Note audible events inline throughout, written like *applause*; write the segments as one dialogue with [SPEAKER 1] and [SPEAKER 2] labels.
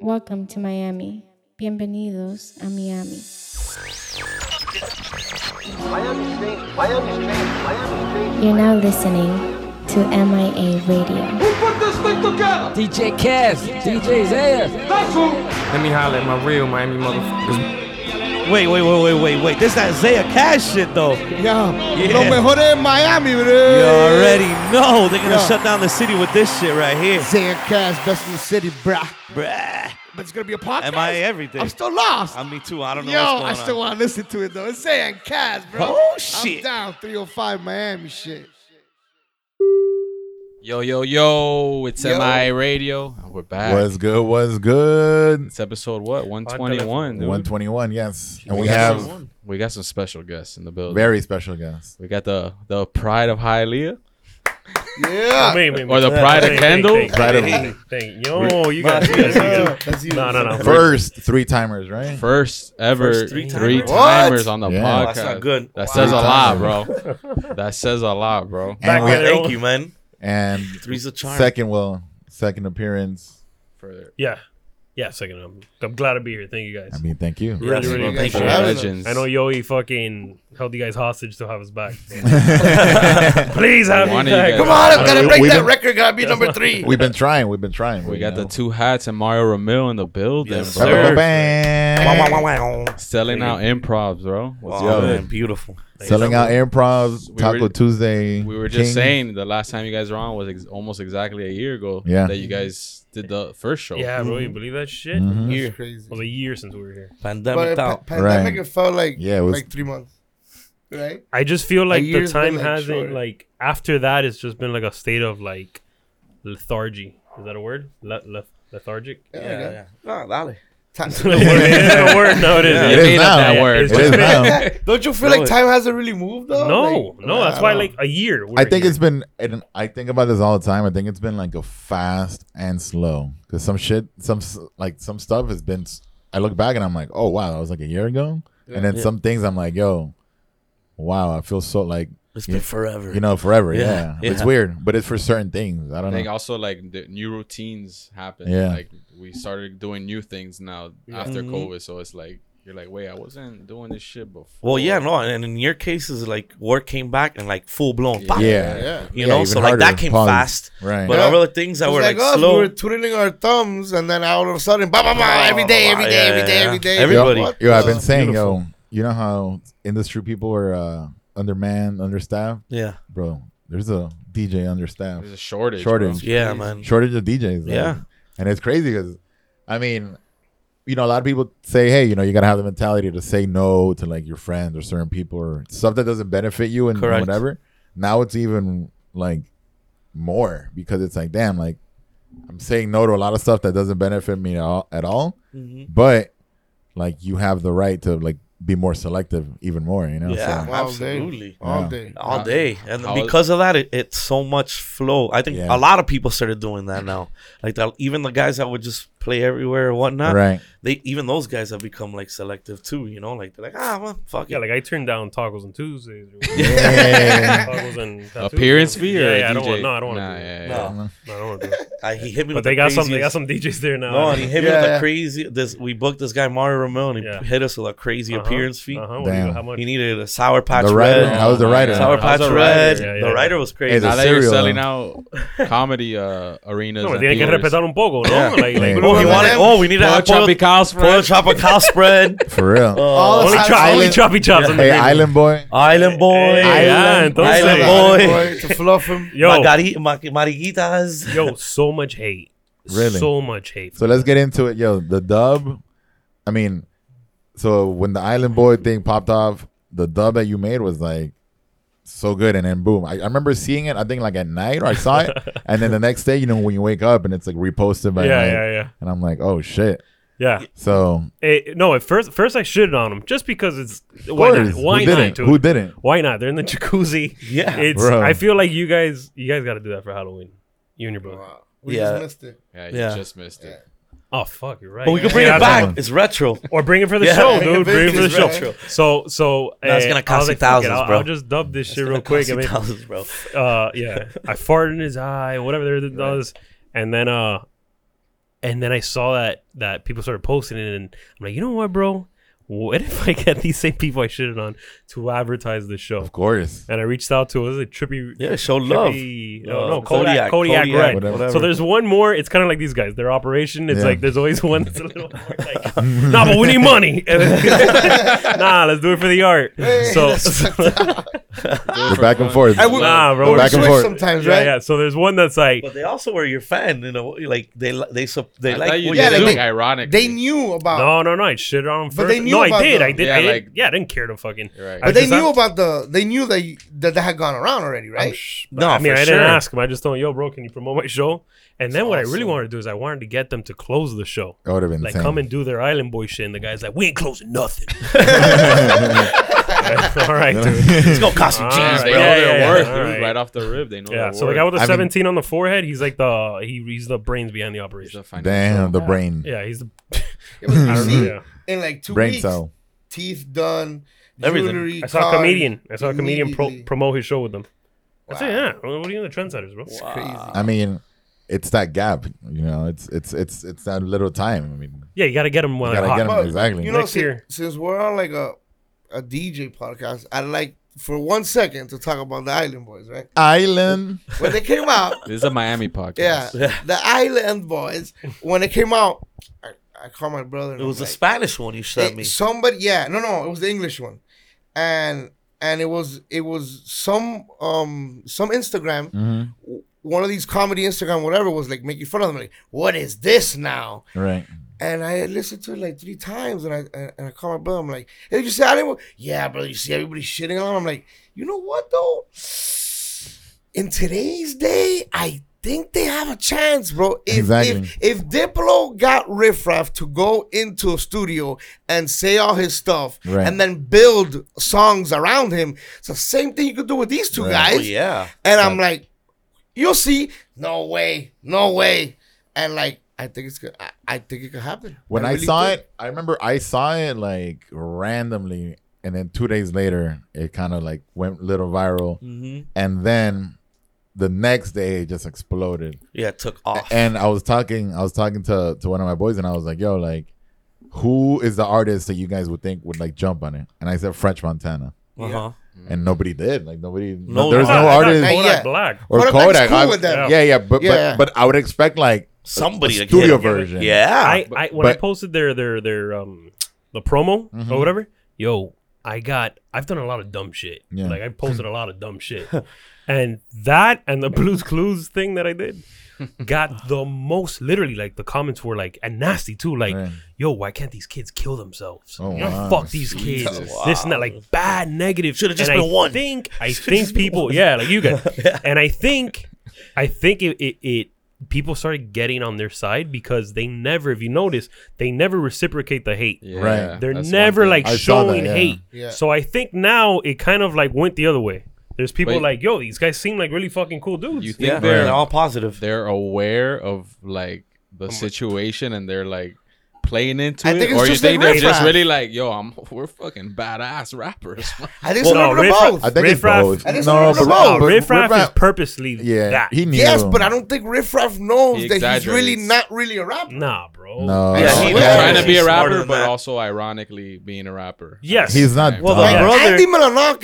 [SPEAKER 1] Welcome to Miami. Bienvenidos a Miami.
[SPEAKER 2] Miami's changed. Miami's changed. Miami's changed.
[SPEAKER 1] You're now listening to MIA Radio.
[SPEAKER 2] Who put this thing together?
[SPEAKER 3] DJ Kaz, DJ Zayas.
[SPEAKER 2] That's who.
[SPEAKER 4] Let me holler at my real Miami motherfuckers.
[SPEAKER 5] Wait, wait, wait, wait, wait, wait. This is that Zaya Cash shit though. You
[SPEAKER 6] Ya,
[SPEAKER 5] Yeah.
[SPEAKER 6] lo mejor es Miami, bro.
[SPEAKER 5] already know they're gonna
[SPEAKER 6] Yeah.
[SPEAKER 5] shut down the city with this shit right here.
[SPEAKER 6] Zaya Cash, best in the city, bruh.
[SPEAKER 5] Bruh.
[SPEAKER 6] But it's gonna be a podcast.
[SPEAKER 5] Am I everything?
[SPEAKER 6] I'm still lost.
[SPEAKER 5] I me too. I don't know
[SPEAKER 6] Yo, I
[SPEAKER 5] what's
[SPEAKER 6] still
[SPEAKER 5] going on.
[SPEAKER 6] want to listen to it though. It's Zaya Cash, bro.
[SPEAKER 5] Oh, shit.
[SPEAKER 6] I'm down 305 Miami shit.
[SPEAKER 7] Yo, yo, yo, it's
[SPEAKER 6] Yo.
[SPEAKER 7] MIA Radio. We're back.
[SPEAKER 8] What's good? What's good?
[SPEAKER 7] It's episode what? 121. dude.
[SPEAKER 8] 121, yes. And
[SPEAKER 7] We
[SPEAKER 8] we,
[SPEAKER 7] got
[SPEAKER 8] have
[SPEAKER 7] We got some special guests in the building.
[SPEAKER 8] very special guests.
[SPEAKER 7] we got the the pride of Hialeah
[SPEAKER 6] Yeah.
[SPEAKER 9] Wait, wait,
[SPEAKER 7] or the
[SPEAKER 9] wait.
[SPEAKER 7] pride
[SPEAKER 9] Wait,
[SPEAKER 7] of
[SPEAKER 9] wait,
[SPEAKER 7] Kendall.
[SPEAKER 9] wait,
[SPEAKER 8] Pride of-
[SPEAKER 9] wait, wait. Yo, you got you got-
[SPEAKER 6] That's you.
[SPEAKER 9] No, no, no.
[SPEAKER 8] First three timers, right?
[SPEAKER 7] First ever
[SPEAKER 5] First
[SPEAKER 7] three,
[SPEAKER 5] three-timer? What?
[SPEAKER 7] timers on the
[SPEAKER 8] Yeah.
[SPEAKER 7] podcast.
[SPEAKER 8] Oh,
[SPEAKER 5] That's not good.
[SPEAKER 7] That says a lot,
[SPEAKER 8] Three-timer.
[SPEAKER 7] bro. that says a lot, bro.
[SPEAKER 9] Back
[SPEAKER 8] And, we-
[SPEAKER 9] in there.
[SPEAKER 5] Thank you, man.
[SPEAKER 8] and
[SPEAKER 5] Three's a charm.
[SPEAKER 8] second, well, second appearance.
[SPEAKER 7] Further.
[SPEAKER 9] Yeah, yeah. Second, I'm, I'm glad to be here. Thank you guys.
[SPEAKER 8] I mean, thank you.
[SPEAKER 9] Really, really
[SPEAKER 6] Thank
[SPEAKER 9] appreciate
[SPEAKER 6] you.
[SPEAKER 9] it.
[SPEAKER 7] Legends.
[SPEAKER 9] I know Yoey fucking held you guys hostage to have us back. *laughs* Please have
[SPEAKER 7] One
[SPEAKER 9] me
[SPEAKER 7] of you
[SPEAKER 9] back.
[SPEAKER 7] guys-
[SPEAKER 9] Come on.
[SPEAKER 8] I'm gonna break that record. Gotta be number three. *laughs* We've been trying. We've been trying.
[SPEAKER 7] We got the two hats and Mario Ramil in the building,
[SPEAKER 5] Yes,
[SPEAKER 7] bro.
[SPEAKER 5] sir. Wow,
[SPEAKER 8] Bang.
[SPEAKER 5] wow, wow, wow.
[SPEAKER 7] Selling out improvs, bro. What's
[SPEAKER 5] Wow,
[SPEAKER 8] up?
[SPEAKER 5] man, beautiful.
[SPEAKER 8] Selling out improvs,
[SPEAKER 7] We
[SPEAKER 8] Taco
[SPEAKER 7] were-
[SPEAKER 8] Tuesday.
[SPEAKER 7] We were just
[SPEAKER 8] King.
[SPEAKER 7] saying the last time you guys were on was ex- almost exactly a year ago.
[SPEAKER 8] Yeah.
[SPEAKER 7] That you guys did the first show.
[SPEAKER 9] Yeah, bro, you believe that shit?
[SPEAKER 8] Mhm.
[SPEAKER 5] Year.
[SPEAKER 6] Crazy.
[SPEAKER 9] It was a year since we were here.
[SPEAKER 6] But
[SPEAKER 5] Pandemic
[SPEAKER 6] it, pa-
[SPEAKER 5] out.
[SPEAKER 6] pandemic, it
[SPEAKER 8] Right.
[SPEAKER 6] felt like
[SPEAKER 8] Yeah, it was-
[SPEAKER 6] like three months, right?
[SPEAKER 9] I just feel like the
[SPEAKER 6] year's been,
[SPEAKER 9] time
[SPEAKER 6] like,
[SPEAKER 9] hasn't
[SPEAKER 6] short.
[SPEAKER 9] like after that. It's just been like a state of like lethargy. Is that a word? Le- le- lethargic.
[SPEAKER 6] I got-
[SPEAKER 5] Yeah, yeah. No, dale.
[SPEAKER 6] *laughs*
[SPEAKER 9] It's a word nowadays.
[SPEAKER 8] It is
[SPEAKER 7] made up
[SPEAKER 8] now.
[SPEAKER 7] that word.
[SPEAKER 8] It
[SPEAKER 9] It's
[SPEAKER 8] is
[SPEAKER 9] just-
[SPEAKER 8] now.
[SPEAKER 6] Don't you feel
[SPEAKER 5] Bro,
[SPEAKER 6] like
[SPEAKER 5] it-
[SPEAKER 6] time hasn't really moved though?
[SPEAKER 9] No,
[SPEAKER 6] Like,
[SPEAKER 9] no,
[SPEAKER 6] I
[SPEAKER 9] that's why
[SPEAKER 6] don't
[SPEAKER 9] like a year.
[SPEAKER 8] I think it's been. and I think about this all the time. I think it's been like a fast and slow because some shit, some s- like some stuff has been. s- I look back and I'm like, oh wow, that was like a year ago. And then some things I'm like, yo, wow, I feel so like
[SPEAKER 5] It's
[SPEAKER 8] Yeah.
[SPEAKER 5] been forever.
[SPEAKER 8] you know forever.
[SPEAKER 5] Yeah,
[SPEAKER 8] Yeah,
[SPEAKER 5] yeah.
[SPEAKER 8] it's weird, but it's for certain things. I
[SPEAKER 7] I
[SPEAKER 8] don't
[SPEAKER 7] think
[SPEAKER 8] know.
[SPEAKER 7] also like the new routines happen.
[SPEAKER 8] Yeah.
[SPEAKER 7] Like we started doing new things now after
[SPEAKER 9] Mm-hmm.
[SPEAKER 5] Mhm.
[SPEAKER 7] COVID. So it's like you're like, wait, I wasn't doing this shit before.
[SPEAKER 5] Well, yeah, no, and in your cases, like work came back and like full blown.
[SPEAKER 7] Yeah.
[SPEAKER 5] pop,
[SPEAKER 8] yeah,
[SPEAKER 6] Yeah.
[SPEAKER 5] You
[SPEAKER 8] Yeah,
[SPEAKER 5] know,
[SPEAKER 8] even
[SPEAKER 5] so like
[SPEAKER 8] harder.
[SPEAKER 5] that came
[SPEAKER 8] Pause.
[SPEAKER 5] fast.
[SPEAKER 8] right.
[SPEAKER 5] But
[SPEAKER 6] Yeah.
[SPEAKER 5] other things that
[SPEAKER 6] It's
[SPEAKER 5] were like,
[SPEAKER 9] oh,
[SPEAKER 6] us,
[SPEAKER 5] slow.
[SPEAKER 6] We were twiddling our thumbs, and then all of a sudden, bah, bah, bah, every day, every day, every day, every day.
[SPEAKER 5] Everybody.
[SPEAKER 6] Yo, what
[SPEAKER 8] yo, I've been
[SPEAKER 6] the-
[SPEAKER 8] saying,
[SPEAKER 5] beautiful.
[SPEAKER 8] yo, you know how industry people are uh, undermanned, understaffed,
[SPEAKER 5] yeah,
[SPEAKER 8] bro. There's a DJ understaffed.
[SPEAKER 7] There's a shortage.
[SPEAKER 8] Shortage.
[SPEAKER 7] bro.
[SPEAKER 5] yeah, man.
[SPEAKER 8] shortage of DJs. like,
[SPEAKER 5] Yeah.
[SPEAKER 8] and it's crazy because, I mean, you know, a lot of people say, hey, you know, you gotta have the mentality to say no to like your friends or certain people or stuff that doesn't benefit you and
[SPEAKER 5] Correct.
[SPEAKER 8] whatever. Now it's even like more because it's like, damn, like I'm saying no to a lot of stuff that doesn't benefit me at all. At all
[SPEAKER 5] Mhm.
[SPEAKER 8] But like, you have the right to like be more selective, even more. You know?
[SPEAKER 5] Yeah,
[SPEAKER 8] So,
[SPEAKER 6] Wow, dude.
[SPEAKER 5] absolutely.
[SPEAKER 6] All
[SPEAKER 8] Yeah.
[SPEAKER 6] day.
[SPEAKER 5] All day, and
[SPEAKER 7] How-
[SPEAKER 5] because of that, it, it's so much flow. I think
[SPEAKER 8] Yeah.
[SPEAKER 5] a lot of people started doing that now. Like that, even the guys that would just play everywhere or whatnot.
[SPEAKER 8] right.
[SPEAKER 5] They even those guys have become like selective too. You know, like they're like, ah, well, fuck
[SPEAKER 9] Yeah,
[SPEAKER 5] it.
[SPEAKER 9] like I turned down tacos on Tuesdays. Or whatever.
[SPEAKER 8] Yeah.
[SPEAKER 9] tacos
[SPEAKER 7] *laughs*
[SPEAKER 9] and tattoos.
[SPEAKER 7] Appearance fee or
[SPEAKER 9] Yeah, yeah, I don't
[SPEAKER 7] DJ?
[SPEAKER 9] want. No, I don't want
[SPEAKER 7] Nah,
[SPEAKER 9] to. do
[SPEAKER 7] yeah,
[SPEAKER 5] No.
[SPEAKER 7] yeah.
[SPEAKER 9] it. No, I don't
[SPEAKER 8] *laughs*
[SPEAKER 9] want to. do it.
[SPEAKER 5] I, he hit me.
[SPEAKER 9] But
[SPEAKER 5] with
[SPEAKER 9] they
[SPEAKER 5] the
[SPEAKER 9] got some. They
[SPEAKER 5] craziest-
[SPEAKER 9] got some DJs there now.
[SPEAKER 5] *laughs* No, and he hit me with
[SPEAKER 6] Yeah.
[SPEAKER 5] the crazy. This we booked this guy Mario Ramon, and he
[SPEAKER 9] Yeah.
[SPEAKER 5] hit us with a crazy
[SPEAKER 9] Uh-huh,
[SPEAKER 5] appearance fee.
[SPEAKER 9] Uh-huh, what do you-
[SPEAKER 8] Damn.
[SPEAKER 9] how much?
[SPEAKER 5] He needed a sour patch
[SPEAKER 8] The writer.
[SPEAKER 5] red.
[SPEAKER 8] I was the writer.
[SPEAKER 5] Sour
[SPEAKER 7] How's
[SPEAKER 5] patch
[SPEAKER 7] the
[SPEAKER 5] red.
[SPEAKER 7] writer?
[SPEAKER 9] Yeah,
[SPEAKER 5] The
[SPEAKER 9] yeah.
[SPEAKER 5] writer was
[SPEAKER 8] Hey,
[SPEAKER 5] crazy.
[SPEAKER 8] the
[SPEAKER 7] Now that you're
[SPEAKER 8] cereal,
[SPEAKER 7] selling
[SPEAKER 8] though.
[SPEAKER 7] out comedy uh, arenas.
[SPEAKER 9] No,
[SPEAKER 7] and
[SPEAKER 9] tienen que
[SPEAKER 7] theaters.
[SPEAKER 9] respetar un poco, ¿no?
[SPEAKER 5] Yeah.
[SPEAKER 9] Like, like,
[SPEAKER 8] Yeah.
[SPEAKER 5] Oh, he
[SPEAKER 6] Remember
[SPEAKER 5] wanted.
[SPEAKER 6] them?
[SPEAKER 5] Oh, we need to
[SPEAKER 7] Pollo
[SPEAKER 5] have pollo,
[SPEAKER 7] Tropical spread.
[SPEAKER 5] pollo tropical spread. *laughs*
[SPEAKER 8] For real.
[SPEAKER 6] All
[SPEAKER 5] Oh,
[SPEAKER 9] only,
[SPEAKER 6] the
[SPEAKER 9] chop, only
[SPEAKER 6] island-
[SPEAKER 9] choppy chops. on the
[SPEAKER 8] hey,
[SPEAKER 9] menu.
[SPEAKER 8] Island Boy.
[SPEAKER 5] Island
[SPEAKER 9] *laughs*
[SPEAKER 5] boy.
[SPEAKER 9] Hey, yeah,
[SPEAKER 8] Island-
[SPEAKER 9] entonces-
[SPEAKER 5] Island
[SPEAKER 6] Island
[SPEAKER 5] boy.
[SPEAKER 6] boy, to fluff him.
[SPEAKER 9] Yo,
[SPEAKER 5] Margari- ma- mariguitas.
[SPEAKER 9] yo, so much hate.
[SPEAKER 8] Really?
[SPEAKER 9] So much hate.
[SPEAKER 8] So let's get into it, yo. The dub, I mean, so when the Island Boy thing popped off, the dub that you made was like so good, and then boom. I, I remember seeing it. I think like at night, or I
[SPEAKER 9] *laughs*
[SPEAKER 8] saw it, and then the next day, you know, when you wake up and it's like reposted by
[SPEAKER 9] yeah,
[SPEAKER 8] like-
[SPEAKER 9] yeah, yeah,
[SPEAKER 8] and I'm like, oh shit.
[SPEAKER 9] yeah.
[SPEAKER 8] So
[SPEAKER 9] Eh, no, at first, first I shitted on him just because it's
[SPEAKER 8] of
[SPEAKER 9] why
[SPEAKER 8] course,
[SPEAKER 9] not? Why
[SPEAKER 8] who
[SPEAKER 9] not?
[SPEAKER 8] didn't?
[SPEAKER 9] dude?
[SPEAKER 8] Who didn't?
[SPEAKER 9] Why not? They're in the jacuzzi.
[SPEAKER 5] Yeah.
[SPEAKER 9] *laughs* it's.
[SPEAKER 8] Bro.
[SPEAKER 9] I feel like you guys, you guys got to do that for Halloween. You and your brother.
[SPEAKER 6] Wow. We
[SPEAKER 5] Yeah.
[SPEAKER 6] just missed it.
[SPEAKER 7] Yeah, you
[SPEAKER 5] Yeah.
[SPEAKER 7] just missed it.
[SPEAKER 9] Oh fuck, you're right.
[SPEAKER 5] But we can
[SPEAKER 9] Yeah,
[SPEAKER 5] bring
[SPEAKER 9] yeah,
[SPEAKER 5] it
[SPEAKER 9] that's-
[SPEAKER 5] back.
[SPEAKER 8] one.
[SPEAKER 5] It's retro.
[SPEAKER 9] or bring it for the
[SPEAKER 5] Yeah.
[SPEAKER 9] show,
[SPEAKER 5] Bring it
[SPEAKER 9] dude.
[SPEAKER 6] for
[SPEAKER 9] Bring it for the
[SPEAKER 6] the
[SPEAKER 9] show.
[SPEAKER 6] retro.
[SPEAKER 9] So, so
[SPEAKER 5] No, it's
[SPEAKER 9] eh,
[SPEAKER 5] gonna
[SPEAKER 9] I was
[SPEAKER 5] cost you
[SPEAKER 9] like, fuck it,
[SPEAKER 5] thousands,
[SPEAKER 9] I'll-
[SPEAKER 5] bro.
[SPEAKER 9] I'll just dub this *laughs* shit real quick. I mean,
[SPEAKER 5] $1,000, bro. *laughs*
[SPEAKER 9] uh yeah i farted in his eye whatever it does and then uh And then I saw that that people started posting it, and I'm like, you know what, bro? What if I get these same people I shitted on to advertise the show?
[SPEAKER 8] Of course.
[SPEAKER 9] And I reached out to what was it trippy?
[SPEAKER 5] Yeah, show love.
[SPEAKER 9] trippy, oh,
[SPEAKER 5] Love.
[SPEAKER 9] No, no, Kodiak, Kodiak, Red.
[SPEAKER 8] whatever.
[SPEAKER 9] So there's one more. It's kind of like these guys. Their operation. It's
[SPEAKER 8] Yeah.
[SPEAKER 9] like there's always *laughs* one that's a little more like, nah, but we need money. *laughs* And then- *laughs* nah, let's do it for the art. so, *laughs*
[SPEAKER 8] We're back and forth.
[SPEAKER 6] I would-
[SPEAKER 9] nah, bro.
[SPEAKER 6] we
[SPEAKER 9] we're-
[SPEAKER 8] Back and
[SPEAKER 6] switch
[SPEAKER 8] forth.
[SPEAKER 6] sometimes,
[SPEAKER 9] yeah,
[SPEAKER 6] right?
[SPEAKER 9] yeah. So there's one that's like,
[SPEAKER 5] But they also were your fan, you know. Like they li- they sup- they
[SPEAKER 7] I
[SPEAKER 5] like
[SPEAKER 7] thought you
[SPEAKER 5] what
[SPEAKER 7] did
[SPEAKER 5] you
[SPEAKER 6] Yeah, like
[SPEAKER 7] it,
[SPEAKER 5] do.
[SPEAKER 6] they-
[SPEAKER 7] ironically.
[SPEAKER 6] They knew about.
[SPEAKER 9] no, no, no. I shit on them first.
[SPEAKER 6] uh, But they knew
[SPEAKER 9] no,
[SPEAKER 6] about
[SPEAKER 9] I did.
[SPEAKER 6] the-
[SPEAKER 9] I did.
[SPEAKER 7] Yeah,
[SPEAKER 9] I did.
[SPEAKER 7] like-
[SPEAKER 9] yeah, I didn't care to fucking.
[SPEAKER 7] You're right.
[SPEAKER 9] I
[SPEAKER 6] But they
[SPEAKER 9] just-
[SPEAKER 6] knew about the. They knew that you, that that had gone around already,
[SPEAKER 9] I'm
[SPEAKER 6] right?
[SPEAKER 9] sh-
[SPEAKER 5] No,
[SPEAKER 9] I mean,
[SPEAKER 5] for
[SPEAKER 9] I didn't
[SPEAKER 5] sure.
[SPEAKER 9] ask them. I just told them, yo, bro, can you promote my show? And then what I really
[SPEAKER 6] awesome.
[SPEAKER 9] wanted to do is I wanted to get them to close the show.
[SPEAKER 8] That would have been
[SPEAKER 9] Like,
[SPEAKER 8] insane.
[SPEAKER 9] come and do their Island Boy shit. And the guy's like, we ain't closing
[SPEAKER 8] *laughs*
[SPEAKER 9] nothing. *laughs* All right, dude.
[SPEAKER 5] It's gonna cost you
[SPEAKER 9] All
[SPEAKER 5] cheese,
[SPEAKER 9] right.
[SPEAKER 7] They
[SPEAKER 5] bro.
[SPEAKER 9] Yeah,
[SPEAKER 7] know their
[SPEAKER 9] yeah,
[SPEAKER 7] worth,
[SPEAKER 9] yeah.
[SPEAKER 7] dude.
[SPEAKER 9] Alright.
[SPEAKER 7] Right off the rib, they know
[SPEAKER 9] Yeah,
[SPEAKER 7] their
[SPEAKER 9] so the
[SPEAKER 7] worth.
[SPEAKER 9] guy with the
[SPEAKER 8] I mean-
[SPEAKER 9] 17 on the forehead, he's like the he, he's the brains behind the
[SPEAKER 7] He's
[SPEAKER 9] operation.
[SPEAKER 7] a financial-
[SPEAKER 8] Damn, the brain.
[SPEAKER 9] Yeah, he's the I
[SPEAKER 6] You
[SPEAKER 9] don't
[SPEAKER 6] see,
[SPEAKER 9] know,
[SPEAKER 6] in like two
[SPEAKER 8] Brain
[SPEAKER 6] weeks,
[SPEAKER 8] cell.
[SPEAKER 6] teeth done,
[SPEAKER 5] Everything.
[SPEAKER 6] jewelry.
[SPEAKER 9] yeah. I saw a
[SPEAKER 6] card,
[SPEAKER 9] comedian. I saw a comedian pro-
[SPEAKER 6] immediately.
[SPEAKER 9] promote his show with them. I said,
[SPEAKER 6] Wow.
[SPEAKER 9] yeah, well, what are you in the trendsetters, bro?
[SPEAKER 8] I mean, it's that gap. You know, it's it's it's it's that little time. I mean,
[SPEAKER 9] Yeah, you got to get him while
[SPEAKER 8] gotta
[SPEAKER 9] they're
[SPEAKER 8] get
[SPEAKER 9] hot.
[SPEAKER 8] 'em.
[SPEAKER 6] But,
[SPEAKER 8] exactly.
[SPEAKER 6] You know,
[SPEAKER 9] Next
[SPEAKER 6] si-
[SPEAKER 9] year.
[SPEAKER 6] since we're on like a a DJ podcast, I'd like for one second to talk about the Island Boys, right?
[SPEAKER 8] Island.
[SPEAKER 6] When they
[SPEAKER 5] *laughs*
[SPEAKER 6] came out,
[SPEAKER 7] This is a Miami podcast.
[SPEAKER 6] yeah, the Island Boys. When they came out, I, I called my brother. and
[SPEAKER 5] It
[SPEAKER 6] I'm
[SPEAKER 5] was a
[SPEAKER 6] like,
[SPEAKER 5] Spanish one you sent
[SPEAKER 6] it-
[SPEAKER 5] me.
[SPEAKER 6] Somebody, yeah, no, no, it was the English one, and and it was it was some um some Instagram,
[SPEAKER 8] Mm-hmm.
[SPEAKER 6] w- one of these comedy Instagram whatever was like making fun of them like what is this now?
[SPEAKER 8] Right.
[SPEAKER 6] And I had listened to it like three times, and I and, and I called my brother. I'm like, "Hey, you see I didn't?" wa-" Yeah, brother. You see everybody shitting on. him." I'm like, you know what though? In today's day, I think they have a chance, bro. If
[SPEAKER 8] Exactly.
[SPEAKER 6] if, if Diplo got Riff Raff to go into a studio and say all his stuff,
[SPEAKER 8] Right.
[SPEAKER 6] and then build songs around him, it's the same thing you could do with these two guys.
[SPEAKER 5] oh yeah.
[SPEAKER 6] And I'm like, you'll see. No way, no way. And like, I think it's good. I, I think it could happen.
[SPEAKER 8] When I,
[SPEAKER 6] really
[SPEAKER 8] saw
[SPEAKER 6] do.
[SPEAKER 8] it, I remember I saw it like randomly, and then two days later, it kind of like went little viral,
[SPEAKER 9] Mm-hmm.
[SPEAKER 8] and then the next day it just exploded.
[SPEAKER 5] Yeah, it took off.
[SPEAKER 8] And I was talking, I was talking to to one of my boys, and I was like, "Yo, like, who is the artist that you guys would think would like jump on it?" And I said French Montana,
[SPEAKER 5] uh-huh.
[SPEAKER 8] and nobody did. Like nobody,
[SPEAKER 5] No,
[SPEAKER 8] no, there's
[SPEAKER 5] I-
[SPEAKER 8] no
[SPEAKER 9] I thought
[SPEAKER 8] artist.
[SPEAKER 9] Kodak
[SPEAKER 6] Yeah.
[SPEAKER 9] Black.
[SPEAKER 8] or
[SPEAKER 6] Kodak's
[SPEAKER 8] Kodak.
[SPEAKER 6] cool
[SPEAKER 8] I-
[SPEAKER 6] with them.
[SPEAKER 8] Yeah, yeah, but
[SPEAKER 6] Yeah.
[SPEAKER 8] but but I would expect like
[SPEAKER 5] Somebody to get
[SPEAKER 8] studio
[SPEAKER 5] it.
[SPEAKER 8] version.
[SPEAKER 5] Yeah.
[SPEAKER 9] I, I when I
[SPEAKER 8] but- Mm-hmm.
[SPEAKER 9] posted their their their um the promo or whatever, yo, I got I've done a lot of dumb shit.
[SPEAKER 8] Yeah.
[SPEAKER 9] Like I posted a lot of dumb
[SPEAKER 8] *laughs*
[SPEAKER 9] shit. and that and the Blues Clues thing that I
[SPEAKER 8] *laughs*
[SPEAKER 9] did got the most literally like the comments were like and nasty too like
[SPEAKER 8] Right.
[SPEAKER 9] yo why can't these kids kill themselves
[SPEAKER 8] Oh,
[SPEAKER 9] you know,
[SPEAKER 8] wow.
[SPEAKER 9] fuck these kids this and that like bad negative
[SPEAKER 5] Should've just
[SPEAKER 9] And
[SPEAKER 5] been
[SPEAKER 9] I
[SPEAKER 5] one.
[SPEAKER 9] think
[SPEAKER 5] *laughs*
[SPEAKER 9] I think people yeah like you guys and I think I think it, it it people started getting on their side because they never if you notice they never reciprocate the hate
[SPEAKER 7] Yeah,
[SPEAKER 8] Right.
[SPEAKER 9] they're
[SPEAKER 7] that's one
[SPEAKER 9] never
[SPEAKER 7] thing.
[SPEAKER 9] like
[SPEAKER 8] I saw that,
[SPEAKER 9] showing
[SPEAKER 8] yeah.
[SPEAKER 9] hate.
[SPEAKER 6] Yeah.
[SPEAKER 9] So I think now it kind of like went the other way. There's people
[SPEAKER 7] Wait.
[SPEAKER 9] like, yo, these guys seem like really fucking cool dudes.
[SPEAKER 7] You think
[SPEAKER 5] yeah,
[SPEAKER 7] they're
[SPEAKER 5] they're all positive.
[SPEAKER 7] they're aware of like the situation and they're like playing into
[SPEAKER 6] I
[SPEAKER 7] it,
[SPEAKER 6] think it's
[SPEAKER 7] or you
[SPEAKER 6] just like
[SPEAKER 7] think they're
[SPEAKER 6] Riff
[SPEAKER 7] just
[SPEAKER 6] Raff.
[SPEAKER 7] really like, yo, I'm *laughs* we're fucking badass *laughs* rappers.
[SPEAKER 6] I think
[SPEAKER 9] Well,
[SPEAKER 6] it's a little bit
[SPEAKER 9] no, Riff Raff-
[SPEAKER 6] of both.
[SPEAKER 8] I think it's
[SPEAKER 9] Riff Raff-
[SPEAKER 8] both.
[SPEAKER 6] I think it's
[SPEAKER 8] No,
[SPEAKER 6] Riff
[SPEAKER 8] but,
[SPEAKER 6] Raff.
[SPEAKER 8] but
[SPEAKER 9] Riff Raff
[SPEAKER 8] Raff-
[SPEAKER 9] is purposely
[SPEAKER 8] Yeah,
[SPEAKER 9] that.
[SPEAKER 8] he knew.
[SPEAKER 6] yes, but I don't think Riff Raff knows
[SPEAKER 7] He
[SPEAKER 6] that he's really
[SPEAKER 7] exaggerates.
[SPEAKER 6] not really a rapper.
[SPEAKER 9] nah, bro.
[SPEAKER 8] No,
[SPEAKER 5] Yeah,
[SPEAKER 7] He's
[SPEAKER 5] he-
[SPEAKER 6] yeah.
[SPEAKER 7] trying to be
[SPEAKER 5] He's
[SPEAKER 7] a
[SPEAKER 5] smarter
[SPEAKER 7] rapper,
[SPEAKER 5] than
[SPEAKER 7] but
[SPEAKER 5] that.
[SPEAKER 7] also ironically being a rapper.
[SPEAKER 9] Yes.
[SPEAKER 8] he's not.
[SPEAKER 7] Well,
[SPEAKER 8] Well,
[SPEAKER 5] the
[SPEAKER 9] Yeah.
[SPEAKER 5] brother-
[SPEAKER 6] Andy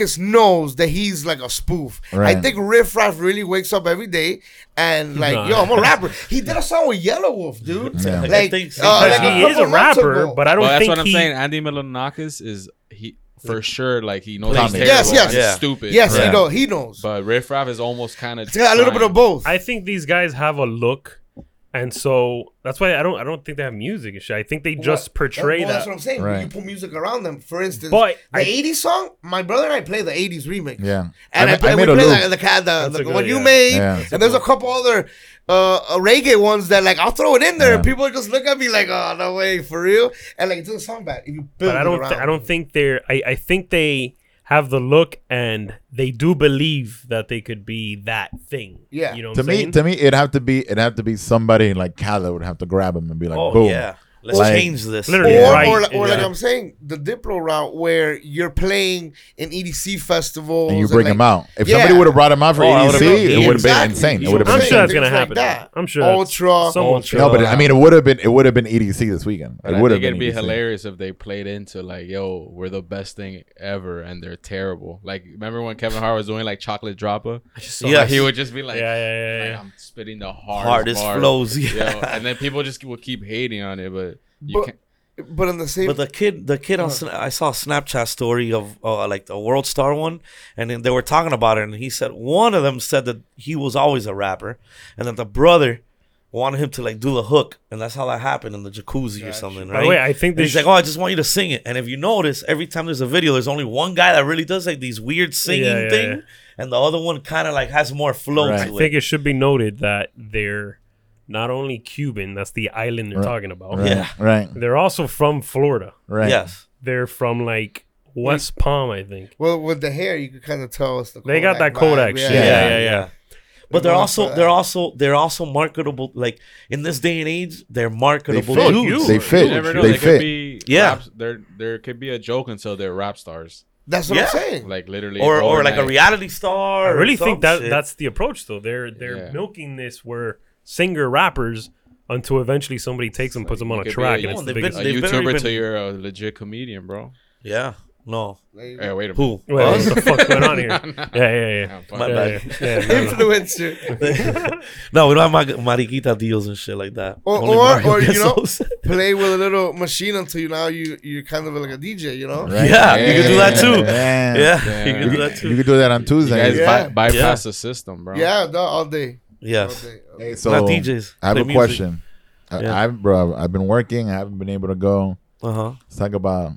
[SPEAKER 6] Milanakis knows that he's like a spoof. I
[SPEAKER 8] Right.
[SPEAKER 6] think Riff Raff really wakes up every day and like,
[SPEAKER 9] Nah.
[SPEAKER 6] yo, I'm a
[SPEAKER 9] *laughs*
[SPEAKER 6] rapper. He did a song with Yellow Wolf, dude.
[SPEAKER 8] Yeah.
[SPEAKER 5] I
[SPEAKER 6] Like,
[SPEAKER 5] think so.
[SPEAKER 6] uh,
[SPEAKER 9] Because
[SPEAKER 6] like
[SPEAKER 9] he is a
[SPEAKER 6] couple months
[SPEAKER 9] rapper,
[SPEAKER 6] ago.
[SPEAKER 9] but I don't
[SPEAKER 7] Well, that's
[SPEAKER 9] think
[SPEAKER 7] what I'm
[SPEAKER 9] he,
[SPEAKER 7] saying. Andy Milanakis is he for sure like he knows he's
[SPEAKER 8] Tommy.
[SPEAKER 7] terrible.
[SPEAKER 6] Yes, yes.
[SPEAKER 7] and
[SPEAKER 5] Yeah.
[SPEAKER 7] stupid.
[SPEAKER 6] yes,
[SPEAKER 8] Yeah.
[SPEAKER 6] he knows. He knows.
[SPEAKER 7] But Riff Raff is almost kind of
[SPEAKER 6] It's got a little bit of both.
[SPEAKER 9] I think these guys have a look, and so that's why I don't. I don't think they have music and shit. I think they just
[SPEAKER 6] What-
[SPEAKER 9] portray
[SPEAKER 6] well,
[SPEAKER 9] that.
[SPEAKER 6] That's what I'm saying. You
[SPEAKER 8] Right.
[SPEAKER 6] put music around them. For instance,
[SPEAKER 9] But
[SPEAKER 6] the
[SPEAKER 9] I-
[SPEAKER 6] '80s song, my brother and I play the '80s remix.
[SPEAKER 8] Yeah.
[SPEAKER 6] and
[SPEAKER 8] I
[SPEAKER 6] I,
[SPEAKER 8] ma-
[SPEAKER 6] play,
[SPEAKER 8] I
[SPEAKER 6] we
[SPEAKER 8] made a
[SPEAKER 6] play
[SPEAKER 8] loop.
[SPEAKER 6] the, the, kind of
[SPEAKER 9] That's
[SPEAKER 6] the,
[SPEAKER 9] a
[SPEAKER 6] the
[SPEAKER 9] good-
[SPEAKER 6] one you
[SPEAKER 9] yeah.
[SPEAKER 6] made,
[SPEAKER 8] Yeah. That's
[SPEAKER 6] and there's a couple other uh, uh, reggae ones that like I'll throw it in there, and people just look at me like, "Oh no way, for real!" And like, it doesn't sound bad if you build
[SPEAKER 9] but I
[SPEAKER 6] it
[SPEAKER 9] don't.
[SPEAKER 6] around.
[SPEAKER 9] Th- I don't think they're. I, I think they have the look, and they do believe that they could be that thing.
[SPEAKER 6] Yeah.
[SPEAKER 9] you know. What
[SPEAKER 8] to
[SPEAKER 9] I'm
[SPEAKER 8] me,
[SPEAKER 9] saying?
[SPEAKER 8] to me, it'd have to be it'd have to be somebody like Khaled would have to grab him and be like,
[SPEAKER 5] oh
[SPEAKER 8] "Boom,
[SPEAKER 5] yeah. Let's
[SPEAKER 8] Like-
[SPEAKER 5] change this.
[SPEAKER 9] Literally,
[SPEAKER 6] Or,
[SPEAKER 9] Yeah.
[SPEAKER 5] yeah.
[SPEAKER 9] right.
[SPEAKER 6] or, like- or like
[SPEAKER 5] Yeah.
[SPEAKER 6] I'm saying, the Diplo route where you're playing in EDC festivals
[SPEAKER 8] and you bring
[SPEAKER 6] like,
[SPEAKER 8] him out. If
[SPEAKER 6] yeah.
[SPEAKER 8] somebody would have brought him out for
[SPEAKER 5] Oh, I
[SPEAKER 8] EDC,
[SPEAKER 5] would've been-
[SPEAKER 8] it would have been
[SPEAKER 6] Exactly.
[SPEAKER 8] insane. It
[SPEAKER 6] You
[SPEAKER 8] would have
[SPEAKER 6] know
[SPEAKER 8] been
[SPEAKER 9] I'm
[SPEAKER 6] what
[SPEAKER 9] sure
[SPEAKER 8] insane.
[SPEAKER 9] that's
[SPEAKER 6] Things
[SPEAKER 9] gonna
[SPEAKER 6] like
[SPEAKER 9] happen.
[SPEAKER 6] that.
[SPEAKER 9] I'm sure
[SPEAKER 6] Ultra.
[SPEAKER 9] Someone,
[SPEAKER 8] No, but I mean, it would have been. It would have been EDC this weekend.
[SPEAKER 7] But
[SPEAKER 8] It
[SPEAKER 7] I
[SPEAKER 8] would
[SPEAKER 7] think
[SPEAKER 8] have
[SPEAKER 7] it'd
[SPEAKER 8] been.
[SPEAKER 7] be
[SPEAKER 8] EDC.
[SPEAKER 7] hilarious if they played into like, yo, we're the best thing ever, and they're terrible. Like, remember when Kevin Hart was doing like chocolate dropper? So like,
[SPEAKER 5] Yes.
[SPEAKER 7] he would just be like,
[SPEAKER 9] yeah, yeah, yeah, yeah.
[SPEAKER 7] like, I'm spitting the hardest,
[SPEAKER 5] Hardest
[SPEAKER 7] bars,
[SPEAKER 5] flows,
[SPEAKER 7] yo,"
[SPEAKER 5] yeah.
[SPEAKER 7] and then people just will keep hating on it, but you
[SPEAKER 6] But-
[SPEAKER 7] can't.
[SPEAKER 6] But on the same,
[SPEAKER 5] But the kid, the kid on, Sna- I saw a Snapchat story of uh, like a world star one, and then they were talking about it, and he said one of them said that he was always a rapper, and that the brother wanted him to like do the hook, and that's how that happened in the jacuzzi or something, right?
[SPEAKER 9] By the way, I think
[SPEAKER 5] And he's
[SPEAKER 9] this
[SPEAKER 5] like, oh, I just want you to sing it. And if you notice, every time there's a video, there's only one guy that really does like these weird singing
[SPEAKER 9] Yeah, yeah,
[SPEAKER 5] thing,
[SPEAKER 9] yeah.
[SPEAKER 5] and the other one kind of like has more flow
[SPEAKER 8] Right.
[SPEAKER 5] to
[SPEAKER 9] I
[SPEAKER 5] it.
[SPEAKER 9] think it should be noted that they're not only Cuban, that's the island they're
[SPEAKER 8] Right.
[SPEAKER 9] talking about.
[SPEAKER 8] Right,
[SPEAKER 5] Yeah.
[SPEAKER 8] Right.
[SPEAKER 9] They're also from Florida.
[SPEAKER 8] Right.
[SPEAKER 5] Yes.
[SPEAKER 9] They're from like West Palm, I think.
[SPEAKER 6] well, with the hair, you could kind of tell us the
[SPEAKER 9] They got that Kodak
[SPEAKER 6] vibe.
[SPEAKER 9] shit.
[SPEAKER 8] Yeah,
[SPEAKER 9] Yeah, yeah, yeah.
[SPEAKER 5] But they're
[SPEAKER 6] Everyone
[SPEAKER 5] also
[SPEAKER 6] said-
[SPEAKER 5] they're also they're also marketable. Like in this day and age, they're marketable
[SPEAKER 8] fit.
[SPEAKER 5] dudes.
[SPEAKER 8] They fit.
[SPEAKER 7] You never know.
[SPEAKER 8] They
[SPEAKER 7] They
[SPEAKER 8] fit.
[SPEAKER 7] could be
[SPEAKER 5] Yeah.
[SPEAKER 7] raps- there, there could be a joke until they're rap stars.
[SPEAKER 6] That's what
[SPEAKER 5] Yeah.
[SPEAKER 6] I'm saying.
[SPEAKER 7] Like literally,
[SPEAKER 5] or or like a
[SPEAKER 7] overnight.
[SPEAKER 5] reality star.
[SPEAKER 9] I
[SPEAKER 5] or
[SPEAKER 9] really think
[SPEAKER 5] some
[SPEAKER 9] that
[SPEAKER 5] shit.
[SPEAKER 9] that's the approach though. They're they're
[SPEAKER 7] Yeah.
[SPEAKER 9] milking this where singer rappers until eventually somebody takes them, puts them on
[SPEAKER 7] It
[SPEAKER 9] a
[SPEAKER 7] could be
[SPEAKER 9] track,
[SPEAKER 7] a-
[SPEAKER 9] and it's the
[SPEAKER 5] they've been-
[SPEAKER 9] biggest.
[SPEAKER 7] A
[SPEAKER 5] They've barely
[SPEAKER 7] YouTuber
[SPEAKER 5] been-
[SPEAKER 7] till you're a legit comedian, bro.
[SPEAKER 5] yeah. No, *laughs*
[SPEAKER 7] Hey, wait a
[SPEAKER 9] *laughs*
[SPEAKER 7] minute.
[SPEAKER 5] who?
[SPEAKER 9] Wait,
[SPEAKER 5] Us?
[SPEAKER 9] what the fuck going on here? Yeah, yeah, yeah.
[SPEAKER 7] fuck.
[SPEAKER 5] My
[SPEAKER 9] Yeah,
[SPEAKER 5] bad.
[SPEAKER 9] yeah, yeah, no, no.
[SPEAKER 6] *laughs*
[SPEAKER 5] *laughs*
[SPEAKER 6] Influencer.
[SPEAKER 5] no, we don't have mar- mariquita deals and shit like that.
[SPEAKER 6] Or-
[SPEAKER 5] Only
[SPEAKER 6] or-
[SPEAKER 5] Mario
[SPEAKER 6] or, you know-
[SPEAKER 5] Bezos.
[SPEAKER 6] Play with a little machine until you now you you're kind of like a DJ, you know?
[SPEAKER 8] Right.
[SPEAKER 5] Yeah, you can do that too.
[SPEAKER 8] Yeah.
[SPEAKER 5] yeah, *laughs* you
[SPEAKER 7] Damn.
[SPEAKER 5] can do that
[SPEAKER 8] You
[SPEAKER 5] too.
[SPEAKER 8] could do that on
[SPEAKER 7] You
[SPEAKER 8] Tuesday.
[SPEAKER 7] guys
[SPEAKER 6] Yeah.
[SPEAKER 7] by- bypass the system, bro.
[SPEAKER 6] Yeah, no, all day. All
[SPEAKER 5] Yes.
[SPEAKER 6] day.
[SPEAKER 8] Hey, so
[SPEAKER 5] Not DJs.
[SPEAKER 8] I have
[SPEAKER 5] Play
[SPEAKER 8] a
[SPEAKER 5] music.
[SPEAKER 8] question. I-
[SPEAKER 5] Yeah.
[SPEAKER 8] I've bro, I've been working. I haven't been able to go.
[SPEAKER 5] Uh huh.
[SPEAKER 8] Let's talk about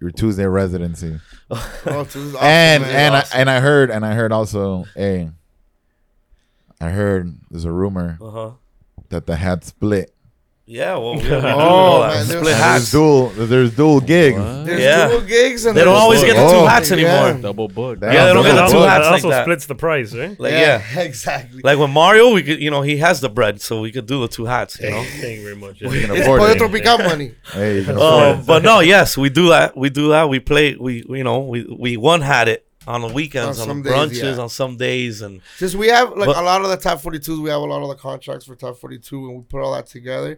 [SPEAKER 8] your Tuesday residency.
[SPEAKER 6] Oh, this is awesome,
[SPEAKER 8] and
[SPEAKER 6] man.
[SPEAKER 8] and
[SPEAKER 6] Awesome.
[SPEAKER 8] I, and I heard and I heard also. Hey, I heard there's a rumor
[SPEAKER 5] Uh huh.
[SPEAKER 8] that the hat split.
[SPEAKER 9] *laughs*
[SPEAKER 5] Yeah. Well. Yeah,
[SPEAKER 6] Oh,
[SPEAKER 5] we do that.
[SPEAKER 6] man,
[SPEAKER 5] Split
[SPEAKER 6] there's-
[SPEAKER 5] hats.
[SPEAKER 8] And There's dual. There's dual gigs.
[SPEAKER 6] There's
[SPEAKER 5] Yeah.
[SPEAKER 6] dual gigs and
[SPEAKER 5] They don't
[SPEAKER 6] there's-
[SPEAKER 5] always get the two
[SPEAKER 8] Oh.
[SPEAKER 5] hats
[SPEAKER 6] Yeah.
[SPEAKER 5] anymore.
[SPEAKER 7] Double book.
[SPEAKER 8] Damn,
[SPEAKER 5] Yeah, they don't
[SPEAKER 8] bro.
[SPEAKER 5] get the
[SPEAKER 9] That
[SPEAKER 5] two
[SPEAKER 9] also-
[SPEAKER 5] hats
[SPEAKER 9] that
[SPEAKER 5] like
[SPEAKER 9] also
[SPEAKER 5] that.
[SPEAKER 9] splits the price, eh? right?
[SPEAKER 5] Like
[SPEAKER 6] *laughs*
[SPEAKER 5] yeah.
[SPEAKER 6] exactly.
[SPEAKER 5] Like with Mario, we could, you know, he has the bread, so we could do the two hats, you
[SPEAKER 9] *laughs*
[SPEAKER 5] know.
[SPEAKER 9] Thank you very much. eh?
[SPEAKER 8] You can
[SPEAKER 6] it's
[SPEAKER 8] afford
[SPEAKER 6] Pollo
[SPEAKER 8] it.
[SPEAKER 6] Tropical money.
[SPEAKER 8] Hey, you can afford
[SPEAKER 5] Um,
[SPEAKER 8] it.
[SPEAKER 5] but no, yes, we do that. We do that. We play. We you know we we one had it on the weekends,
[SPEAKER 6] On
[SPEAKER 5] on,
[SPEAKER 6] some
[SPEAKER 5] the
[SPEAKER 6] days,
[SPEAKER 5] brunches,
[SPEAKER 6] yeah.
[SPEAKER 5] on some days, and
[SPEAKER 6] Since we have like
[SPEAKER 5] But-
[SPEAKER 6] a lot of the top 42s, we have a lot of the contracts for top 42, and we put all that together.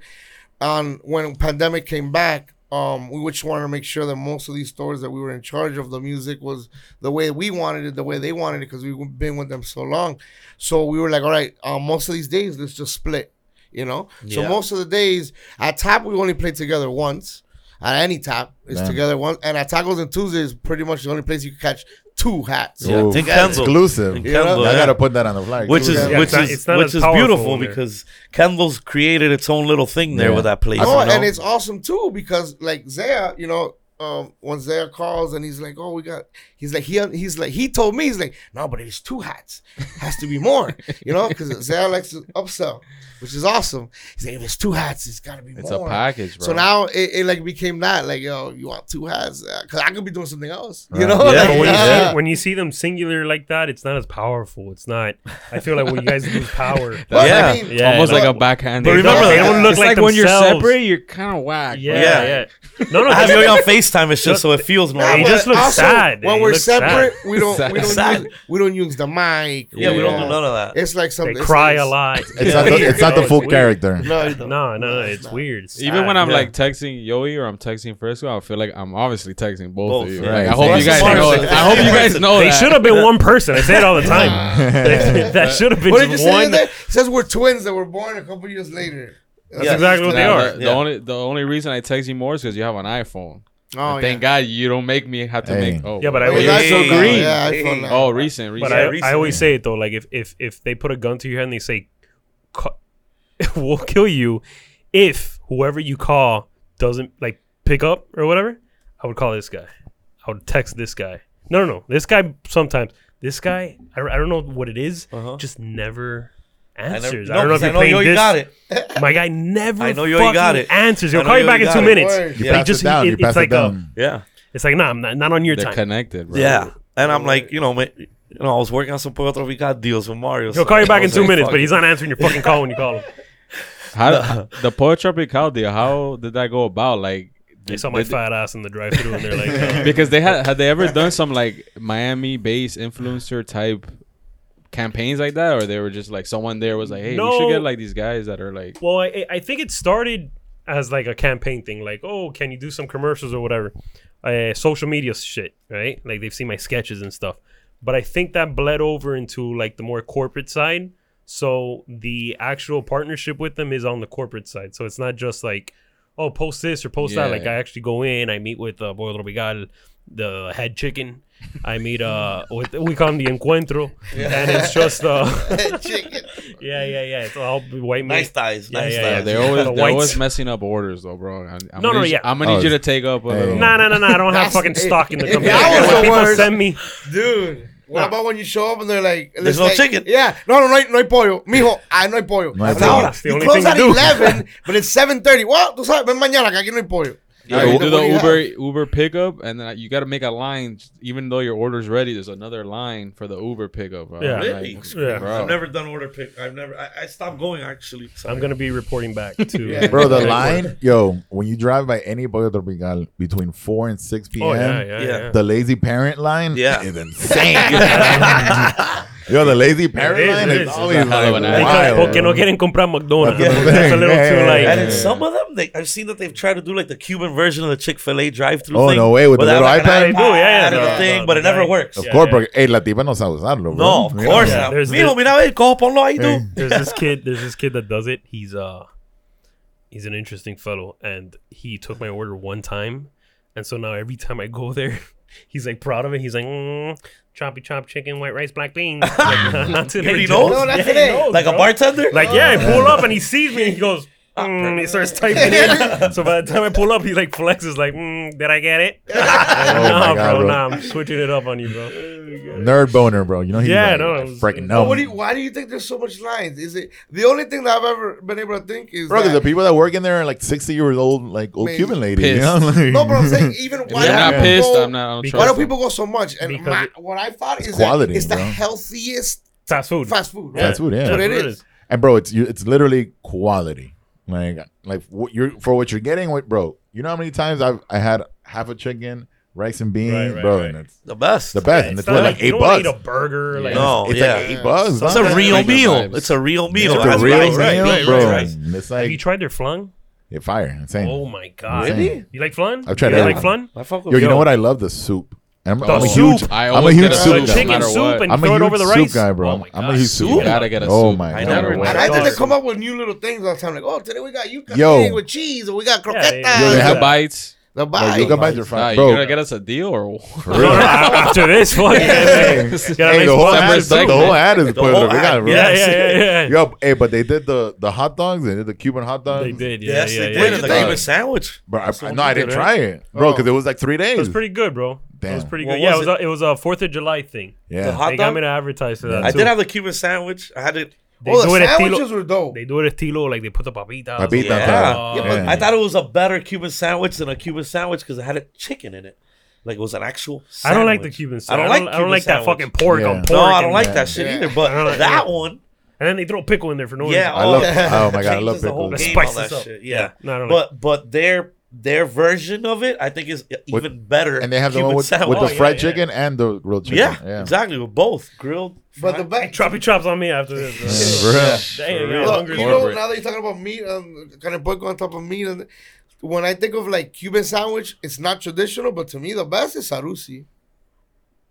[SPEAKER 6] On when pandemic came back, um, we just wanted to make sure that most of these stores that we were in charge of the music was the way we wanted it, the way they wanted it, because we've been with them so long. So we were like, all right, uh, most of these days, let's just split. You know, so
[SPEAKER 5] Yeah.
[SPEAKER 6] most of the days at top we only play together once. At any top, it's
[SPEAKER 8] Damn.
[SPEAKER 6] together once, and at tacos and Tuesdays, pretty much the only place you can catch two hats.
[SPEAKER 5] Yeah,
[SPEAKER 8] Ooh,
[SPEAKER 5] take Kendall.
[SPEAKER 8] Exclusive.
[SPEAKER 5] and
[SPEAKER 6] Yeah.
[SPEAKER 5] Kendall,
[SPEAKER 8] I
[SPEAKER 5] yeah.
[SPEAKER 8] gotta put that on the flag.
[SPEAKER 5] which
[SPEAKER 8] too.
[SPEAKER 5] is
[SPEAKER 6] Yeah,
[SPEAKER 5] which
[SPEAKER 9] it's not-
[SPEAKER 5] is
[SPEAKER 9] it's not
[SPEAKER 5] which
[SPEAKER 9] as
[SPEAKER 5] is
[SPEAKER 9] powerful
[SPEAKER 5] beautiful
[SPEAKER 9] there.
[SPEAKER 5] because Kendall's created its own little thing there
[SPEAKER 8] Yeah.
[SPEAKER 5] with that place.
[SPEAKER 6] No,
[SPEAKER 5] you know?
[SPEAKER 6] Oh, and it's awesome too because like Zaya, you know, um, when Zaya calls and he's like, "Oh, we got," he's like, he he's like, he told me he's like, "No, but it's two hats. Has to be more, you know," because Zaya likes to upsell, which is awesome. He's like, "If it's two hats, it's gotta be
[SPEAKER 7] It's a
[SPEAKER 6] more."
[SPEAKER 7] package, bro.
[SPEAKER 6] So now it, it like became that like yo you want two hats because I could be doing something else you
[SPEAKER 8] Right.
[SPEAKER 6] know
[SPEAKER 5] Yeah,
[SPEAKER 6] Like,
[SPEAKER 9] But when, you
[SPEAKER 6] yeah.
[SPEAKER 9] see, when you see them singular like that, it's not as powerful. It's not. I feel like when you guys lose power,
[SPEAKER 6] But I
[SPEAKER 5] Yeah.
[SPEAKER 6] mean,
[SPEAKER 9] Yeah,
[SPEAKER 7] almost
[SPEAKER 9] like-
[SPEAKER 7] like, a backhand.
[SPEAKER 5] But remember,
[SPEAKER 9] they
[SPEAKER 5] that-
[SPEAKER 9] don't look
[SPEAKER 7] it's
[SPEAKER 9] like,
[SPEAKER 7] like, when you're
[SPEAKER 9] themselves.
[SPEAKER 7] separate, you're kind of whack.
[SPEAKER 9] Yeah,
[SPEAKER 7] bro.
[SPEAKER 9] yeah.
[SPEAKER 5] Yeah.
[SPEAKER 9] No, no,
[SPEAKER 5] I have
[SPEAKER 9] just-
[SPEAKER 5] you on Facetime. It's just so it feels more.
[SPEAKER 9] He
[SPEAKER 6] but
[SPEAKER 9] just looks sad.
[SPEAKER 6] When
[SPEAKER 9] He
[SPEAKER 6] we're
[SPEAKER 9] looks sad.
[SPEAKER 6] separate, we don't we
[SPEAKER 5] Sad.
[SPEAKER 6] don't use, we don't use the mic.
[SPEAKER 5] yeah, we don't do
[SPEAKER 7] Yeah.
[SPEAKER 5] none of that.
[SPEAKER 6] It's like
[SPEAKER 9] they
[SPEAKER 6] something. it's-
[SPEAKER 9] cry a
[SPEAKER 6] it's-
[SPEAKER 9] lot.
[SPEAKER 8] It's not the, it's not the
[SPEAKER 9] No,
[SPEAKER 8] full
[SPEAKER 9] weird.
[SPEAKER 8] character.
[SPEAKER 6] No, you don't.
[SPEAKER 9] *laughs* No, no, no, it's weird. It's
[SPEAKER 7] Even
[SPEAKER 9] sad.
[SPEAKER 7] when I'm
[SPEAKER 5] Yeah.
[SPEAKER 7] like texting Yoey or I'm texting Frisco, I feel like I'm obviously texting both,
[SPEAKER 5] Both,
[SPEAKER 7] of you.
[SPEAKER 5] yeah.
[SPEAKER 7] Like, I
[SPEAKER 8] Right.
[SPEAKER 7] hope you
[SPEAKER 5] That's
[SPEAKER 7] guys
[SPEAKER 5] the
[SPEAKER 7] know.
[SPEAKER 5] part of it.
[SPEAKER 7] I hope you
[SPEAKER 9] *laughs*
[SPEAKER 7] guys know
[SPEAKER 9] they
[SPEAKER 7] that.
[SPEAKER 9] should have
[SPEAKER 5] *laughs*
[SPEAKER 9] been one person. I say it all the
[SPEAKER 8] *laughs* Ah.
[SPEAKER 9] *laughs* time. They- that should have been
[SPEAKER 6] What did you
[SPEAKER 9] just
[SPEAKER 6] say?
[SPEAKER 9] one.
[SPEAKER 6] that? It says we're twins that were born a couple years later.
[SPEAKER 5] Yeah.
[SPEAKER 9] exactly what they
[SPEAKER 7] Nah,
[SPEAKER 9] are.
[SPEAKER 5] Yeah.
[SPEAKER 7] The, the only the only reason I text you more is because you have an iPhone.
[SPEAKER 6] Oh,
[SPEAKER 7] And thank God you don't make me have to
[SPEAKER 8] Hey.
[SPEAKER 7] make. Oh,
[SPEAKER 9] Yeah, but I
[SPEAKER 7] oh,
[SPEAKER 9] would-
[SPEAKER 7] you're
[SPEAKER 9] Hey.
[SPEAKER 7] so green.
[SPEAKER 6] Yeah, iPhone now.
[SPEAKER 7] Oh, recent, recent.
[SPEAKER 9] But I,
[SPEAKER 5] recently.
[SPEAKER 9] I always say it though, like if if if they put a gun to your head and they say, "Ca- *laughs* "We'll kill you," if whoever you call doesn't like pick up or whatever, I would call this guy. I would text this guy. No, no, no. This guy sometimes. This guy, I, I don't know what it is,
[SPEAKER 5] Uh-huh.
[SPEAKER 9] Just never
[SPEAKER 5] I never-
[SPEAKER 9] answers.
[SPEAKER 5] no,
[SPEAKER 9] I don't know if
[SPEAKER 5] 'cause I
[SPEAKER 9] you're
[SPEAKER 5] know
[SPEAKER 9] playing
[SPEAKER 5] yo, you
[SPEAKER 9] this.
[SPEAKER 5] got it.
[SPEAKER 9] My guy never
[SPEAKER 5] *laughs* I know you
[SPEAKER 9] fucking
[SPEAKER 5] ain't got it.
[SPEAKER 9] answers.
[SPEAKER 5] I
[SPEAKER 9] He'll
[SPEAKER 5] know
[SPEAKER 9] call you
[SPEAKER 5] you
[SPEAKER 9] back in
[SPEAKER 5] got
[SPEAKER 9] two
[SPEAKER 5] it.
[SPEAKER 9] minutes.
[SPEAKER 6] Word.
[SPEAKER 8] You
[SPEAKER 9] Like,
[SPEAKER 8] pass
[SPEAKER 9] just-
[SPEAKER 8] it
[SPEAKER 9] it-
[SPEAKER 8] down. You
[SPEAKER 9] it's
[SPEAKER 8] pass
[SPEAKER 9] like
[SPEAKER 8] it
[SPEAKER 9] a-
[SPEAKER 8] down.
[SPEAKER 5] Yeah.
[SPEAKER 9] It's like, nah, I'm not, not on your
[SPEAKER 7] They're
[SPEAKER 9] time.
[SPEAKER 7] connected, bro.
[SPEAKER 5] Yeah. And I'm like, you know, ma- you know, I was working on some Puerto Rican deals with Mario.
[SPEAKER 9] He'll
[SPEAKER 5] so
[SPEAKER 9] call you
[SPEAKER 5] I
[SPEAKER 9] back in
[SPEAKER 5] was
[SPEAKER 9] two
[SPEAKER 5] like,
[SPEAKER 9] minutes,
[SPEAKER 5] fuck
[SPEAKER 9] but
[SPEAKER 5] it.
[SPEAKER 9] he's not answering your fucking call when you call him.
[SPEAKER 7] How the Pollo Tropical deal? How did that go about? Like
[SPEAKER 9] They
[SPEAKER 7] did-
[SPEAKER 9] saw my
[SPEAKER 7] did-
[SPEAKER 9] fat ass in the drive-through, and they're
[SPEAKER 7] *laughs*
[SPEAKER 9] like, uh,
[SPEAKER 7] because they had had they ever done some like Miami based influencer type campaigns like that, or they were just like someone there was like, hey, we
[SPEAKER 9] No.
[SPEAKER 7] should get like these guys that are like
[SPEAKER 9] "Well, I, I think it started as like a campaign thing, like, oh, can you do some commercials or whatever, uh, social media shit, right? Like they've seen my sketches and stuff." But I think that bled over into like the more corporate side. So the actual partnership with them is on the corporate side. So it's not just like, oh, post this or post that.
[SPEAKER 7] Yeah.
[SPEAKER 9] Like I actually go in, I meet with uh, Boy Robigal, the head chicken. I meet uh, *laughs* with, we call him the encuentro, and it's just uh,
[SPEAKER 6] *laughs*
[SPEAKER 9] *laughs*
[SPEAKER 6] Chicken.
[SPEAKER 9] yeah, yeah, yeah. It's all white men.
[SPEAKER 5] Nice thighs.
[SPEAKER 9] Yeah,
[SPEAKER 5] nice
[SPEAKER 9] yeah,
[SPEAKER 7] yeah,
[SPEAKER 5] thighs.
[SPEAKER 7] they're uh, always
[SPEAKER 9] The
[SPEAKER 7] they're
[SPEAKER 9] whites.
[SPEAKER 7] always messing up orders though, bro. I'm, I'm
[SPEAKER 9] No,
[SPEAKER 7] gonna
[SPEAKER 9] no,
[SPEAKER 7] need-
[SPEAKER 9] yeah.
[SPEAKER 7] I'm gonna
[SPEAKER 8] Oh,
[SPEAKER 7] need you to take up a
[SPEAKER 8] hey.
[SPEAKER 7] little.
[SPEAKER 9] No, no, no, no. I don't
[SPEAKER 6] That's-
[SPEAKER 9] have fucking stock in the
[SPEAKER 6] If
[SPEAKER 9] company.
[SPEAKER 6] that was
[SPEAKER 9] When
[SPEAKER 6] the
[SPEAKER 9] people
[SPEAKER 6] worst-
[SPEAKER 9] send me,
[SPEAKER 6] Dude. What
[SPEAKER 9] Nah.
[SPEAKER 6] about when you show up and they're like, let's
[SPEAKER 5] There's no
[SPEAKER 6] say-
[SPEAKER 5] chicken.
[SPEAKER 6] Yeah, no, no, no, hay- no hay pollo, mijo. Ah, no hay pollo.
[SPEAKER 8] No hay
[SPEAKER 6] Now,
[SPEAKER 8] pollo.
[SPEAKER 9] That's the
[SPEAKER 6] you
[SPEAKER 9] only
[SPEAKER 6] close
[SPEAKER 9] thing
[SPEAKER 6] at
[SPEAKER 9] to do.
[SPEAKER 6] eleven, but it's seven thirty. Well, tú sabes, ven mañana que aquí no hay pollo.
[SPEAKER 7] Yeah,
[SPEAKER 6] Like,
[SPEAKER 7] you do
[SPEAKER 6] what
[SPEAKER 7] the
[SPEAKER 6] you
[SPEAKER 7] Uber
[SPEAKER 6] have?
[SPEAKER 7] Uber pickup, and then you got to make a line. Even though your order's ready, there's another line for the Uber pickup. Bro.
[SPEAKER 9] Yeah.
[SPEAKER 5] Really?
[SPEAKER 7] Like,
[SPEAKER 9] Yeah.
[SPEAKER 7] bro.
[SPEAKER 5] I've never done order pick. I've never. I, I stopped going actually.
[SPEAKER 9] I'm gonna be
[SPEAKER 6] *laughs*
[SPEAKER 9] reporting back to
[SPEAKER 6] Yeah.
[SPEAKER 9] *laughs*
[SPEAKER 8] Bro, the
[SPEAKER 9] Yeah.
[SPEAKER 8] line, yo, when you drive by any Pollo Tropical between 4 and 6 p.m.,
[SPEAKER 9] Oh yeah, yeah,
[SPEAKER 5] Yeah.
[SPEAKER 9] yeah.
[SPEAKER 8] the lazy parent line
[SPEAKER 5] Yeah.
[SPEAKER 9] *laughs*
[SPEAKER 8] is insane. *laughs* yo, the lazy parent
[SPEAKER 9] is,
[SPEAKER 8] line
[SPEAKER 9] it
[SPEAKER 8] is,
[SPEAKER 9] is.
[SPEAKER 8] always
[SPEAKER 7] It's a hell of
[SPEAKER 8] like,
[SPEAKER 7] an
[SPEAKER 9] Because
[SPEAKER 8] wild.
[SPEAKER 9] porque no quieren comprar McDonald's.
[SPEAKER 8] That's the
[SPEAKER 9] That's a
[SPEAKER 8] thing.
[SPEAKER 9] little
[SPEAKER 6] *laughs*
[SPEAKER 8] Yeah,
[SPEAKER 9] too
[SPEAKER 8] yeah,
[SPEAKER 9] like.
[SPEAKER 8] yeah.
[SPEAKER 5] And in some of them, they, I've seen that they've tried to do like the Cuban version of the Chick Fil A drive-through.
[SPEAKER 8] Oh,
[SPEAKER 5] thing,
[SPEAKER 8] no way, with
[SPEAKER 5] where
[SPEAKER 8] the
[SPEAKER 5] they have,
[SPEAKER 8] little
[SPEAKER 5] like, an
[SPEAKER 8] iPad?
[SPEAKER 9] They do, yeah, yeah,
[SPEAKER 5] and
[SPEAKER 9] the-
[SPEAKER 5] a thing,
[SPEAKER 9] the-
[SPEAKER 5] but it
[SPEAKER 9] the
[SPEAKER 5] never
[SPEAKER 9] guy-
[SPEAKER 5] works.
[SPEAKER 8] Of
[SPEAKER 9] Yeah,
[SPEAKER 8] course,
[SPEAKER 9] yeah.
[SPEAKER 8] porque, hey, la tipa no sabe usarlo, bro.
[SPEAKER 5] No, of
[SPEAKER 8] Mira.
[SPEAKER 5] course
[SPEAKER 9] Yeah,
[SPEAKER 5] not.
[SPEAKER 9] there's-
[SPEAKER 5] Miro,
[SPEAKER 9] there's-
[SPEAKER 5] mira, ve, cojo, ponlo ahí tú.
[SPEAKER 9] there's this kid there's this kid that does it he's uh he's an interesting fellow and he took my order one time and so now every time i go there *laughs* he's like proud of it he's like mm, choppy chopped chicken white rice black beans like, *laughs* not today,
[SPEAKER 5] already
[SPEAKER 9] Joe.
[SPEAKER 5] knows? No,
[SPEAKER 6] not
[SPEAKER 9] Yeah, he
[SPEAKER 6] today.
[SPEAKER 9] knows,
[SPEAKER 5] Like a
[SPEAKER 9] bro.
[SPEAKER 5] bartender?
[SPEAKER 9] like yeah i pull up and he sees me and he goes Mm, he starts typing in. So by the time I pull up, he like flexes, like, mm, "Did I get it?"
[SPEAKER 8] my
[SPEAKER 9] nah,
[SPEAKER 8] God,
[SPEAKER 9] bro,
[SPEAKER 8] bro.
[SPEAKER 9] nah, I'm switching it up on you, bro.
[SPEAKER 8] Nerd boner, bro. You know he's
[SPEAKER 9] Yeah,
[SPEAKER 8] like,
[SPEAKER 9] no, it was-
[SPEAKER 8] freaking
[SPEAKER 6] But
[SPEAKER 8] no.
[SPEAKER 7] Um,
[SPEAKER 6] what do you, why do you think there's so much lines? Is it the only thing that I've ever been able to think is
[SPEAKER 8] Bro, 'cause the
[SPEAKER 6] that,
[SPEAKER 8] people that work in there are like 60 years old, like old
[SPEAKER 6] Man,
[SPEAKER 8] Cuban ladies. You
[SPEAKER 7] pissed.
[SPEAKER 8] know? *laughs* Like-
[SPEAKER 6] no, but I'm saying even
[SPEAKER 7] If
[SPEAKER 6] why
[SPEAKER 7] they're
[SPEAKER 6] do
[SPEAKER 7] not
[SPEAKER 6] people
[SPEAKER 7] pissed.
[SPEAKER 6] go-
[SPEAKER 7] I'm not. I don't
[SPEAKER 9] Because
[SPEAKER 6] Why
[SPEAKER 7] trust
[SPEAKER 6] do
[SPEAKER 7] them.
[SPEAKER 6] people go so much? And
[SPEAKER 9] Because
[SPEAKER 6] my,
[SPEAKER 9] it-
[SPEAKER 6] what I thought is
[SPEAKER 8] quality,
[SPEAKER 6] that it's the
[SPEAKER 8] bro.
[SPEAKER 6] healthiest
[SPEAKER 9] Fast food.
[SPEAKER 6] fast food. Right?
[SPEAKER 8] Fast food, yeah.
[SPEAKER 6] That's what it
[SPEAKER 9] That's what it
[SPEAKER 6] is.
[SPEAKER 9] is.
[SPEAKER 8] And bro, it's you, it's literally quality. Like like what you're for what you're getting with bro. You know how many times I've I had half a chicken, rice and beans,
[SPEAKER 9] Right, right,
[SPEAKER 8] bro,
[SPEAKER 9] right.
[SPEAKER 8] and it's
[SPEAKER 5] The best.
[SPEAKER 8] the best. and it's what,
[SPEAKER 9] not
[SPEAKER 8] like,
[SPEAKER 9] you
[SPEAKER 8] eight
[SPEAKER 9] don't wanna
[SPEAKER 8] bucks.
[SPEAKER 9] eat a burger, like
[SPEAKER 5] No,
[SPEAKER 8] it's
[SPEAKER 5] yeah.
[SPEAKER 8] like eight bucks.
[SPEAKER 5] It's
[SPEAKER 8] huh?
[SPEAKER 5] a real
[SPEAKER 7] Like the
[SPEAKER 5] meal.
[SPEAKER 7] vibes.
[SPEAKER 5] It's a real meal.
[SPEAKER 8] It's
[SPEAKER 5] That's
[SPEAKER 8] a real
[SPEAKER 5] right, right,
[SPEAKER 8] meal,
[SPEAKER 5] right,
[SPEAKER 8] bro.
[SPEAKER 5] right.
[SPEAKER 8] And It's
[SPEAKER 9] Have you
[SPEAKER 8] like
[SPEAKER 9] tried their flan?
[SPEAKER 8] it fire. Insane.
[SPEAKER 9] Oh my god!
[SPEAKER 8] Really?
[SPEAKER 9] You like flan?
[SPEAKER 8] I've tried
[SPEAKER 9] You
[SPEAKER 8] everything.
[SPEAKER 9] like flan?
[SPEAKER 5] I fuck with
[SPEAKER 8] Yo, you
[SPEAKER 5] you.
[SPEAKER 8] know what? I love the soup. I'm,
[SPEAKER 9] The
[SPEAKER 8] I'm a
[SPEAKER 9] soup.
[SPEAKER 8] huge.
[SPEAKER 7] I
[SPEAKER 8] I'm a
[SPEAKER 7] always
[SPEAKER 8] huge
[SPEAKER 7] get a
[SPEAKER 8] soup
[SPEAKER 7] soup, no
[SPEAKER 8] guy.
[SPEAKER 9] chicken
[SPEAKER 7] matter
[SPEAKER 9] soup
[SPEAKER 7] what.
[SPEAKER 9] and
[SPEAKER 8] I'm
[SPEAKER 9] throw
[SPEAKER 8] a
[SPEAKER 9] it over
[SPEAKER 8] huge
[SPEAKER 9] the
[SPEAKER 8] soup
[SPEAKER 9] rice.
[SPEAKER 8] guy, bro.
[SPEAKER 9] Oh
[SPEAKER 8] I'm-
[SPEAKER 9] my
[SPEAKER 8] I'm
[SPEAKER 9] God,
[SPEAKER 8] a huge
[SPEAKER 9] soup.
[SPEAKER 8] soup.
[SPEAKER 7] You gotta get a
[SPEAKER 8] Oh
[SPEAKER 7] soup.
[SPEAKER 8] my
[SPEAKER 7] I
[SPEAKER 8] god.
[SPEAKER 7] never
[SPEAKER 8] bro.
[SPEAKER 7] went
[SPEAKER 6] And I think
[SPEAKER 9] Dog
[SPEAKER 6] they
[SPEAKER 9] food.
[SPEAKER 6] come up with new little things all the time. Like, oh, today we got yuca
[SPEAKER 8] Yo.
[SPEAKER 6] thing with cheese, or we got
[SPEAKER 9] Yeah,
[SPEAKER 6] croquetas.
[SPEAKER 9] yeah, yeah.
[SPEAKER 8] Yo,
[SPEAKER 7] Yuca
[SPEAKER 8] Yeah.
[SPEAKER 7] bites.
[SPEAKER 6] The
[SPEAKER 8] Like,
[SPEAKER 6] bite.
[SPEAKER 8] you can buy your
[SPEAKER 7] Nah,
[SPEAKER 8] fry,
[SPEAKER 7] you
[SPEAKER 8] bro.
[SPEAKER 7] gonna get us a deal or *laughs* what?
[SPEAKER 9] No, no, no, *laughs* after this, fuck. yeah,
[SPEAKER 8] Hey, hey, the whole ad,
[SPEAKER 7] separate
[SPEAKER 8] the whole ad is Puerto
[SPEAKER 5] whole
[SPEAKER 8] Rican,
[SPEAKER 5] ad,
[SPEAKER 8] bro.
[SPEAKER 9] yeah, *laughs*
[SPEAKER 8] *laughs*
[SPEAKER 9] yeah, yeah.
[SPEAKER 8] Yo, hey, but they did the the hot dogs. They did the Cuban hot dogs.
[SPEAKER 9] They did, yeah,
[SPEAKER 5] Yes,
[SPEAKER 9] yeah,
[SPEAKER 5] they
[SPEAKER 9] yeah.
[SPEAKER 5] did.
[SPEAKER 8] yeah.
[SPEAKER 5] And the
[SPEAKER 8] Yeah.
[SPEAKER 5] Cuban sandwich.
[SPEAKER 8] Bro, I,
[SPEAKER 5] So
[SPEAKER 8] I- no, I didn't
[SPEAKER 9] good,
[SPEAKER 8] try it, bro,
[SPEAKER 6] Oh.
[SPEAKER 8] because it was like three days.
[SPEAKER 9] It was pretty good, bro. It was
[SPEAKER 8] Damn.
[SPEAKER 9] pretty
[SPEAKER 5] What
[SPEAKER 9] good. Yeah, it
[SPEAKER 5] was
[SPEAKER 9] was. A, it was a Fourth of July thing.
[SPEAKER 8] yeah.
[SPEAKER 5] The hot
[SPEAKER 9] they got me
[SPEAKER 5] dog.
[SPEAKER 9] to advertise for that.
[SPEAKER 5] I
[SPEAKER 9] too.
[SPEAKER 5] did have the Cuban sandwich. I had it.
[SPEAKER 9] They
[SPEAKER 6] Oh,
[SPEAKER 9] do it
[SPEAKER 6] the
[SPEAKER 9] at
[SPEAKER 6] sandwiches
[SPEAKER 9] Tilo.
[SPEAKER 6] were dope.
[SPEAKER 9] They do it at Tilo. Like they put the papitas.
[SPEAKER 8] Papitas,
[SPEAKER 9] Yeah.
[SPEAKER 5] yeah.
[SPEAKER 8] Yeah,
[SPEAKER 9] Yeah.
[SPEAKER 8] but-
[SPEAKER 5] I thought it was a better Cuban sandwich than a Cuban sandwich because it had a chicken in it. Like it was an actual.
[SPEAKER 9] I
[SPEAKER 5] Sandwich.
[SPEAKER 9] don't like the Cuban
[SPEAKER 5] I don't
[SPEAKER 9] sandwich.
[SPEAKER 5] like.
[SPEAKER 9] I don't
[SPEAKER 5] Cuban
[SPEAKER 9] like that
[SPEAKER 5] sandwich.
[SPEAKER 9] fucking pork
[SPEAKER 8] Yeah.
[SPEAKER 9] on
[SPEAKER 8] No,
[SPEAKER 9] pork.
[SPEAKER 5] No, I don't
[SPEAKER 9] and-
[SPEAKER 5] like that shit either.
[SPEAKER 9] I don't
[SPEAKER 5] But
[SPEAKER 9] like
[SPEAKER 5] that
[SPEAKER 9] it.
[SPEAKER 5] one,
[SPEAKER 9] And then they throw pickle in there for no reason.
[SPEAKER 5] yeah.
[SPEAKER 8] I love- *laughs* oh my God, I
[SPEAKER 5] changes
[SPEAKER 8] love
[SPEAKER 5] the whole
[SPEAKER 8] pickles.
[SPEAKER 5] game,
[SPEAKER 9] Spice
[SPEAKER 5] all that
[SPEAKER 9] this up.
[SPEAKER 5] shit, Yeah.
[SPEAKER 9] No, I don't like.
[SPEAKER 5] But but their their version of it, I think, is
[SPEAKER 8] With-
[SPEAKER 5] even better.
[SPEAKER 8] And they have the
[SPEAKER 5] Cuban
[SPEAKER 8] one with,
[SPEAKER 5] sandwich.
[SPEAKER 8] with the
[SPEAKER 9] Oh,
[SPEAKER 8] fried
[SPEAKER 9] yeah, yeah.
[SPEAKER 8] chicken and the grilled chicken.
[SPEAKER 5] yeah, exactly. With both grilled.
[SPEAKER 6] But the
[SPEAKER 5] fried-
[SPEAKER 9] *laughs*
[SPEAKER 6] back.
[SPEAKER 9] Choppy chops on me after this. bro.
[SPEAKER 8] Yeah, bro.
[SPEAKER 9] Damn, you're
[SPEAKER 6] Look,
[SPEAKER 9] hungry.
[SPEAKER 6] you know,
[SPEAKER 7] Corporate.
[SPEAKER 6] now that you're talking about meat, um, kind of book on top of meat, and when I think of like Cuban sandwich, it's not traditional, but to me the best is sarusi.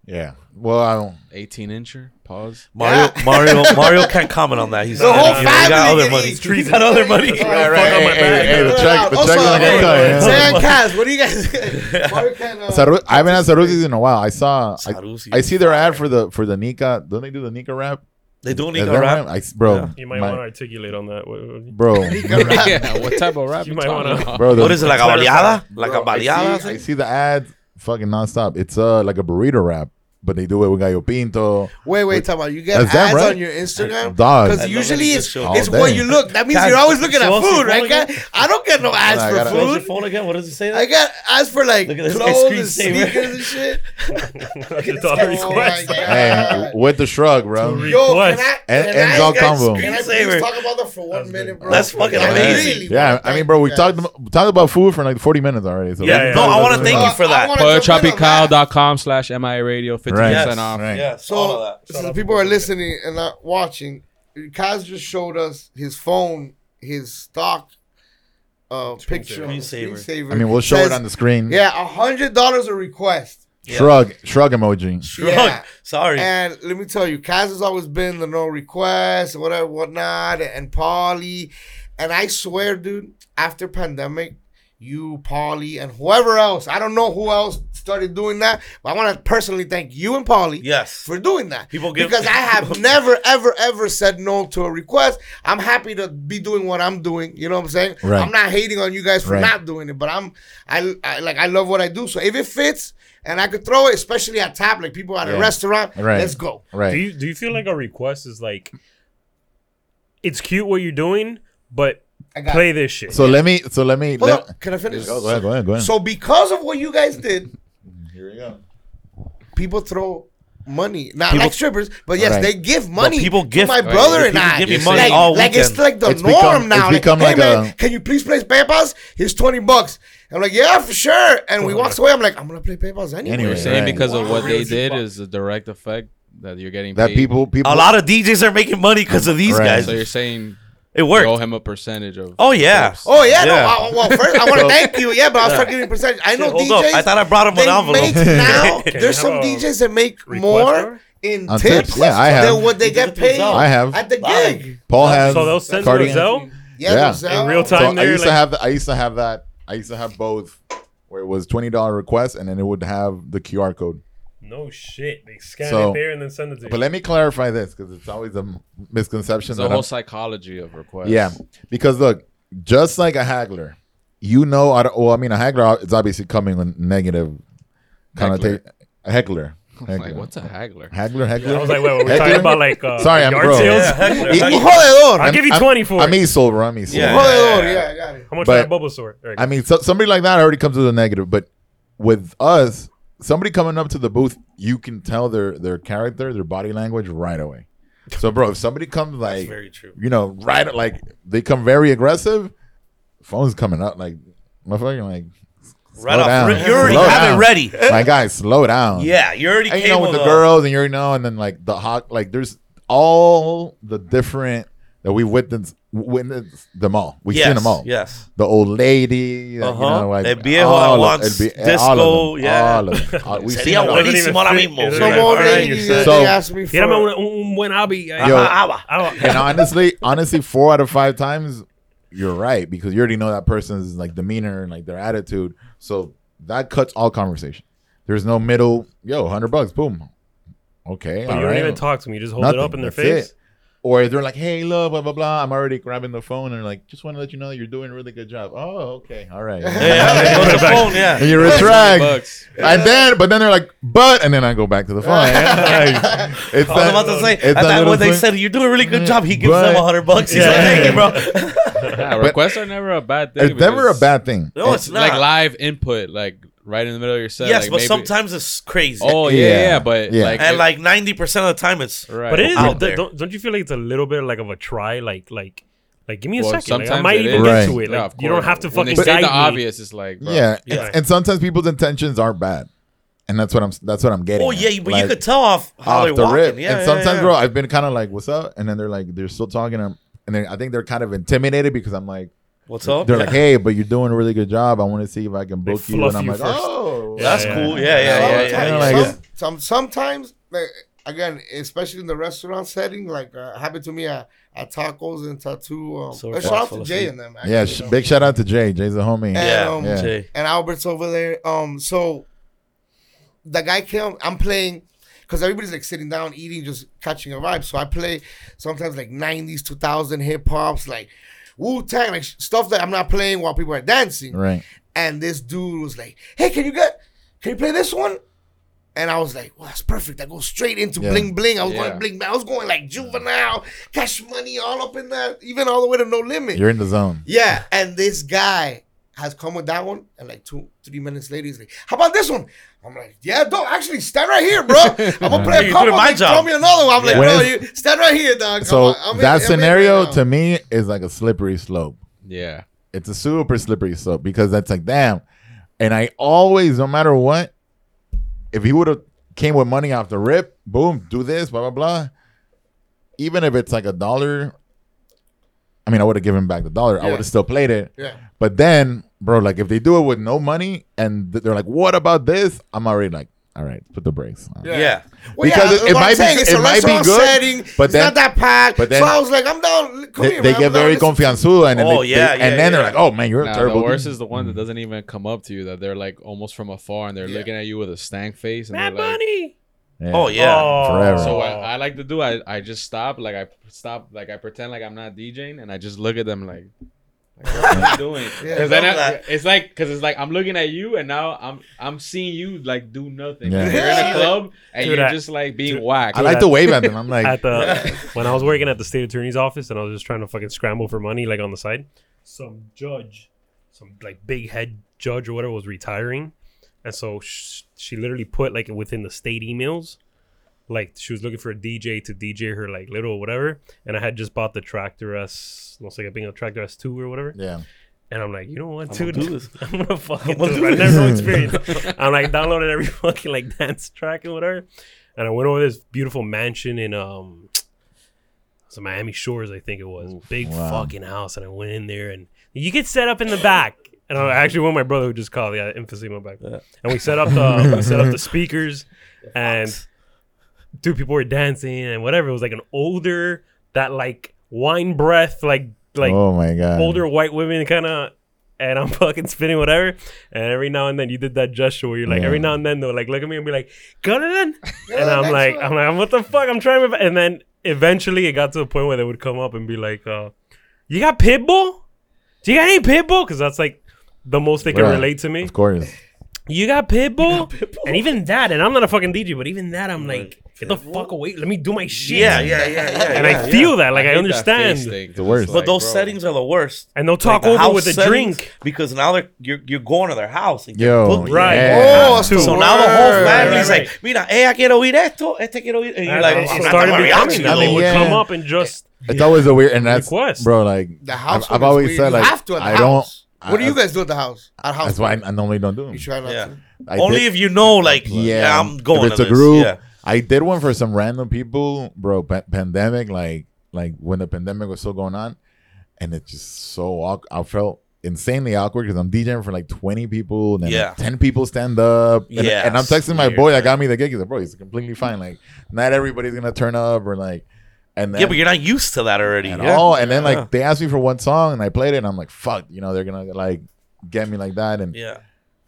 [SPEAKER 8] Yeah. Well, I don't.
[SPEAKER 7] 18 incher. Pause.
[SPEAKER 5] *laughs* Mario,
[SPEAKER 6] Yeah.
[SPEAKER 5] Mario, Mario can't comment on that. He's
[SPEAKER 6] The whole
[SPEAKER 5] you know, he got
[SPEAKER 6] family
[SPEAKER 5] other
[SPEAKER 6] can
[SPEAKER 8] *laughs*
[SPEAKER 5] money.
[SPEAKER 6] eat.
[SPEAKER 5] He got other money.
[SPEAKER 6] Right, right.
[SPEAKER 8] Hey, hey, hey, hey, the check, the
[SPEAKER 6] Also,
[SPEAKER 8] check is like
[SPEAKER 6] hey,
[SPEAKER 8] a cut, yeah.
[SPEAKER 6] Zay and Cass, what do you
[SPEAKER 8] *laughs*
[SPEAKER 6] guys? Mario can, uh,
[SPEAKER 8] Saru- I haven't had Sarusi's in a while. I saw. I,
[SPEAKER 5] Sarusi.
[SPEAKER 8] I see their ad for the for the Nika. Don't they do the Nika wrap?
[SPEAKER 5] They don't
[SPEAKER 8] Is
[SPEAKER 5] need a
[SPEAKER 8] that
[SPEAKER 5] rap.
[SPEAKER 8] right? I s- bro,
[SPEAKER 9] You might
[SPEAKER 8] my-
[SPEAKER 9] want to articulate on that. What- what-
[SPEAKER 5] *laughs*
[SPEAKER 7] *laughs*
[SPEAKER 8] bro,
[SPEAKER 7] yeah. What type of rap?
[SPEAKER 9] You
[SPEAKER 7] You
[SPEAKER 9] might
[SPEAKER 7] might want
[SPEAKER 9] wanna-
[SPEAKER 7] to.
[SPEAKER 8] *laughs* bro. the-
[SPEAKER 5] What is it like a
[SPEAKER 9] Clarify.
[SPEAKER 5] baleada? Like
[SPEAKER 8] bro,
[SPEAKER 5] a
[SPEAKER 8] I see-
[SPEAKER 5] baleada?
[SPEAKER 8] I see the ad fucking nonstop. It's uh like a burrito wrap, but they do it with Gallo Pinto.
[SPEAKER 6] Wait, wait, talk about you got
[SPEAKER 8] That's
[SPEAKER 6] ads
[SPEAKER 8] them, right?
[SPEAKER 6] on your Instagram?
[SPEAKER 8] Dog. I
[SPEAKER 6] Because
[SPEAKER 8] love
[SPEAKER 6] usually
[SPEAKER 5] that
[SPEAKER 6] it's,
[SPEAKER 5] you just
[SPEAKER 6] it's
[SPEAKER 8] show
[SPEAKER 6] what
[SPEAKER 8] up.
[SPEAKER 6] you look. That means
[SPEAKER 5] God,
[SPEAKER 6] you're always looking at
[SPEAKER 5] show us
[SPEAKER 6] food,
[SPEAKER 5] your
[SPEAKER 6] right,
[SPEAKER 5] phone again.
[SPEAKER 6] guy? I don't get no ads
[SPEAKER 8] I
[SPEAKER 6] for
[SPEAKER 8] gotta-
[SPEAKER 5] Where's your
[SPEAKER 6] food.
[SPEAKER 5] phone again? What does it say?
[SPEAKER 6] I
[SPEAKER 5] There?
[SPEAKER 6] got ads for like
[SPEAKER 5] Look at this guy's
[SPEAKER 6] clothes and
[SPEAKER 5] screensaver.
[SPEAKER 6] sneakers and shit.
[SPEAKER 5] *laughs*
[SPEAKER 9] That's all
[SPEAKER 6] Oh my
[SPEAKER 9] request.
[SPEAKER 8] Hey,
[SPEAKER 6] *laughs* God.
[SPEAKER 8] with the shrug, bro.
[SPEAKER 6] Yo, can
[SPEAKER 9] Request.
[SPEAKER 6] I,
[SPEAKER 8] And-
[SPEAKER 6] can
[SPEAKER 8] and
[SPEAKER 6] I,
[SPEAKER 8] Zal
[SPEAKER 6] guys,
[SPEAKER 8] Combo.
[SPEAKER 6] Can I please
[SPEAKER 5] Screensaver.
[SPEAKER 6] talk about that for one minute, bro?
[SPEAKER 5] That's fucking
[SPEAKER 6] I
[SPEAKER 5] amazing.
[SPEAKER 6] really
[SPEAKER 8] Yeah,
[SPEAKER 6] wanna
[SPEAKER 8] I mean,
[SPEAKER 6] thank
[SPEAKER 8] bro, we
[SPEAKER 6] you
[SPEAKER 8] talked
[SPEAKER 6] guys.
[SPEAKER 8] talked about food for like 40 minutes already. So
[SPEAKER 9] Yeah,
[SPEAKER 8] let's-
[SPEAKER 9] yeah.
[SPEAKER 5] no, I want to thank
[SPEAKER 6] Uh,
[SPEAKER 5] you for
[SPEAKER 6] I
[SPEAKER 5] that.
[SPEAKER 6] wanna jump in on that.
[SPEAKER 7] PolloTropical.com slash MIA radio, 50%
[SPEAKER 8] Right.
[SPEAKER 5] Yes.
[SPEAKER 7] off.
[SPEAKER 8] Right.
[SPEAKER 5] Yes, all
[SPEAKER 6] So,
[SPEAKER 5] of that.
[SPEAKER 6] since people are listening and not watching, Kaz just showed us his phone, his stock uh, picture.
[SPEAKER 5] Screensaver.
[SPEAKER 6] screensaver.
[SPEAKER 8] I mean, we'll show
[SPEAKER 6] Says,
[SPEAKER 8] it on the screen.
[SPEAKER 6] Yeah, a hundred dollars a request.
[SPEAKER 8] Shrug, shrug emoji.
[SPEAKER 5] Shrug.
[SPEAKER 6] Yeah.
[SPEAKER 5] *laughs* Sorry.
[SPEAKER 6] And let me tell you, Kaz has always been the no request, whatever, whatnot, and Polly. And I swear, dude, after pandemic, you, Polly, and whoever else, I don't know who else started doing that, but I want to personally thank you and Polly
[SPEAKER 5] yes.
[SPEAKER 6] for doing that.
[SPEAKER 5] People give-
[SPEAKER 6] because I
[SPEAKER 8] *laughs*
[SPEAKER 6] have never, ever, ever said no to a request. I'm happy to be doing what I'm doing. You know what I'm saying?
[SPEAKER 8] Right.
[SPEAKER 6] I'm not hating on you guys for
[SPEAKER 8] Right.
[SPEAKER 6] not doing it, but I'm I, I like I love what I do. So if it fits and I could throw it, especially at top, like people at a
[SPEAKER 8] Yeah.
[SPEAKER 6] restaurant,
[SPEAKER 8] Right.
[SPEAKER 6] let's go.
[SPEAKER 9] Do
[SPEAKER 8] Right.
[SPEAKER 9] you do you feel like a request is like it's cute what you're doing, but
[SPEAKER 6] I got
[SPEAKER 9] play this shit.
[SPEAKER 8] So let me, so let me,
[SPEAKER 6] it. Hold
[SPEAKER 8] let,
[SPEAKER 6] on. Can I finish?
[SPEAKER 8] go ahead, go ahead, go ahead.
[SPEAKER 6] So because of what you guys did,
[SPEAKER 8] Here we go.
[SPEAKER 6] people throw money, not
[SPEAKER 5] People-
[SPEAKER 6] like strippers, but yes,
[SPEAKER 8] Right.
[SPEAKER 6] they give money.
[SPEAKER 5] people
[SPEAKER 6] to
[SPEAKER 5] give-
[SPEAKER 6] my
[SPEAKER 5] Right.
[SPEAKER 6] brother
[SPEAKER 5] People
[SPEAKER 6] and I.
[SPEAKER 5] give me
[SPEAKER 6] Like-
[SPEAKER 5] money
[SPEAKER 6] like,
[SPEAKER 5] all
[SPEAKER 6] it's
[SPEAKER 5] weekend.
[SPEAKER 6] like the
[SPEAKER 8] It's
[SPEAKER 6] norm
[SPEAKER 8] become-
[SPEAKER 6] now.
[SPEAKER 8] it's
[SPEAKER 6] like,
[SPEAKER 8] become
[SPEAKER 6] hey
[SPEAKER 8] like
[SPEAKER 6] man,
[SPEAKER 8] a-
[SPEAKER 6] can you please play PayPal's? Here's twenty bucks. I'm like, yeah, for sure. And we walks away. I'm like, I'm gonna play PayPal's anyway.
[SPEAKER 8] Anyway.
[SPEAKER 7] You're saying
[SPEAKER 8] Right.
[SPEAKER 7] because of what they did is a direct effect that you're getting
[SPEAKER 8] That
[SPEAKER 7] paid.
[SPEAKER 8] people, people,
[SPEAKER 5] a lot of DJs are making money because of these
[SPEAKER 8] Right.
[SPEAKER 5] guys.
[SPEAKER 7] So you're saying
[SPEAKER 5] It
[SPEAKER 7] you owe
[SPEAKER 5] worked.
[SPEAKER 7] him a percentage of.
[SPEAKER 5] Oh yeah.
[SPEAKER 6] Oh yeah, no.
[SPEAKER 5] Yeah.
[SPEAKER 6] I, well, first I want to thank you. Yeah, but I'll start giving percentage. I know
[SPEAKER 5] Hold
[SPEAKER 6] DJs.
[SPEAKER 5] up. I thought I brought him
[SPEAKER 6] they
[SPEAKER 5] an envelope.
[SPEAKER 6] make
[SPEAKER 5] *laughs*
[SPEAKER 6] now.
[SPEAKER 9] Can
[SPEAKER 6] There's
[SPEAKER 9] I
[SPEAKER 6] some
[SPEAKER 9] have a
[SPEAKER 6] DJs that make
[SPEAKER 9] request
[SPEAKER 6] more
[SPEAKER 9] order?
[SPEAKER 6] in
[SPEAKER 8] On
[SPEAKER 6] tips,
[SPEAKER 8] tips, yeah, I have.
[SPEAKER 6] than what they get paid.
[SPEAKER 8] I have.
[SPEAKER 6] at the
[SPEAKER 5] Wow.
[SPEAKER 6] gig.
[SPEAKER 8] Paul has.
[SPEAKER 9] So they'll send
[SPEAKER 8] Cardi-
[SPEAKER 9] Roselle?
[SPEAKER 6] Yeah,
[SPEAKER 8] Yeah.
[SPEAKER 6] Roselle.
[SPEAKER 9] In real
[SPEAKER 8] So
[SPEAKER 9] time
[SPEAKER 8] I
[SPEAKER 9] there,
[SPEAKER 8] used
[SPEAKER 9] like-
[SPEAKER 8] to have, the, I used to have that. I used to have both, where it was twenty dollar request, and then it would have the QR code.
[SPEAKER 9] no shit. They scan
[SPEAKER 8] So-
[SPEAKER 9] it there and then send it to you.
[SPEAKER 8] But let me clarify this because it's always a m- misconception.
[SPEAKER 7] It's
[SPEAKER 8] that
[SPEAKER 7] the whole
[SPEAKER 8] I'm-
[SPEAKER 7] psychology of requests.
[SPEAKER 8] yeah, because look, just like a haggler, you know, I don't, well, I mean, a haggler is obviously coming with negative
[SPEAKER 7] Heckler.
[SPEAKER 8] connotation. A heckler. heckler.
[SPEAKER 7] *laughs* Like, what's a
[SPEAKER 8] *laughs*
[SPEAKER 7] haggler?
[SPEAKER 8] haggler? Heckler.
[SPEAKER 9] I was like, wait, we're
[SPEAKER 8] Heckler?
[SPEAKER 9] talking about like uh,
[SPEAKER 8] Sorry, I'm
[SPEAKER 9] yard
[SPEAKER 8] broke.
[SPEAKER 9] sales.
[SPEAKER 8] Yeah,
[SPEAKER 6] Un Jodedor.
[SPEAKER 9] I'll give you
[SPEAKER 8] I'm-
[SPEAKER 9] 20 for
[SPEAKER 8] I'm
[SPEAKER 9] it.
[SPEAKER 8] easel, bro. I'm easel.
[SPEAKER 5] Yeah.
[SPEAKER 6] Jodedor. Yeah, I got it.
[SPEAKER 9] How much
[SPEAKER 8] But-
[SPEAKER 9] for that bubble sort? There you go.
[SPEAKER 8] I mean, so, somebody like that already comes with a negative, but with us, somebody coming up to the booth, you can tell their their character, their body language right away. So, bro, if somebody comes like,
[SPEAKER 5] very true.
[SPEAKER 8] you know, right, like they come very aggressive, phone's coming up, like, motherfucker, like,
[SPEAKER 5] Right
[SPEAKER 8] slow
[SPEAKER 5] off.
[SPEAKER 8] down.
[SPEAKER 5] You already
[SPEAKER 8] Slow
[SPEAKER 5] have
[SPEAKER 8] down.
[SPEAKER 5] it ready.
[SPEAKER 8] my guy, slow down.
[SPEAKER 5] Yeah, you already
[SPEAKER 8] and
[SPEAKER 5] came
[SPEAKER 8] you know with the girls, and you already know, and then like the hot, like there's all the different that we witnessed, witnessed them all. We've
[SPEAKER 5] Yes,
[SPEAKER 8] seen them all
[SPEAKER 5] Yes.
[SPEAKER 8] the old lady, uh, you
[SPEAKER 5] Uh-huh.
[SPEAKER 8] know, like
[SPEAKER 5] El viejo at
[SPEAKER 8] all of-
[SPEAKER 5] once,
[SPEAKER 8] el vie- all
[SPEAKER 5] disco,
[SPEAKER 8] of them,
[SPEAKER 5] yeah.
[SPEAKER 8] all of them. All- we've seen
[SPEAKER 5] Sería
[SPEAKER 8] it all.
[SPEAKER 5] buenísimo.
[SPEAKER 9] Doesn't even
[SPEAKER 5] ahora
[SPEAKER 9] fit.
[SPEAKER 5] mismo.
[SPEAKER 9] It doesn't
[SPEAKER 6] Some
[SPEAKER 9] even
[SPEAKER 6] old
[SPEAKER 9] fit.
[SPEAKER 6] ladies,
[SPEAKER 9] You're
[SPEAKER 6] they
[SPEAKER 9] set.
[SPEAKER 8] So-
[SPEAKER 6] asked me for.
[SPEAKER 9] Tírame un, un buen abi. ahí.
[SPEAKER 8] Yo.
[SPEAKER 5] Ahora.
[SPEAKER 9] Ah, ah,
[SPEAKER 8] And honestly, honestly, four out of five times, you're right because you already know that person's like demeanor and like their attitude. So that cuts all conversation. There's no middle. Yo, hundred bucks, boom. Okay,
[SPEAKER 9] But
[SPEAKER 8] all
[SPEAKER 9] you don't
[SPEAKER 8] right.
[SPEAKER 9] even talk to me. You just hold
[SPEAKER 8] Nothing.
[SPEAKER 9] it up in their
[SPEAKER 8] That's
[SPEAKER 9] face.
[SPEAKER 8] it. Or they're like, "Hey, love, blah blah blah." I'm already grabbing the phone and like, just want to let you know you're doing a really good job. Oh, okay, all
[SPEAKER 5] *laughs*
[SPEAKER 8] right. *laughs*
[SPEAKER 5] Yeah, yeah, go to the phone, yeah.
[SPEAKER 8] and you retract.
[SPEAKER 7] Bucks.
[SPEAKER 8] And then, but then they're like, but, and then I go
[SPEAKER 5] *laughs*
[SPEAKER 8] back to the phone. Like, it's
[SPEAKER 5] I was about to say,
[SPEAKER 8] it's
[SPEAKER 5] I
[SPEAKER 8] that
[SPEAKER 5] thought
[SPEAKER 8] little
[SPEAKER 5] when they
[SPEAKER 8] thing.
[SPEAKER 5] said you do a really good job, he gives
[SPEAKER 8] But-
[SPEAKER 5] them a hundred bucks. He's like, thank you, bro.
[SPEAKER 7] Yeah, requests are never a bad thing.
[SPEAKER 8] it's never a
[SPEAKER 7] because
[SPEAKER 8] bad thing.
[SPEAKER 5] No, it's not.
[SPEAKER 7] Like live input, like right in the middle of your set.
[SPEAKER 5] yes,
[SPEAKER 7] like,
[SPEAKER 5] but
[SPEAKER 7] maybe-
[SPEAKER 5] sometimes it's crazy.
[SPEAKER 7] Oh yeah,
[SPEAKER 8] Yeah.
[SPEAKER 7] yeah, but
[SPEAKER 8] Yeah.
[SPEAKER 7] like,
[SPEAKER 5] and
[SPEAKER 7] it-
[SPEAKER 5] like ninety percent of the time, it's
[SPEAKER 7] right.
[SPEAKER 9] But it is.
[SPEAKER 5] Out
[SPEAKER 9] don't-
[SPEAKER 5] there.
[SPEAKER 9] Don't, don't you feel like it's a little bit like of a try? Like, like, like, give me a
[SPEAKER 7] Well,
[SPEAKER 9] second. Like, I
[SPEAKER 7] sometimes
[SPEAKER 9] might
[SPEAKER 7] it
[SPEAKER 9] even
[SPEAKER 7] is.
[SPEAKER 8] Right.
[SPEAKER 9] get to it.
[SPEAKER 7] Yeah,
[SPEAKER 9] Like,
[SPEAKER 7] of
[SPEAKER 9] you don't
[SPEAKER 7] course.
[SPEAKER 9] have to
[SPEAKER 7] When
[SPEAKER 9] fucking
[SPEAKER 7] they say
[SPEAKER 9] guide
[SPEAKER 7] the
[SPEAKER 9] me.
[SPEAKER 7] obvious. It's like, bro,
[SPEAKER 8] Yeah,
[SPEAKER 9] Yeah.
[SPEAKER 8] And, and sometimes people's intentions are bad, and that's what I'm. That's what I'm getting.
[SPEAKER 5] oh
[SPEAKER 8] at.
[SPEAKER 5] yeah, but
[SPEAKER 8] Like,
[SPEAKER 5] you could tell off how
[SPEAKER 8] off
[SPEAKER 5] they're
[SPEAKER 8] the
[SPEAKER 5] walking.
[SPEAKER 8] rip.
[SPEAKER 5] Yeah,
[SPEAKER 8] and
[SPEAKER 5] yeah,
[SPEAKER 8] sometimes,
[SPEAKER 5] yeah.
[SPEAKER 8] bro, I've been kind of like, "What's up?" And then they're like, they're still talking, and, and then I think they're kind of intimidated because I'm like,
[SPEAKER 5] what's up?
[SPEAKER 8] they're like, "Hey, but you're doing a really good job. I want to see if I can book you."
[SPEAKER 9] fluff
[SPEAKER 8] And I'm
[SPEAKER 9] you
[SPEAKER 8] like,
[SPEAKER 9] first.
[SPEAKER 8] "Oh,
[SPEAKER 5] that's
[SPEAKER 9] Yeah,
[SPEAKER 5] cool.
[SPEAKER 9] yeah.
[SPEAKER 5] Yeah, yeah, yeah,
[SPEAKER 6] sometimes,
[SPEAKER 5] yeah. yeah,
[SPEAKER 8] like-
[SPEAKER 6] some, some, sometimes like, again, especially in the restaurant setting, like uh, happened to me at, at tacos and tattoo. Um,
[SPEAKER 5] So
[SPEAKER 6] uh, shout out
[SPEAKER 5] full
[SPEAKER 6] to
[SPEAKER 5] of
[SPEAKER 6] Jay
[SPEAKER 5] food.
[SPEAKER 6] and them.
[SPEAKER 8] "Oh, yeah."
[SPEAKER 6] actually,
[SPEAKER 8] Sh-
[SPEAKER 6] though.
[SPEAKER 8] big shout out to Jay. Jay's a homie.
[SPEAKER 6] And,
[SPEAKER 5] Yeah,
[SPEAKER 6] um,
[SPEAKER 8] Yeah.
[SPEAKER 5] Jay.
[SPEAKER 6] and Albert's over there. Um, so the guy came. I'm playing because everybody's like sitting down, eating, just catching a vibe. So I play sometimes like '90s, 2000 hip hops, like Wu Tang, like sh- stuff that I'm not playing while people are dancing.
[SPEAKER 8] Right.
[SPEAKER 6] And this dude was like, "Hey, can you get? Can you play this one?" And I was like, well, that's perfect. I go straight into
[SPEAKER 8] Yeah.
[SPEAKER 6] bling bling. I was
[SPEAKER 7] Yeah.
[SPEAKER 6] going bling bling. I was going like juvenile, cash money, all up in that, even all the way to no limit.
[SPEAKER 8] You're in the zone.
[SPEAKER 6] Yeah, and this guy has come with that one, and like two, three minutes later, he's like, "How about this one?" I'm like, "Yeah, don't actually stand right here,
[SPEAKER 8] *laughs*
[SPEAKER 6] bro. I'm gonna play
[SPEAKER 5] You
[SPEAKER 6] a
[SPEAKER 5] doing
[SPEAKER 6] couple.
[SPEAKER 5] my
[SPEAKER 6] Like,
[SPEAKER 5] job."
[SPEAKER 6] throw me another one." I'm like,
[SPEAKER 8] When
[SPEAKER 6] "Bro,
[SPEAKER 8] is-
[SPEAKER 6] you stand right here, dog." I'm-
[SPEAKER 8] So
[SPEAKER 6] I'm in- I'm
[SPEAKER 8] that
[SPEAKER 6] in right
[SPEAKER 8] scenario
[SPEAKER 6] now.
[SPEAKER 8] to me is like a slippery slope.
[SPEAKER 7] Yeah.
[SPEAKER 8] It's a super slippery slope because that's like, damn. And I always, no matter what, if he would have came with money off the rip, boom, do this, blah blah blah. Even if it's like a dollar, I mean, I would have given back the dollar. I
[SPEAKER 6] Yeah.
[SPEAKER 8] would have still played it.
[SPEAKER 6] Yeah.
[SPEAKER 8] But then, bro, like if they do it with no money and th- they're like, "What about this?" I'm already like, "All right, put the brakes." on."
[SPEAKER 6] Yeah.
[SPEAKER 5] Yeah.
[SPEAKER 6] Well,
[SPEAKER 8] Because
[SPEAKER 6] yeah,
[SPEAKER 8] it
[SPEAKER 6] what I'm
[SPEAKER 8] might be-
[SPEAKER 6] saying, it's
[SPEAKER 8] it
[SPEAKER 6] a
[SPEAKER 8] might be
[SPEAKER 6] restaurant
[SPEAKER 8] good,
[SPEAKER 6] setting,
[SPEAKER 8] but
[SPEAKER 6] it's
[SPEAKER 8] then-
[SPEAKER 6] not that packed.
[SPEAKER 8] but then-
[SPEAKER 6] so I was like, I'm down. Come
[SPEAKER 8] They,
[SPEAKER 6] here,
[SPEAKER 8] they
[SPEAKER 6] man.
[SPEAKER 8] get
[SPEAKER 6] I'm down.
[SPEAKER 8] very
[SPEAKER 6] Listen-
[SPEAKER 8] confianzudo and then
[SPEAKER 5] Oh,
[SPEAKER 8] they-
[SPEAKER 5] yeah,
[SPEAKER 8] they- and
[SPEAKER 5] yeah,
[SPEAKER 8] then they're
[SPEAKER 5] yeah.
[SPEAKER 8] like, "Oh man, you're a
[SPEAKER 7] Nah,
[SPEAKER 8] terrible."
[SPEAKER 7] the worst
[SPEAKER 8] dude."
[SPEAKER 7] is the one that doesn't even come up to you. That they're like almost from afar and they're
[SPEAKER 6] Yeah.
[SPEAKER 7] looking at you with a stank face. And
[SPEAKER 9] Bad
[SPEAKER 7] they're like,
[SPEAKER 9] Bunny.
[SPEAKER 8] *laughs* Yeah.
[SPEAKER 5] Oh yeah.
[SPEAKER 8] Forever.
[SPEAKER 7] So uh, what I like to do, I, I just stop, like I stop, like I pretend like I'm not DJing, and I just look at them like, like, what
[SPEAKER 8] *laughs*
[SPEAKER 7] are you doing?
[SPEAKER 6] Yeah,
[SPEAKER 7] Because then
[SPEAKER 5] love
[SPEAKER 7] I-
[SPEAKER 5] that.
[SPEAKER 7] it's like, because it's like I'm looking at you, and now I'm I'm seeing you like do nothing.
[SPEAKER 8] Yeah.
[SPEAKER 7] You're in a
[SPEAKER 9] *laughs*
[SPEAKER 7] club, and
[SPEAKER 9] Dude,
[SPEAKER 7] you're
[SPEAKER 9] I-
[SPEAKER 7] just like being
[SPEAKER 9] dude,
[SPEAKER 7] whacked.
[SPEAKER 8] I like to wave at them.
[SPEAKER 7] *laughs*
[SPEAKER 8] I'm like,
[SPEAKER 9] at the *laughs* when I was working at the state attorney's office and I was just trying to fucking scramble for money like on the side. Some judge, some like big head judge or whatever was retiring, and so sh- she literally put like within the state emails, like she was looking for a DJ to DJ her like little whatever. And I had just bought the tractor S, looks like I being a tractor S two or whatever.
[SPEAKER 8] yeah.
[SPEAKER 9] And I'm like, you know what,
[SPEAKER 5] gonna
[SPEAKER 9] dude? *laughs*
[SPEAKER 5] do this.
[SPEAKER 9] I'm gonna fucking
[SPEAKER 5] gonna
[SPEAKER 9] do
[SPEAKER 5] do
[SPEAKER 9] it. I
[SPEAKER 5] this.
[SPEAKER 9] never experienced. I'm like downloading every *laughs* fucking like dance track and whatever. And I went over this beautiful mansion in um, it's Miami Shores, I think it was. Big
[SPEAKER 8] wow.
[SPEAKER 9] fucking house. And I went in there, and you get set up in the back. And I actually went with my brother who just called. Yeah, emphysema back. And we set up the we set up the speakers, and dude, people were dancing and whatever. It was like an older that like wine breath like like
[SPEAKER 8] oh my god.
[SPEAKER 9] older white women kind of and I'm *laughs* fucking spinning whatever. And every now and then you did that gesture where you're like,
[SPEAKER 8] Yeah.
[SPEAKER 9] every now and then they'll like look at me and be like, "Got it then?" And I'm
[SPEAKER 6] that's
[SPEAKER 9] like,
[SPEAKER 6] right.
[SPEAKER 9] I'm like, what the fuck? I'm trying to. And then eventually it got to a point where they would come up and be like, uh, "You got pitbull? Do you got any pitbull?" Because that's like the most they can
[SPEAKER 8] Right.
[SPEAKER 9] relate to me.
[SPEAKER 8] Of course.
[SPEAKER 9] You got pitbull? And even that, and I'm not a fucking DJ, but even that, I'm like, get the fuck away. Let me do my shit.
[SPEAKER 5] Yeah, yeah, yeah, *laughs* yeah.
[SPEAKER 9] And
[SPEAKER 5] yeah,
[SPEAKER 9] I
[SPEAKER 5] yeah.
[SPEAKER 9] feel that. Like I,
[SPEAKER 7] hate that
[SPEAKER 9] understand.
[SPEAKER 7] face thing, 'cause
[SPEAKER 8] The
[SPEAKER 7] it's
[SPEAKER 8] worst.
[SPEAKER 5] But
[SPEAKER 7] like,
[SPEAKER 5] those
[SPEAKER 7] bro,
[SPEAKER 5] settings are the worst.
[SPEAKER 9] And they'll
[SPEAKER 5] Like,
[SPEAKER 9] talk
[SPEAKER 5] the
[SPEAKER 9] over
[SPEAKER 5] house
[SPEAKER 9] with a
[SPEAKER 5] settings,
[SPEAKER 9] drink.
[SPEAKER 5] because now they're you're, you're going to their house and
[SPEAKER 8] Yo,
[SPEAKER 5] you're booked.
[SPEAKER 8] yeah.
[SPEAKER 9] Right.
[SPEAKER 8] Yeah.
[SPEAKER 6] Oh, so
[SPEAKER 5] So now the whole
[SPEAKER 9] Right,
[SPEAKER 5] family's
[SPEAKER 9] right,
[SPEAKER 5] like, mira, ella quiero oír esto, este quiero oír. And you're like,
[SPEAKER 9] That's
[SPEAKER 5] I'm
[SPEAKER 9] what
[SPEAKER 5] not
[SPEAKER 9] started
[SPEAKER 5] the
[SPEAKER 9] becoming
[SPEAKER 5] mariachi,
[SPEAKER 9] that. They
[SPEAKER 5] though.
[SPEAKER 9] would
[SPEAKER 8] Yeah.
[SPEAKER 9] come up and just
[SPEAKER 8] It's always a weird and that's
[SPEAKER 9] Request.
[SPEAKER 8] bro. Like
[SPEAKER 6] The house.
[SPEAKER 8] I've, I've always said like
[SPEAKER 6] you have to at the
[SPEAKER 8] I
[SPEAKER 6] house.
[SPEAKER 8] don't.
[SPEAKER 6] What do
[SPEAKER 8] I-
[SPEAKER 6] you guys do at the house? At house.
[SPEAKER 8] That's why I, I normally don't do them.
[SPEAKER 6] you try not
[SPEAKER 5] Yeah.
[SPEAKER 6] to.
[SPEAKER 8] I
[SPEAKER 5] Only
[SPEAKER 8] did-
[SPEAKER 5] if you know, like,
[SPEAKER 8] yeah,
[SPEAKER 5] yeah, I'm going
[SPEAKER 8] If it's
[SPEAKER 5] to
[SPEAKER 8] a
[SPEAKER 5] this.
[SPEAKER 8] group.
[SPEAKER 5] Yeah.
[SPEAKER 8] I did one for some random people, bro. pa- pandemic, like like when the pandemic was still going on, and it's just so awkward. I felt insanely awkward because I'm DJing for like 20 people, and then like,
[SPEAKER 5] Yeah.
[SPEAKER 8] 10 people stand up, and,
[SPEAKER 5] Yeah,
[SPEAKER 8] and I'm
[SPEAKER 5] it's
[SPEAKER 8] texting my
[SPEAKER 7] weird,
[SPEAKER 8] boy that
[SPEAKER 7] man.
[SPEAKER 8] got me the gig. He's like, bro, he's completely fine. Like not everybody's gonna turn up or like, and then
[SPEAKER 5] Yeah, but you're not used to that already.
[SPEAKER 8] at
[SPEAKER 5] Yeah.
[SPEAKER 8] all. And then like
[SPEAKER 5] Yeah.
[SPEAKER 8] they asked me for one song, and I played it, and I'm like, fuck, you know, they're gonna like get me like that, and
[SPEAKER 5] Yeah.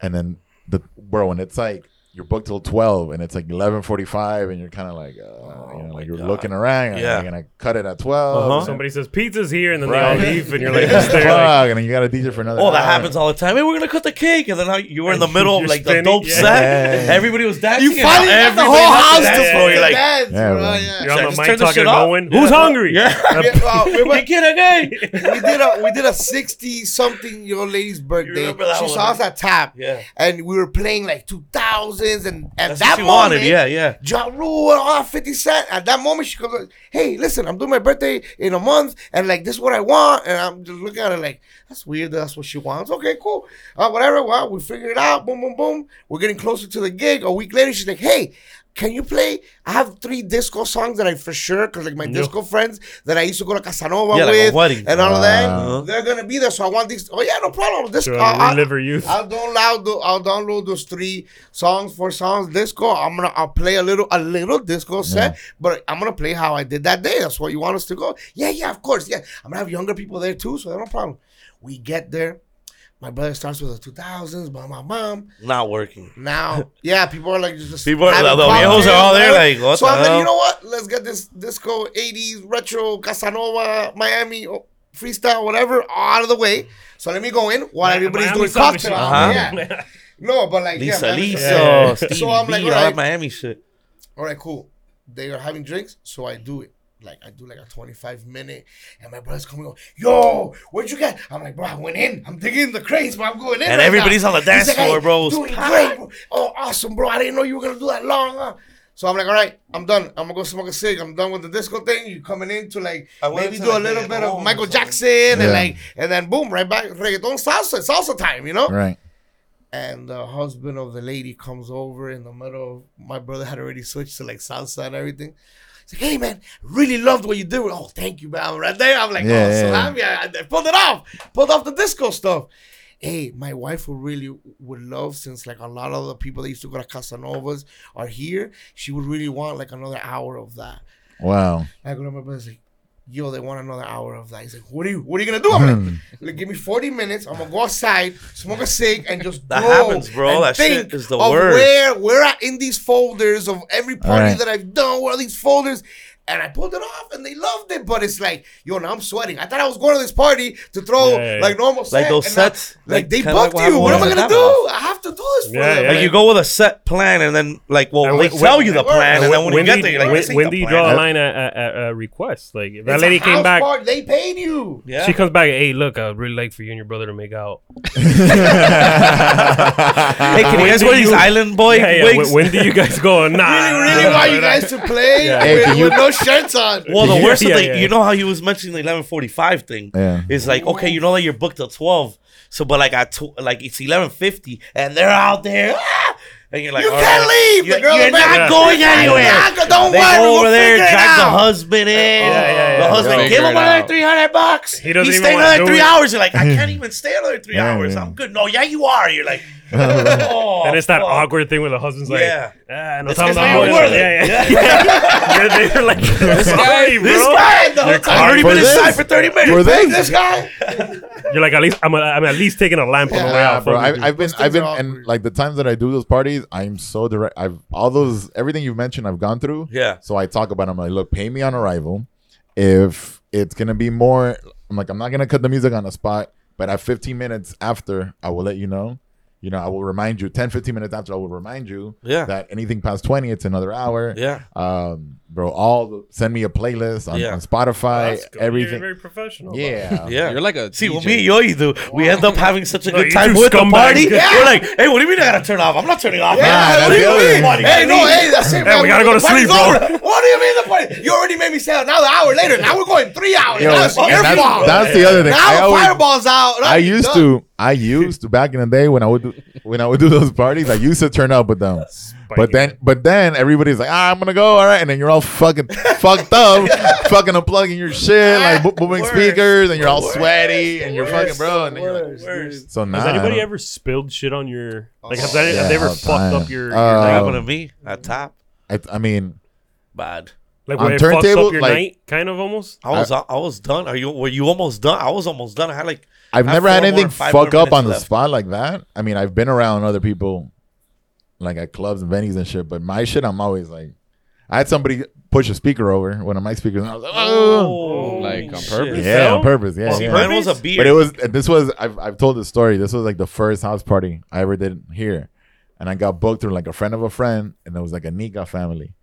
[SPEAKER 8] and then the bro, and it's like you're booked till twelve, and it's like eleven forty-five, and you're kind of like, uh, you know,
[SPEAKER 5] my
[SPEAKER 8] like you're
[SPEAKER 5] God.
[SPEAKER 8] looking around, and
[SPEAKER 5] Yeah.
[SPEAKER 8] you're gonna cut it at 12
[SPEAKER 5] Uh-huh.
[SPEAKER 9] somebody says pizza's here and then
[SPEAKER 8] Right.
[SPEAKER 9] they all leave and you're like
[SPEAKER 8] *laughs*
[SPEAKER 9] just there like,
[SPEAKER 8] Fuck, and then you got to DJ for another.
[SPEAKER 5] Oh, that
[SPEAKER 8] hour.
[SPEAKER 5] happens all the time. Hey, we're gonna cut the cake, and then like, you were in the
[SPEAKER 9] And
[SPEAKER 5] middle of
[SPEAKER 9] you're
[SPEAKER 5] like the
[SPEAKER 9] spinning,
[SPEAKER 5] dope
[SPEAKER 9] yeah.
[SPEAKER 5] set.
[SPEAKER 8] Yeah.
[SPEAKER 5] Everybody was dancing.
[SPEAKER 6] You finally got
[SPEAKER 5] and
[SPEAKER 6] the
[SPEAKER 5] now
[SPEAKER 6] whole
[SPEAKER 5] everybody
[SPEAKER 6] house
[SPEAKER 5] left the
[SPEAKER 6] to
[SPEAKER 5] dance floor. You're
[SPEAKER 6] fucking
[SPEAKER 5] like,
[SPEAKER 6] dance,
[SPEAKER 8] Yeah,
[SPEAKER 6] bro.
[SPEAKER 8] bro.
[SPEAKER 6] Yeah.
[SPEAKER 9] you're on
[SPEAKER 5] Yeah,
[SPEAKER 9] the
[SPEAKER 5] just
[SPEAKER 9] mic
[SPEAKER 5] turn the
[SPEAKER 9] talking
[SPEAKER 5] shit
[SPEAKER 9] to
[SPEAKER 5] off.
[SPEAKER 9] no one who's hungry *laughs*
[SPEAKER 5] *laughs* Yeah.
[SPEAKER 6] Yeah, well, we
[SPEAKER 5] "You
[SPEAKER 6] went-
[SPEAKER 5] kid again.
[SPEAKER 6] we did a we did a sixty something year old lady's birthday.
[SPEAKER 5] remember that
[SPEAKER 6] she
[SPEAKER 5] one,
[SPEAKER 6] saw us at tap,
[SPEAKER 5] Yeah.
[SPEAKER 6] and we were playing like two thousands, and at
[SPEAKER 5] That's
[SPEAKER 6] that
[SPEAKER 5] what you
[SPEAKER 6] moment,
[SPEAKER 5] wanted. Yeah, yeah.
[SPEAKER 6] Ja Rule and all 50 Cent. At that moment, she comes, like, hey, listen, I'm doing my birthday in a month, and like, this is what I want. And I'm just looking at her like, that's weird. That's what she wants. Okay, cool. Uh, whatever. Well, we figured it out. Boom, boom, boom. We're getting closer to the gig. A week later, she's like, hey, can you play? I have three disco songs that I for sure, because like my disco friends that I used to go to Casanova
[SPEAKER 5] Yeah, like a
[SPEAKER 6] with
[SPEAKER 5] wedding.
[SPEAKER 6] and all of that,
[SPEAKER 8] Wow.
[SPEAKER 6] they're going to be there. So I want these. Oh, yeah, no problem. This,
[SPEAKER 9] to
[SPEAKER 6] uh, I-
[SPEAKER 9] relive her *laughs* youth
[SPEAKER 6] I'll download the, I'll download those three songs, four songs disco. I'm gonna I'll play a little a little disco set, but I'm gonna play how I did that day. That's what you want us to go. Yeah, yeah, of course. Yeah. I'm gonna have younger people there too, so no problem. We get there. My brother starts with the two thousands, blah blah blah.
[SPEAKER 5] Not working. *laughs*
[SPEAKER 6] Now, yeah, people are like just
[SPEAKER 5] People are-
[SPEAKER 6] having
[SPEAKER 5] the viejos are all there,
[SPEAKER 6] cocktails,
[SPEAKER 5] like, what
[SPEAKER 6] so
[SPEAKER 5] the
[SPEAKER 6] I'm like,
[SPEAKER 5] hell?
[SPEAKER 6] you know what? Let's get this disco '80s retro Casanova Miami oh, freestyle, whatever, out of the way. So let me go in while everybody's
[SPEAKER 9] Miami
[SPEAKER 6] doing
[SPEAKER 9] sound
[SPEAKER 6] cocktail.
[SPEAKER 9] machine.
[SPEAKER 6] hour,
[SPEAKER 5] Uh-huh.
[SPEAKER 6] Yeah. No, but like
[SPEAKER 5] Lisa,
[SPEAKER 6] yeah, man,
[SPEAKER 5] Lisa,
[SPEAKER 9] Yeah, yeah.
[SPEAKER 5] Stevie
[SPEAKER 6] So I'm
[SPEAKER 5] B,
[SPEAKER 6] like,
[SPEAKER 5] all
[SPEAKER 6] all
[SPEAKER 5] that
[SPEAKER 6] right.
[SPEAKER 5] Miami shit.
[SPEAKER 6] all right, cool. They are having drinks, so I do it. Like I do like a 25 minute, and my brother's coming. Over, Yo, where'd you get? I'm like, bro, I went in. I'm digging the crates, bro. I'm going in.
[SPEAKER 5] And
[SPEAKER 6] right
[SPEAKER 5] everybody's
[SPEAKER 6] now."
[SPEAKER 5] on the
[SPEAKER 6] He's
[SPEAKER 5] dance
[SPEAKER 6] like, "Hey,
[SPEAKER 5] floor, bro. It's
[SPEAKER 6] Doing
[SPEAKER 5] packed.
[SPEAKER 6] great, bro. Oh, awesome, bro. I didn't know you were gonna do that long. Huh? So I'm like, all right, I'm done. I'm gonna go smoke a cig. I'm done with the disco thing. You coming in to like
[SPEAKER 5] I went
[SPEAKER 6] maybe
[SPEAKER 5] to,
[SPEAKER 6] do
[SPEAKER 5] like,
[SPEAKER 6] a little
[SPEAKER 5] the
[SPEAKER 6] bit
[SPEAKER 5] home
[SPEAKER 6] of
[SPEAKER 5] or
[SPEAKER 6] Michael
[SPEAKER 5] something.
[SPEAKER 6] Jackson and
[SPEAKER 8] Yeah.
[SPEAKER 6] like, and then boom, right back reggaeton salsa, salsa time, you know?
[SPEAKER 8] Right.
[SPEAKER 6] and the husband of the lady comes over in the middle of my brother had already switched to like salsa and everything. He's like, hey man, really loved what you did. Oh, thank you, man. I'm right there. I'm like,
[SPEAKER 8] Yeah,
[SPEAKER 6] oh,
[SPEAKER 8] yeah,
[SPEAKER 6] so
[SPEAKER 8] yeah.
[SPEAKER 6] happy. I, I pulled it off. Pulled off the disco stuff. Hey, my wife would really would love since like a lot of the people that used to go to Casanovas are here. She would really want like another hour of that.
[SPEAKER 8] Wow.
[SPEAKER 6] I go to my brother's like, yo, they want another hour of that. He's like, what are you what are you gonna do? I'm like, "Look, give me 40 minutes. I'm gonna go outside, smoke a cig, and just
[SPEAKER 5] That
[SPEAKER 6] go
[SPEAKER 5] happens, bro.
[SPEAKER 6] and
[SPEAKER 5] That shit
[SPEAKER 6] think
[SPEAKER 5] is the
[SPEAKER 6] of
[SPEAKER 5] worst.
[SPEAKER 6] Where where I in these folders of every party
[SPEAKER 8] right.
[SPEAKER 6] that I've done, where are these folders? And I pulled it off and they loved it, but it's like, yo, now I'm sweating. I thought I was going to this party to throw
[SPEAKER 9] Yeah, yeah,
[SPEAKER 6] like
[SPEAKER 9] yeah.
[SPEAKER 6] normal set,
[SPEAKER 5] those
[SPEAKER 6] and now-
[SPEAKER 5] sets,
[SPEAKER 6] Like,
[SPEAKER 5] like,
[SPEAKER 6] they
[SPEAKER 5] kinda
[SPEAKER 6] booked
[SPEAKER 5] like what
[SPEAKER 6] you. What am I gonna
[SPEAKER 5] happened with Zappa.
[SPEAKER 6] do? I have to do this for
[SPEAKER 9] Yeah,
[SPEAKER 6] them.
[SPEAKER 9] yeah.
[SPEAKER 5] Like you go with a set plan, and then like, well,
[SPEAKER 9] And
[SPEAKER 5] they
[SPEAKER 9] when-
[SPEAKER 5] tell
[SPEAKER 9] when-
[SPEAKER 5] you the
[SPEAKER 6] when-
[SPEAKER 5] plan, and then
[SPEAKER 9] when
[SPEAKER 5] when, you
[SPEAKER 9] do
[SPEAKER 5] get there, you're like,
[SPEAKER 9] when,
[SPEAKER 5] this ain't
[SPEAKER 9] when
[SPEAKER 5] the
[SPEAKER 9] do you
[SPEAKER 5] plan.
[SPEAKER 9] draw a line at, at, at, at requests? Like if that
[SPEAKER 6] It's a
[SPEAKER 9] lady came
[SPEAKER 6] house
[SPEAKER 9] back,
[SPEAKER 6] party. They paid you.
[SPEAKER 5] *laughs* Yeah.
[SPEAKER 9] she comes back. Hey, look, I'd really like for you and your brother to make out.
[SPEAKER 8] Hmm.
[SPEAKER 5] *laughs* hey, can you
[SPEAKER 9] When
[SPEAKER 5] guys
[SPEAKER 9] do
[SPEAKER 5] wear these
[SPEAKER 9] you-
[SPEAKER 5] island boy
[SPEAKER 9] Uh, Yeah, yeah.
[SPEAKER 5] wigs?
[SPEAKER 9] When, when do you guys
[SPEAKER 5] *laughs*
[SPEAKER 9] go? Nah,
[SPEAKER 6] really, really
[SPEAKER 9] nah,
[SPEAKER 6] want you
[SPEAKER 9] nah.
[SPEAKER 6] guys to play
[SPEAKER 9] Yeah.
[SPEAKER 8] Hey,
[SPEAKER 6] with,
[SPEAKER 8] can
[SPEAKER 6] with
[SPEAKER 8] you-
[SPEAKER 6] no shirts on.
[SPEAKER 5] well, the
[SPEAKER 9] Yeah,
[SPEAKER 5] worst of
[SPEAKER 9] yeah,
[SPEAKER 5] the,
[SPEAKER 9] yeah.
[SPEAKER 5] you know how he was mentioning the eleven forty five thing.
[SPEAKER 8] Yeah.
[SPEAKER 5] It's like okay, you know that you're booked at twelve, so but like at tw- like it's eleven fifty, and they're out there, ah! and you're like,
[SPEAKER 6] you
[SPEAKER 5] all
[SPEAKER 6] can't
[SPEAKER 5] right.
[SPEAKER 6] leave.
[SPEAKER 5] You're,
[SPEAKER 6] the girl
[SPEAKER 5] you're
[SPEAKER 6] back.
[SPEAKER 5] not
[SPEAKER 9] Yeah.
[SPEAKER 5] going
[SPEAKER 6] You're
[SPEAKER 5] anywhere.
[SPEAKER 6] not go- don't
[SPEAKER 5] they
[SPEAKER 6] worry.
[SPEAKER 5] go over
[SPEAKER 6] we'll
[SPEAKER 5] there,
[SPEAKER 6] figure it
[SPEAKER 5] drag the
[SPEAKER 6] out.
[SPEAKER 5] husband in.
[SPEAKER 9] yeah, yeah,
[SPEAKER 5] the
[SPEAKER 9] yeah.
[SPEAKER 5] husband,
[SPEAKER 7] Figure
[SPEAKER 5] give him
[SPEAKER 7] it
[SPEAKER 5] another
[SPEAKER 7] out.
[SPEAKER 5] three hundred bucks.
[SPEAKER 9] He doesn't even
[SPEAKER 5] stayed
[SPEAKER 9] wanna
[SPEAKER 5] another
[SPEAKER 9] do
[SPEAKER 5] three
[SPEAKER 9] it.
[SPEAKER 5] hours. You're like, I can't even stay another three
[SPEAKER 8] Yeah,
[SPEAKER 5] hours.
[SPEAKER 8] yeah.
[SPEAKER 5] I'm good. No, yeah, you are. You're like, oh,
[SPEAKER 9] And it's that
[SPEAKER 5] fuck.
[SPEAKER 9] awkward thing where the husband's like,
[SPEAKER 5] Yeah.
[SPEAKER 9] ah, no
[SPEAKER 5] This
[SPEAKER 9] time
[SPEAKER 5] is
[SPEAKER 9] about
[SPEAKER 5] not
[SPEAKER 9] it."
[SPEAKER 5] worth it.
[SPEAKER 9] Yeah, yeah. *laughs* You're there like, sorry,
[SPEAKER 5] This
[SPEAKER 9] bro.
[SPEAKER 5] guy, the whole time, already
[SPEAKER 8] For
[SPEAKER 5] been inside
[SPEAKER 8] this?
[SPEAKER 5] for thirty
[SPEAKER 8] For
[SPEAKER 5] minutes.
[SPEAKER 8] this?
[SPEAKER 6] This guy.
[SPEAKER 9] You're like, at least I'm, I'm at least taking a lamp on the way
[SPEAKER 8] Yeah,
[SPEAKER 9] out,
[SPEAKER 8] bro.
[SPEAKER 9] fuck
[SPEAKER 8] I,
[SPEAKER 9] with you.
[SPEAKER 8] I've been,
[SPEAKER 6] Those things
[SPEAKER 8] I've been,
[SPEAKER 6] are
[SPEAKER 8] and
[SPEAKER 6] awkward.
[SPEAKER 8] like the times that I do those parties, I'm so direct. I've all those everything you've mentioned, I've gone through.
[SPEAKER 5] Yeah.
[SPEAKER 8] So I talk about. it. I'm like, look, pay me on arrival. If it's gonna be more, I'm like, I'm not gonna cut the music on the spot. But at 15 minutes after, I will let you know. You know, I will remind you. 10, 15 minutes after, I will remind you
[SPEAKER 5] Yeah.
[SPEAKER 8] that anything past 20, it's another hour.
[SPEAKER 5] Yeah.
[SPEAKER 8] Um, bro, all the, send me a playlist on,
[SPEAKER 5] Yeah.
[SPEAKER 8] on Spotify.
[SPEAKER 9] That's good. You're
[SPEAKER 8] everything.
[SPEAKER 9] very professional. about it.
[SPEAKER 8] Yeah.
[SPEAKER 5] Yeah.
[SPEAKER 7] You're like a
[SPEAKER 5] See, well,
[SPEAKER 7] DJ.
[SPEAKER 5] me and Yoyi do. We end up having such a
[SPEAKER 9] No,
[SPEAKER 5] good
[SPEAKER 9] you
[SPEAKER 5] time
[SPEAKER 9] two
[SPEAKER 5] with the
[SPEAKER 9] scumbags.
[SPEAKER 5] party.
[SPEAKER 9] Yeah.
[SPEAKER 5] We're like, hey, what do you mean I gotta turn off? I'm not turning off.
[SPEAKER 8] Yeah,
[SPEAKER 5] man.
[SPEAKER 8] that's
[SPEAKER 5] what do
[SPEAKER 8] the other
[SPEAKER 5] you mean?
[SPEAKER 8] thing.
[SPEAKER 5] Party,
[SPEAKER 6] Hey, no,
[SPEAKER 5] gotta leave.
[SPEAKER 6] hey, that's it.
[SPEAKER 9] Hey,
[SPEAKER 6] man.
[SPEAKER 9] we gotta go to
[SPEAKER 6] The party's
[SPEAKER 9] sleep, bro.
[SPEAKER 6] over. What do you mean the party? You already made me say it. Now the hour later. Now we're going three hours.
[SPEAKER 8] *laughs* Yo,
[SPEAKER 6] now it's
[SPEAKER 8] and that's,
[SPEAKER 6] airball.
[SPEAKER 8] that's the other thing.
[SPEAKER 6] now
[SPEAKER 8] I
[SPEAKER 6] the
[SPEAKER 8] always,
[SPEAKER 6] fireballs out. Now
[SPEAKER 8] I
[SPEAKER 6] you're
[SPEAKER 8] used
[SPEAKER 6] done.
[SPEAKER 8] to. I used to back in the day when I would do, when I would do those parties. I used to turn up with them. But then, but then everybody's like, "Ah, I'm gonna go, all right," and then you're all fucking fucked up, fucking unplugging your shit, like bo- booming
[SPEAKER 5] Worst.
[SPEAKER 8] speakers, and you're all
[SPEAKER 5] Worst.
[SPEAKER 8] sweaty, and you're fucking
[SPEAKER 6] Worst,
[SPEAKER 8] bro, and then you're like,
[SPEAKER 6] worst,
[SPEAKER 5] Worst.
[SPEAKER 8] so now.
[SPEAKER 9] Has anybody ever spilled shit on your? Like, has
[SPEAKER 6] Oh,
[SPEAKER 9] that, have
[SPEAKER 8] yeah,
[SPEAKER 9] they ever
[SPEAKER 8] all the
[SPEAKER 9] fucked
[SPEAKER 8] time.
[SPEAKER 9] up your? your
[SPEAKER 8] Uh,
[SPEAKER 5] That
[SPEAKER 9] night?
[SPEAKER 5] happened to me at top.
[SPEAKER 8] I, I mean,
[SPEAKER 5] Bad.
[SPEAKER 9] like
[SPEAKER 8] on
[SPEAKER 9] where it fucked
[SPEAKER 8] turntable,
[SPEAKER 9] up your
[SPEAKER 8] like-
[SPEAKER 9] night, kind of almost.
[SPEAKER 5] I was I, was done. Are you were you almost done? I was almost done. I had like
[SPEAKER 8] I've
[SPEAKER 5] I have
[SPEAKER 8] never had
[SPEAKER 5] four more-
[SPEAKER 8] anything
[SPEAKER 5] five
[SPEAKER 8] fuck
[SPEAKER 5] more
[SPEAKER 8] up on the
[SPEAKER 5] minutes left.
[SPEAKER 8] spot like that. I mean, I've been around other people, like at clubs and venues and shit, but my shit, I'm always like, I had somebody push a speaker over one of my speakers, and I was like, oh,
[SPEAKER 7] Like, on
[SPEAKER 5] shit.
[SPEAKER 7] purpose?
[SPEAKER 8] yeah,
[SPEAKER 9] fell?
[SPEAKER 8] on purpose, yeah,
[SPEAKER 9] On
[SPEAKER 8] yeah.
[SPEAKER 5] Mine was a beer.
[SPEAKER 8] But it was this was I've I've told this story. This was like the first house party I ever did here, and I got booked through like a friend of a friend, and it was like a Nika family,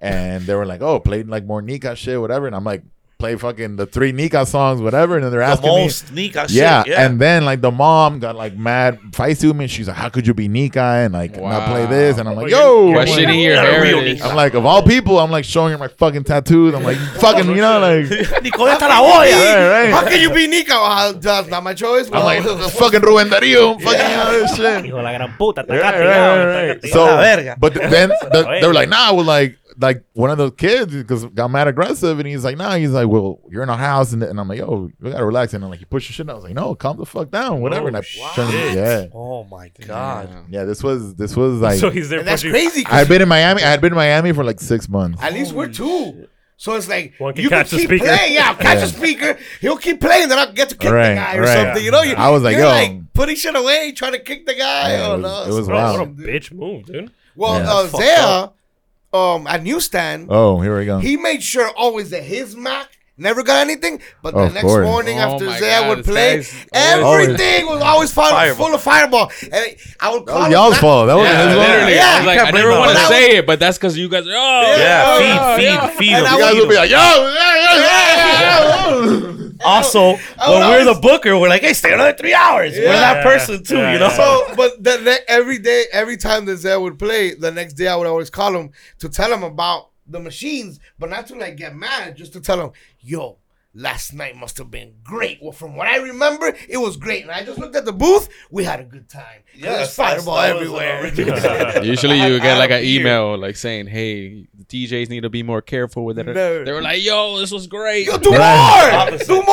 [SPEAKER 8] and they were like, "Oh, play like more Nika shit, whatever," and I'm like, "Play fucking the three Nika songs, whatever," and then they're
[SPEAKER 5] the
[SPEAKER 8] asking me.
[SPEAKER 5] most sneak. I
[SPEAKER 8] Yeah.
[SPEAKER 5] shit. *laughs* yeah,
[SPEAKER 8] and then like the mom got like mad feisty with me. She's like, "How could you be Nika and like not play this?" And I'm like,
[SPEAKER 9] Wow.
[SPEAKER 8] "Yo, I'm like-
[SPEAKER 7] Questioning your
[SPEAKER 5] You're a real
[SPEAKER 7] heritage.
[SPEAKER 5] nigga.
[SPEAKER 8] I'm like, of all people, I'm like showing her my fucking tattoos. I'm
[SPEAKER 5] *laughs*
[SPEAKER 8] like, fucking, you know, like,
[SPEAKER 5] Nicole está
[SPEAKER 9] *laughs*
[SPEAKER 5] la olla.
[SPEAKER 8] right, right.
[SPEAKER 6] How can you be Nico? Uh, that's not my choice.
[SPEAKER 8] I'm
[SPEAKER 6] Well,
[SPEAKER 5] *laughs*
[SPEAKER 8] like, fucking Ruben Darío, fucking you know, this shit. Right, right, right. So,
[SPEAKER 5] La verga.
[SPEAKER 8] but th- then the, they were like, nah, well, like, like one of those kids because got mad aggressive, and he's like, nah, he's like, well, you're in our house, and, and I'm like, yo, we gotta relax, and then like he pushed the shit, and I was like, no, calm the fuck down, whatever, and I turned, yeah,
[SPEAKER 5] Oh my
[SPEAKER 7] God.
[SPEAKER 5] god.
[SPEAKER 8] yeah, this was this was like,
[SPEAKER 9] so he's there.
[SPEAKER 6] and *laughs* that's
[SPEAKER 9] *laughs* pushing-
[SPEAKER 6] crazy. 'cause
[SPEAKER 8] I've been in Miami, I had been in Miami for like six months,
[SPEAKER 6] At least we're two. So it's like
[SPEAKER 9] One can
[SPEAKER 6] you
[SPEAKER 9] catch
[SPEAKER 6] can
[SPEAKER 9] the
[SPEAKER 6] keep
[SPEAKER 9] speaker.
[SPEAKER 6] playing. Yeah, catch the
[SPEAKER 8] Yeah.
[SPEAKER 6] speaker. He'll keep playing. Then I'll get to kick
[SPEAKER 8] Right,
[SPEAKER 6] the guy or
[SPEAKER 8] right.
[SPEAKER 6] something. You know, you,
[SPEAKER 8] I was like,
[SPEAKER 6] you're
[SPEAKER 8] yo.
[SPEAKER 6] like putting shit away, trying to kick the guy.
[SPEAKER 8] Yeah, it
[SPEAKER 6] oh
[SPEAKER 8] was-
[SPEAKER 6] no,
[SPEAKER 8] it was
[SPEAKER 9] Bro,
[SPEAKER 8] Wow.
[SPEAKER 9] What a bitch move, dude.
[SPEAKER 6] Well,
[SPEAKER 8] Yeah.
[SPEAKER 6] uh,
[SPEAKER 5] Fucked
[SPEAKER 6] Zaya, um, at Newstand,
[SPEAKER 8] oh, here we go,
[SPEAKER 6] he made sure always that his Mac Never got anything, but the
[SPEAKER 8] Of
[SPEAKER 6] next
[SPEAKER 8] course.
[SPEAKER 6] morning
[SPEAKER 7] Oh
[SPEAKER 6] after
[SPEAKER 7] my
[SPEAKER 6] Zay, I
[SPEAKER 7] God,
[SPEAKER 6] would
[SPEAKER 7] it's
[SPEAKER 6] play.
[SPEAKER 7] nice. Always-
[SPEAKER 6] Everything was always fire,
[SPEAKER 5] Fireball.
[SPEAKER 6] full of fireball. And I would call
[SPEAKER 8] Oh,
[SPEAKER 6] him
[SPEAKER 8] y'all's
[SPEAKER 6] back-
[SPEAKER 8] fault. That was
[SPEAKER 7] Yeah,
[SPEAKER 8] his fault.
[SPEAKER 7] literally. I was
[SPEAKER 6] Yeah,
[SPEAKER 7] like,
[SPEAKER 5] can't
[SPEAKER 7] I
[SPEAKER 5] blame
[SPEAKER 7] never
[SPEAKER 5] him.
[SPEAKER 7] want to
[SPEAKER 5] But
[SPEAKER 6] I
[SPEAKER 7] say it, but that's because you guys are. Oh,
[SPEAKER 5] Yeah,
[SPEAKER 7] oh,
[SPEAKER 5] feed,
[SPEAKER 7] oh,
[SPEAKER 5] feed,
[SPEAKER 7] yeah.
[SPEAKER 5] feed
[SPEAKER 6] And
[SPEAKER 5] him.
[SPEAKER 6] I
[SPEAKER 8] You guys would be like, yo, *laughs*
[SPEAKER 5] also, when we're the booker, we're like, hey, stay another three hours. We're that
[SPEAKER 9] Yeah.
[SPEAKER 5] person too,
[SPEAKER 9] Yeah,
[SPEAKER 5] you know.
[SPEAKER 9] yeah.
[SPEAKER 6] So, but the, the, every day, every time that Zay would play, the next day I would always call him to tell him about the machines, but not to like get mad, just to tell him, yo, last night must have been great. Well, from what I remember, it was great. And I just looked at the booth, we had a good time. Yeah,
[SPEAKER 5] Yes,
[SPEAKER 6] There's fireball
[SPEAKER 5] that's- that was an
[SPEAKER 6] *laughs* everywhere.
[SPEAKER 5] original
[SPEAKER 7] Usually
[SPEAKER 6] I-
[SPEAKER 7] you get
[SPEAKER 6] I
[SPEAKER 7] like
[SPEAKER 6] don't
[SPEAKER 7] an
[SPEAKER 6] hear.
[SPEAKER 7] email like saying, "Hey, the DJs need to be more careful with it."
[SPEAKER 6] No.
[SPEAKER 7] They were like, "Yo, this was great."
[SPEAKER 6] yo, do
[SPEAKER 8] Right.
[SPEAKER 6] more! Do more!
[SPEAKER 8] Dude,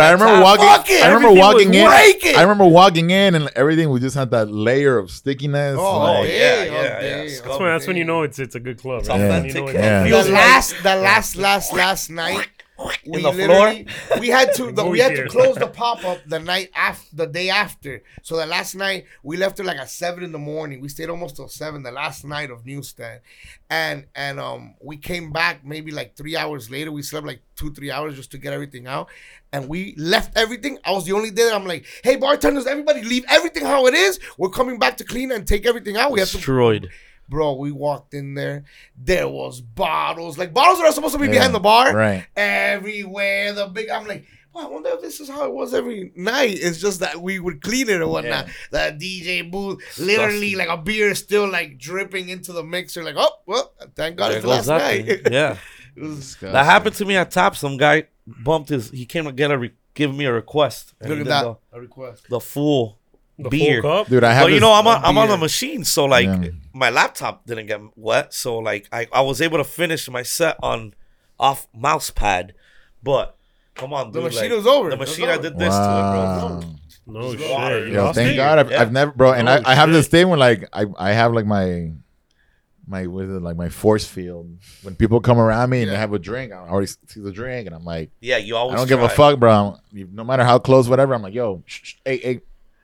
[SPEAKER 8] I remember walking.
[SPEAKER 6] Fuck it!
[SPEAKER 8] I remember
[SPEAKER 6] Everything was
[SPEAKER 8] walking in.
[SPEAKER 6] breaking.
[SPEAKER 8] I remember walking in, and everything. We just had that layer of stickiness.
[SPEAKER 6] Oh,
[SPEAKER 8] like,
[SPEAKER 6] yeah,
[SPEAKER 5] yeah,
[SPEAKER 6] oh,
[SPEAKER 5] yeah,
[SPEAKER 6] damn.
[SPEAKER 5] yeah.
[SPEAKER 6] That's
[SPEAKER 9] That's when, that's when you know it's it's a good club. Right? That's when
[SPEAKER 8] authentic.
[SPEAKER 9] You know it's-
[SPEAKER 8] Yeah.
[SPEAKER 6] the last, the last, last, last night. We
[SPEAKER 5] the floor?
[SPEAKER 6] literally- We had
[SPEAKER 9] *laughs*
[SPEAKER 6] to, the, we
[SPEAKER 9] Movie
[SPEAKER 6] had to
[SPEAKER 9] theater.
[SPEAKER 6] close the pop up the night after, the day after. So the last night we left it like at seven in the morning. We stayed almost till seven. The last night of Newstead, and and um, we came back maybe like three hours later. We slept like two, three hours just to get everything out, and we left everything. I was the only day that I'm like, hey bartenders, everybody leave everything how it is. We're coming back to clean and take everything out. We have to
[SPEAKER 5] Destroyed.
[SPEAKER 6] Bro, we walked in there. There was bottles, like bottles that are supposed to be behind the bar,
[SPEAKER 8] Right.
[SPEAKER 6] everywhere. The big, I'm like, well, I wonder if this is how it was every night. It's just that we would clean it or whatnot. The DJ booth, literally, like a beer still like dripping into the mixer. Like, oh, well, thank God it's last night.
[SPEAKER 8] *laughs*
[SPEAKER 5] Yeah.
[SPEAKER 6] *laughs* It was-
[SPEAKER 7] Disgusting.
[SPEAKER 5] That happened to me at Top. Some guy bumped his. He came to get a re- give me a request. and
[SPEAKER 6] Look
[SPEAKER 5] he
[SPEAKER 6] at
[SPEAKER 5] did
[SPEAKER 6] that.
[SPEAKER 5] The,
[SPEAKER 6] A request.
[SPEAKER 5] the full
[SPEAKER 9] The
[SPEAKER 5] beer.
[SPEAKER 9] full cup.
[SPEAKER 8] Dude, I have.
[SPEAKER 5] But you
[SPEAKER 8] this-
[SPEAKER 5] know, I'm on,
[SPEAKER 6] a
[SPEAKER 5] I'm on the
[SPEAKER 6] beer.
[SPEAKER 5] machine, so like
[SPEAKER 8] Yeah.
[SPEAKER 5] my laptop didn't get wet, so like I, I was able to finish my set on off mouse pad, but come on,
[SPEAKER 6] The
[SPEAKER 5] dude,
[SPEAKER 6] machine
[SPEAKER 5] like,
[SPEAKER 6] was over.
[SPEAKER 5] The
[SPEAKER 6] It was
[SPEAKER 5] machine, I
[SPEAKER 6] over.
[SPEAKER 5] did this to it, bro.
[SPEAKER 8] Wow.
[SPEAKER 9] No shit.
[SPEAKER 5] water.
[SPEAKER 9] you
[SPEAKER 8] Yo,
[SPEAKER 9] lost
[SPEAKER 8] thank
[SPEAKER 9] it?
[SPEAKER 8] God I've,
[SPEAKER 5] Yeah.
[SPEAKER 8] I've never, bro. And
[SPEAKER 9] Oh,
[SPEAKER 8] I, I have this
[SPEAKER 9] shit.
[SPEAKER 8] thing when like I, I have like my, my what is it like my force field when people come around me and they have a drink. I already see the drink and I'm like,
[SPEAKER 5] Yeah, you always.
[SPEAKER 8] I don't give a
[SPEAKER 5] try.
[SPEAKER 8] fuck, bro. I'm- you- no matter how close, whatever. I'm like, yo, shh, shh, hey, hey,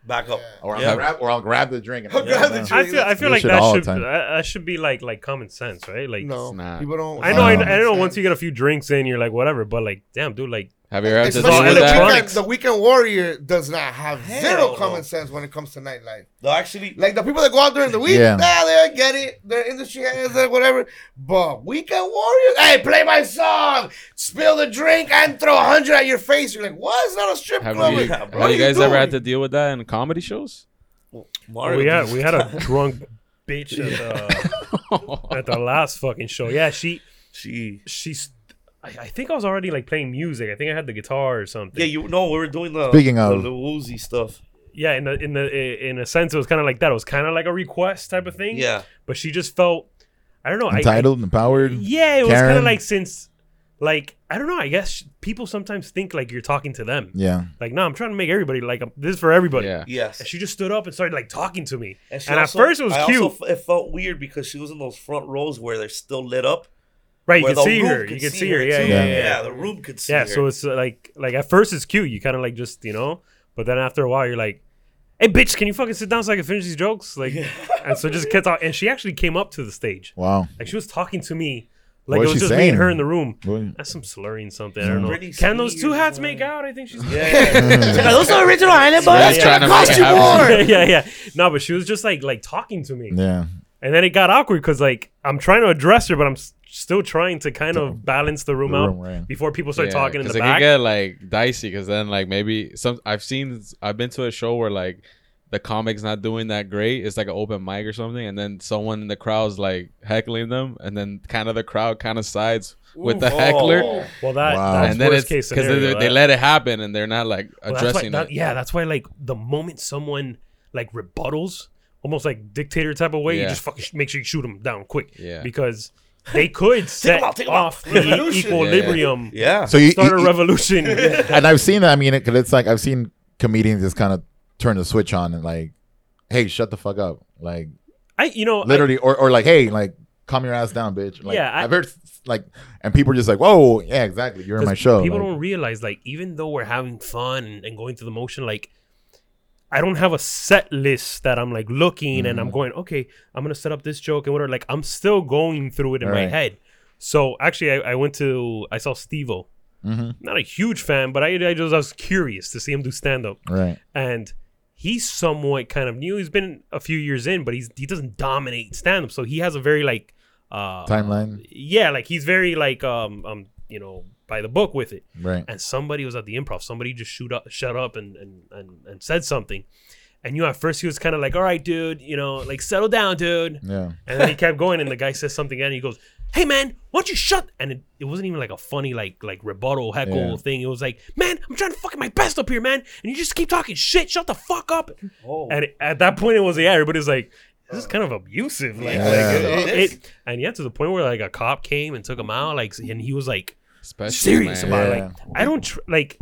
[SPEAKER 5] Back up.
[SPEAKER 8] or I'll
[SPEAKER 5] Yeah.
[SPEAKER 8] grab, or I'll grab the drink. And
[SPEAKER 6] I'll
[SPEAKER 8] I'm
[SPEAKER 6] grab
[SPEAKER 8] like, uh,
[SPEAKER 6] the
[SPEAKER 8] "No."
[SPEAKER 6] drink.
[SPEAKER 9] I feel I feel like
[SPEAKER 8] Bullshit
[SPEAKER 9] that
[SPEAKER 8] all the
[SPEAKER 9] should
[SPEAKER 8] time.
[SPEAKER 9] that, that should be like like common sense, right? Like
[SPEAKER 6] No,
[SPEAKER 7] It's not.
[SPEAKER 6] people don't.
[SPEAKER 9] I know I,
[SPEAKER 8] Wow.
[SPEAKER 9] I know once you get a few drinks in, you're like whatever, but like damn dude, like
[SPEAKER 7] Have you ever had to
[SPEAKER 9] all
[SPEAKER 7] deal
[SPEAKER 6] Especially
[SPEAKER 7] with
[SPEAKER 6] the
[SPEAKER 7] that?
[SPEAKER 6] weekend,
[SPEAKER 9] electronics.
[SPEAKER 6] the weekend warrior does not have
[SPEAKER 5] Hell
[SPEAKER 6] zero
[SPEAKER 5] no.
[SPEAKER 6] common sense when it comes to nightlife.
[SPEAKER 5] No, actually,
[SPEAKER 6] Like the people that go out during the week,
[SPEAKER 8] Yeah.
[SPEAKER 6] nah, they get it. They're industry heads, they're whatever. But weekend warriors, hey, play my song, spill the drink, and throw a hundred at your face. You're like, what? It's not a strip
[SPEAKER 7] Have
[SPEAKER 6] club.
[SPEAKER 7] you,
[SPEAKER 5] Yeah,
[SPEAKER 6] What
[SPEAKER 5] bro.
[SPEAKER 6] are
[SPEAKER 7] have you guys ever had to
[SPEAKER 6] doing?
[SPEAKER 7] deal with that in comedy shows?
[SPEAKER 5] Mario,
[SPEAKER 9] we
[SPEAKER 5] dude,
[SPEAKER 9] had we had
[SPEAKER 5] *laughs*
[SPEAKER 9] a drunk bitch at the at the last fucking show. Yeah, she
[SPEAKER 5] she.
[SPEAKER 9] she's I, I think I was already like playing music. I think I had the guitar or something.
[SPEAKER 5] Yeah, you know we were doing the
[SPEAKER 8] Speaking
[SPEAKER 5] the,
[SPEAKER 8] of-
[SPEAKER 5] the woozy stuff.
[SPEAKER 9] yeah in the in the in a sense it was kind of like that it was kind of like a request type of thing
[SPEAKER 5] Yeah,
[SPEAKER 9] but she just felt i don't know I-
[SPEAKER 8] Entitled,
[SPEAKER 9] I,
[SPEAKER 8] empowered.
[SPEAKER 9] yeah it was kind of
[SPEAKER 8] Karen.
[SPEAKER 9] like since like i don't know i guess sh- people sometimes think like you're talking to them
[SPEAKER 8] Yeah.
[SPEAKER 9] like no i'm trying to make everybody like I'm, this is for everybody
[SPEAKER 7] Yeah.
[SPEAKER 5] yes.
[SPEAKER 9] and she just stood up and started like talking to me and,
[SPEAKER 5] she
[SPEAKER 9] at
[SPEAKER 5] also-
[SPEAKER 9] first it was
[SPEAKER 5] I
[SPEAKER 9] cute
[SPEAKER 5] Also, f- it felt weird because she was in those front rows where they're still lit up.
[SPEAKER 9] right you
[SPEAKER 5] where
[SPEAKER 9] could
[SPEAKER 5] the
[SPEAKER 9] see
[SPEAKER 5] room
[SPEAKER 9] her you could see her yeah
[SPEAKER 5] too.
[SPEAKER 9] yeah,
[SPEAKER 5] yeah,
[SPEAKER 9] yeah.
[SPEAKER 5] The room could see
[SPEAKER 9] Yeah,
[SPEAKER 5] her.
[SPEAKER 9] so it's uh, like like at first it's cute. You kind of like just you know, but then after a while you're like, "Hey, bitch, can you fucking sit down so I can finish these jokes?" Like, and so just kept on. And she actually came up to the stage.
[SPEAKER 8] Wow.
[SPEAKER 9] Like she was talking to me. Like it
[SPEAKER 8] What was
[SPEAKER 9] was
[SPEAKER 8] she
[SPEAKER 9] just me
[SPEAKER 8] saying?
[SPEAKER 9] and her in the room.
[SPEAKER 8] What-
[SPEAKER 9] That's some slurring something. I don't know.
[SPEAKER 5] Britney
[SPEAKER 9] Can those two
[SPEAKER 5] Spears,
[SPEAKER 9] hats
[SPEAKER 5] uh,
[SPEAKER 9] make out? I
[SPEAKER 8] *laughs*
[SPEAKER 9] think she's.
[SPEAKER 5] yeah. Check out those are original Island
[SPEAKER 7] Really
[SPEAKER 5] Boys.
[SPEAKER 7] trying to make it happen.
[SPEAKER 9] *laughs* yeah, yeah. No, but she was just like like talking to me,
[SPEAKER 8] Yeah.
[SPEAKER 9] and then it got awkward because like I'm trying to address her, but I'm s- still trying to kind of balance the room
[SPEAKER 8] The
[SPEAKER 9] out
[SPEAKER 8] room, right.
[SPEAKER 9] before people start
[SPEAKER 7] Yeah,
[SPEAKER 9] talking in
[SPEAKER 7] 'cause
[SPEAKER 9] the
[SPEAKER 7] it
[SPEAKER 9] back.
[SPEAKER 7] can get like dicey because then like maybe some I've seen I've been to a show where like the comic's not doing that great. It's like an open mic or something, and then someone in the crowd's like heckling them, and then kind of the crowd kind of sides with the heckler,
[SPEAKER 9] Well, that
[SPEAKER 8] Wow.
[SPEAKER 9] Oh. that's
[SPEAKER 7] and then
[SPEAKER 9] worst
[SPEAKER 7] it's
[SPEAKER 9] case
[SPEAKER 7] because
[SPEAKER 9] scenario.
[SPEAKER 7] they, they
[SPEAKER 9] right?
[SPEAKER 7] let it happen and they're not like
[SPEAKER 9] Well, that's why-
[SPEAKER 7] addressing
[SPEAKER 9] that-
[SPEAKER 7] it.
[SPEAKER 9] Yeah, that's why like the moment someone like rebuttals, almost like dictator type of way, you
[SPEAKER 7] Yeah.
[SPEAKER 9] just fucking sh- make sure you shoot them down quick.
[SPEAKER 7] Yeah.
[SPEAKER 9] because they could set
[SPEAKER 5] out, *laughs* take 'em out.
[SPEAKER 9] off the equilibrium,
[SPEAKER 5] Yeah.
[SPEAKER 8] So you,
[SPEAKER 9] start a
[SPEAKER 7] *laughs*
[SPEAKER 8] you-
[SPEAKER 9] revolution.
[SPEAKER 8] and I've seen that. I mean, because it's like I've seen comedians just kind of turn the switch on and like, hey, shut the fuck up, like
[SPEAKER 9] I, you know, I-
[SPEAKER 8] literally, or, or like, hey, like calm your ass down, bitch. Like,
[SPEAKER 9] Yeah, I-
[SPEAKER 8] I, have heard like, and people are just like, whoa, yeah, exactly, you're in
[SPEAKER 9] 'Cause
[SPEAKER 8] my show.
[SPEAKER 9] People
[SPEAKER 8] like,
[SPEAKER 9] don't realize, like, even though we're having fun and, and going through the motion, like, I don't have a set list that I'm like looking and
[SPEAKER 8] Mm-hmm.
[SPEAKER 9] I'm going, okay, I'm gonna set up this joke and whatever. Like, I'm still going through it in my
[SPEAKER 8] Right.
[SPEAKER 9] head. So actually, I, I went to I saw Stevo
[SPEAKER 8] mm-hmm,
[SPEAKER 9] Not a huge fan, but I, I just I was curious to see him do stand up.
[SPEAKER 8] Right.
[SPEAKER 9] and he's somewhat kind of new. He's been a few years in, but he's he doesn't dominate stand up. So he has a very like uh
[SPEAKER 8] Timeline.
[SPEAKER 9] yeah, like he's very like um um you know by the book with it.
[SPEAKER 8] Right.
[SPEAKER 9] And somebody was at the improv. Somebody just shoot up, shut up, and and and, and said something. And you know, at first he was kind of like, "All right, dude, you know, like settle down, dude."
[SPEAKER 8] Yeah.
[SPEAKER 9] And then he kept going, and the guy says something, and he goes, "Hey, man, why don't you shut?" And it, it wasn't even like a funny like like rebuttal heckle
[SPEAKER 8] Yeah.
[SPEAKER 9] thing. It was like, "Man, I'm trying to fucking my best up here, man, and you just keep talking shit. Shut the fuck up." And it- at that point, it was yeah, everybody's like, "This is kind of abusive." Like,
[SPEAKER 8] Yeah.
[SPEAKER 9] like,
[SPEAKER 8] Yeah.
[SPEAKER 9] it, it- and yeah, to the point where like a cop came and took him out, like, and he was like
[SPEAKER 7] Especially,
[SPEAKER 9] serious
[SPEAKER 7] man.
[SPEAKER 9] about it.
[SPEAKER 8] Yeah.
[SPEAKER 9] Like, I don't tr- like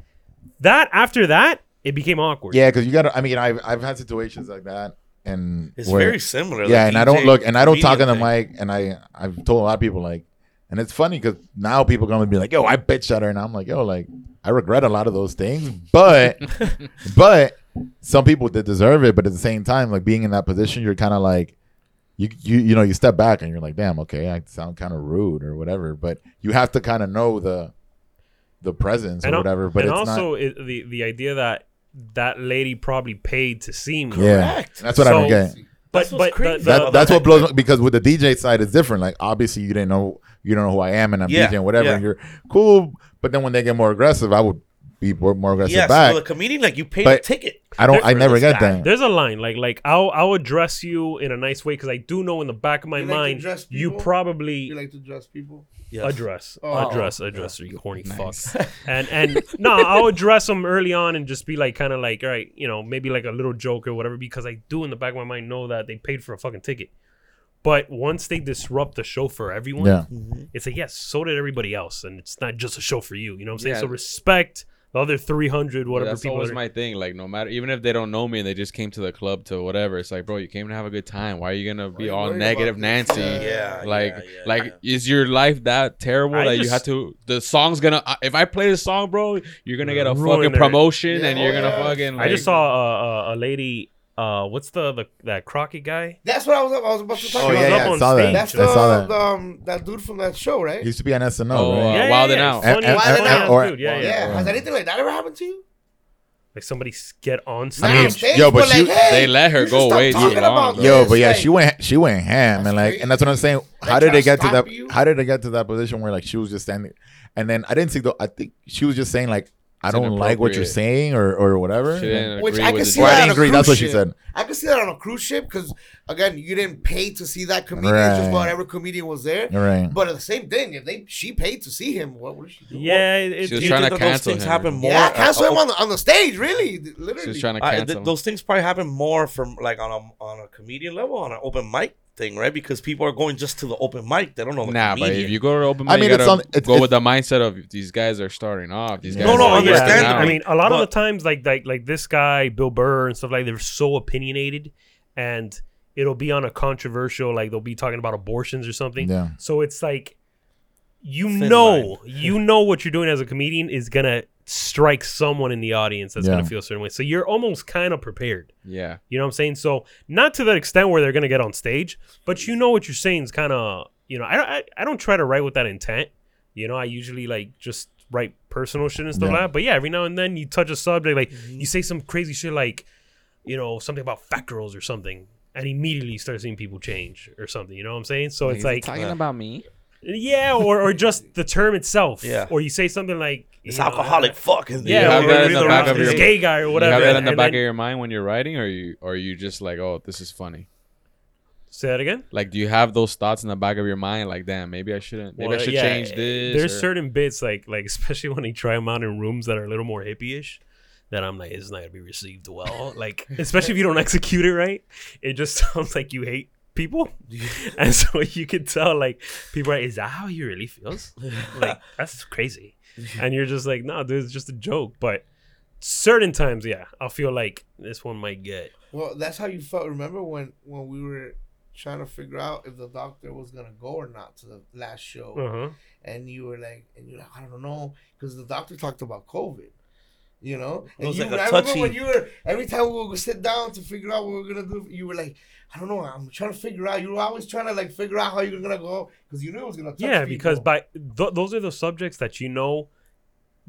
[SPEAKER 9] that. After that, it became awkward.
[SPEAKER 8] Yeah, because you got to. I mean, I've I've had situations like that, and
[SPEAKER 5] It's
[SPEAKER 8] where-
[SPEAKER 5] very similar.
[SPEAKER 8] Yeah,
[SPEAKER 5] like
[SPEAKER 8] and I don't
[SPEAKER 5] DJ
[SPEAKER 8] look, and I don't talk on
[SPEAKER 5] comedian
[SPEAKER 8] the
[SPEAKER 5] thing.
[SPEAKER 8] mic, and I I've told a lot of people like, and it's funny because now people come and be like, yo, I bitch at her, and I'm like, yo, like I regret a lot of those things,
[SPEAKER 9] *laughs*
[SPEAKER 8] but but some people did deserve it, but at the same time, like being in that position, you're kind of like. You, you you know you step back and you're like damn okay I sound kind of rude or whatever but you have to kind of know the the presence or
[SPEAKER 9] al-
[SPEAKER 8] whatever but
[SPEAKER 9] and
[SPEAKER 8] it's
[SPEAKER 9] also it, the the idea that that lady probably paid to see me.
[SPEAKER 8] not yeah
[SPEAKER 5] Correct.
[SPEAKER 8] that's what I
[SPEAKER 9] So-
[SPEAKER 8] don't get
[SPEAKER 9] But
[SPEAKER 5] That's what's
[SPEAKER 9] but the,
[SPEAKER 5] crazy.
[SPEAKER 9] the-
[SPEAKER 8] that, that's what blows my- because with the DJ side it's different. Like obviously you didn't know you don't know who I am and I'm
[SPEAKER 5] Yeah,
[SPEAKER 8] DJing DJ and whatever.
[SPEAKER 5] yeah.
[SPEAKER 8] And you're cool, but then when they get more aggressive, I would be more, more aggressive
[SPEAKER 5] Yeah,
[SPEAKER 8] back.
[SPEAKER 5] so the comedian like you paid a
[SPEAKER 8] But-
[SPEAKER 5] ticket.
[SPEAKER 8] I don't. I
[SPEAKER 9] different
[SPEAKER 8] never
[SPEAKER 9] is
[SPEAKER 8] get
[SPEAKER 9] that
[SPEAKER 8] that.
[SPEAKER 9] There's a line like like I'll I'll address you in a nice way because I do know in the back of my
[SPEAKER 6] You like to
[SPEAKER 9] mind
[SPEAKER 6] dress
[SPEAKER 9] you
[SPEAKER 6] people?
[SPEAKER 9] probably
[SPEAKER 6] You like to dress people?
[SPEAKER 5] Yes.
[SPEAKER 9] address
[SPEAKER 6] Oh.
[SPEAKER 9] address address you horny fuck and and no I'll address them early on and just be like kind of like all right you know maybe like a little joke or whatever because I do in the back of my mind know that they paid for a fucking ticket. But once they disrupt the show for everyone,
[SPEAKER 8] Yeah,
[SPEAKER 9] it's like yes so did everybody else and it's not just a show for you you know what i'm saying
[SPEAKER 7] Yeah.
[SPEAKER 9] so respect the other 300
[SPEAKER 7] But
[SPEAKER 9] whatever
[SPEAKER 7] that's
[SPEAKER 9] people
[SPEAKER 7] always
[SPEAKER 9] are-
[SPEAKER 7] my thing. Like, no matter, even if they don't know me and they just came to the club to whatever, it's like, bro, you came to have a good time. Why are you gonna be
[SPEAKER 6] you
[SPEAKER 7] all
[SPEAKER 6] worried
[SPEAKER 7] negative,
[SPEAKER 6] about this?
[SPEAKER 7] Nancy?
[SPEAKER 6] Uh,
[SPEAKER 5] Yeah,
[SPEAKER 7] Like,
[SPEAKER 5] yeah, yeah,
[SPEAKER 7] like,
[SPEAKER 5] yeah.
[SPEAKER 7] is your life that terrible
[SPEAKER 9] I
[SPEAKER 7] that you
[SPEAKER 9] just-
[SPEAKER 7] have to? The song's gonna. I- If I play the song, bro, you're gonna get a
[SPEAKER 9] Ruin
[SPEAKER 7] fucking
[SPEAKER 9] it.
[SPEAKER 7] promotion and
[SPEAKER 6] Yeah.
[SPEAKER 7] you're
[SPEAKER 6] Oh,
[SPEAKER 7] gonna
[SPEAKER 6] yeah.
[SPEAKER 7] fucking.
[SPEAKER 9] i just
[SPEAKER 7] like-
[SPEAKER 9] saw uh, uh, a lady uh what's the, the that crockett guy
[SPEAKER 6] That's what I was. I was about to talk
[SPEAKER 8] Oh,
[SPEAKER 6] about.
[SPEAKER 8] yeah, yeah, I
[SPEAKER 9] on
[SPEAKER 8] saw that.
[SPEAKER 9] stage.
[SPEAKER 6] That's
[SPEAKER 8] I
[SPEAKER 6] the,
[SPEAKER 8] saw that.
[SPEAKER 6] the, um, that dude from that show, right?
[SPEAKER 8] he used to be on SNL,
[SPEAKER 7] Oh, uh,
[SPEAKER 8] right?
[SPEAKER 7] Yeah. Wildin' Out.
[SPEAKER 9] funny,
[SPEAKER 8] Eh, eh,
[SPEAKER 9] funny
[SPEAKER 8] eh,
[SPEAKER 9] ass
[SPEAKER 8] or-
[SPEAKER 9] dude. Yeah,
[SPEAKER 6] yeah,
[SPEAKER 9] yeah
[SPEAKER 6] Has anything like that ever happened to you?
[SPEAKER 9] like somebody s- get on
[SPEAKER 6] Not
[SPEAKER 9] stage
[SPEAKER 8] mean,
[SPEAKER 6] on stage,
[SPEAKER 8] yo, but
[SPEAKER 6] like,
[SPEAKER 8] you-
[SPEAKER 6] hey,
[SPEAKER 7] they let her
[SPEAKER 6] you should
[SPEAKER 7] go
[SPEAKER 6] stop
[SPEAKER 7] way too
[SPEAKER 6] talking
[SPEAKER 7] long,
[SPEAKER 6] about
[SPEAKER 7] though.
[SPEAKER 8] Yo,
[SPEAKER 6] this,
[SPEAKER 8] but yeah,
[SPEAKER 6] like-
[SPEAKER 8] she went she went ham
[SPEAKER 6] That's
[SPEAKER 8] and like
[SPEAKER 6] crazy.
[SPEAKER 8] and that's what I'm saying.
[SPEAKER 6] They
[SPEAKER 8] How did
[SPEAKER 6] try
[SPEAKER 8] they
[SPEAKER 6] to
[SPEAKER 8] get to
[SPEAKER 6] stop
[SPEAKER 8] that?
[SPEAKER 6] you?
[SPEAKER 8] How did they get to that position where like she was just standing? And then I didn't see though. I think she was just saying like I
[SPEAKER 7] It's
[SPEAKER 8] don't like what you're
[SPEAKER 7] inappropriate.
[SPEAKER 8] saying or or whatever.
[SPEAKER 7] She didn't
[SPEAKER 6] Which
[SPEAKER 7] agree
[SPEAKER 6] I
[SPEAKER 7] with
[SPEAKER 6] can
[SPEAKER 7] the
[SPEAKER 6] see
[SPEAKER 8] Well,
[SPEAKER 6] that
[SPEAKER 7] direction.
[SPEAKER 8] I
[SPEAKER 6] on
[SPEAKER 8] didn't
[SPEAKER 6] a
[SPEAKER 8] agree.
[SPEAKER 6] cruise
[SPEAKER 8] That's what she
[SPEAKER 6] ship.
[SPEAKER 8] said.
[SPEAKER 6] I can see that on a cruise ship because again, you didn't pay to see that comedian, it's just
[SPEAKER 8] Right.
[SPEAKER 6] whatever comedian was there.
[SPEAKER 8] Right.
[SPEAKER 6] But the same thing, if they she paid to see him, what would she do?
[SPEAKER 9] yeah it,
[SPEAKER 7] She was
[SPEAKER 9] it-
[SPEAKER 7] trying
[SPEAKER 5] think
[SPEAKER 7] to
[SPEAKER 5] that those
[SPEAKER 7] cancel
[SPEAKER 5] things
[SPEAKER 7] him.
[SPEAKER 5] happen more.
[SPEAKER 6] yeah, cancel
[SPEAKER 5] uh,
[SPEAKER 6] him on the, on the stage, really, th-
[SPEAKER 7] She
[SPEAKER 6] literally.
[SPEAKER 7] was trying to
[SPEAKER 5] I- th-
[SPEAKER 7] cancel.
[SPEAKER 5] those things probably happen more from like on a on a comedian level on an open mic thing, right? Because people are going just to the open mic. They don't know the
[SPEAKER 7] Nah,
[SPEAKER 5] comedian.
[SPEAKER 7] but if you go to open, mic,
[SPEAKER 8] I
[SPEAKER 7] you
[SPEAKER 8] mean, it's
[SPEAKER 7] gotta
[SPEAKER 8] on- it's-
[SPEAKER 7] go
[SPEAKER 8] it's-
[SPEAKER 7] with the mindset of these guys are starting off. These
[SPEAKER 8] No,
[SPEAKER 7] guys
[SPEAKER 5] no,
[SPEAKER 7] are
[SPEAKER 9] yeah,
[SPEAKER 5] understandably,
[SPEAKER 7] starting out.
[SPEAKER 9] I mean, a lot of the
[SPEAKER 5] but-
[SPEAKER 9] times, like like like this guy Bill Burr and stuff like they're so opinionated, and it'll be on a controversial, like they'll be talking about abortions or something.
[SPEAKER 8] Yeah.
[SPEAKER 9] So it's like, you
[SPEAKER 5] Thin
[SPEAKER 9] know, *laughs* you know what you're doing as a comedian is gonna strike someone in the audience that's
[SPEAKER 8] Yeah.
[SPEAKER 9] gonna feel a certain way. So you're almost kind of prepared.
[SPEAKER 7] yeah.
[SPEAKER 9] You know what I'm saying? So not to the extent where they're gonna get on stage, but you know what you're saying is kind of you know I, don't- I I don't try to write with that intent. You know, I usually like just write personal shit and stuff
[SPEAKER 8] Yeah.
[SPEAKER 9] like that. But yeah, every now and then you touch a subject, like
[SPEAKER 5] Mm-hmm.
[SPEAKER 9] you say some crazy shit, like you know something about fat girls or something, and immediately you start seeing people change or something. You know what I'm saying? So it's like
[SPEAKER 7] about me.
[SPEAKER 9] yeah, or or
[SPEAKER 5] *laughs*
[SPEAKER 9] just the term itself.
[SPEAKER 5] Yeah.
[SPEAKER 9] Or you say something like
[SPEAKER 5] it's
[SPEAKER 9] you know,
[SPEAKER 5] alcoholic fuck. isn't it?
[SPEAKER 9] Yeah,
[SPEAKER 7] You have
[SPEAKER 9] or,
[SPEAKER 7] that
[SPEAKER 9] or
[SPEAKER 7] in the
[SPEAKER 9] the
[SPEAKER 7] back of
[SPEAKER 9] this
[SPEAKER 7] your-
[SPEAKER 9] gay guy or
[SPEAKER 7] You
[SPEAKER 9] whatever.
[SPEAKER 7] have that in the
[SPEAKER 9] and
[SPEAKER 7] back
[SPEAKER 9] then-
[SPEAKER 7] of your mind when you're writing, or you or you just like, oh, this is funny.
[SPEAKER 9] say that again.
[SPEAKER 7] Like, do you have those thoughts in the back of your mind? Like, damn, maybe I shouldn't. Maybe I
[SPEAKER 9] Well,
[SPEAKER 7] should
[SPEAKER 9] yeah, eh,
[SPEAKER 7] change this.
[SPEAKER 9] There's
[SPEAKER 7] or-
[SPEAKER 9] certain bits like like *laughs* especially when they try them out in rooms that are a little more hippie-ish, that I'm like, it's not gonna be received
[SPEAKER 7] *laughs*
[SPEAKER 9] well. Like especially if you don't execute it right, it just *laughs* sounds like you hate
[SPEAKER 7] *laughs*
[SPEAKER 9] people, and so you can tell like people are, like, is that how you really feels?
[SPEAKER 5] *laughs*
[SPEAKER 7] *laughs*
[SPEAKER 9] Like that's crazy, and you're just like, no, dude, it's just a joke. But certain times, yeah, I'll feel like this one might get.
[SPEAKER 6] Well, that's how you felt. Remember when when we were trying to figure out if the doctor was gonna go or not to the last show,
[SPEAKER 9] Uh-huh.
[SPEAKER 6] and you were like, and you're like, I don't know, because the doctor talked about COVID. You know, and
[SPEAKER 5] was
[SPEAKER 6] you,
[SPEAKER 5] like a
[SPEAKER 6] I remember
[SPEAKER 5] touchy-
[SPEAKER 6] when you were every time we would sit down to figure out what we are gonna do. You were like, I don't know, I'm trying to figure out. You were always trying to like figure out how you were gonna go because you knew it was gonna. Touch
[SPEAKER 9] yeah because
[SPEAKER 6] people.
[SPEAKER 9] by th- those are the subjects that you know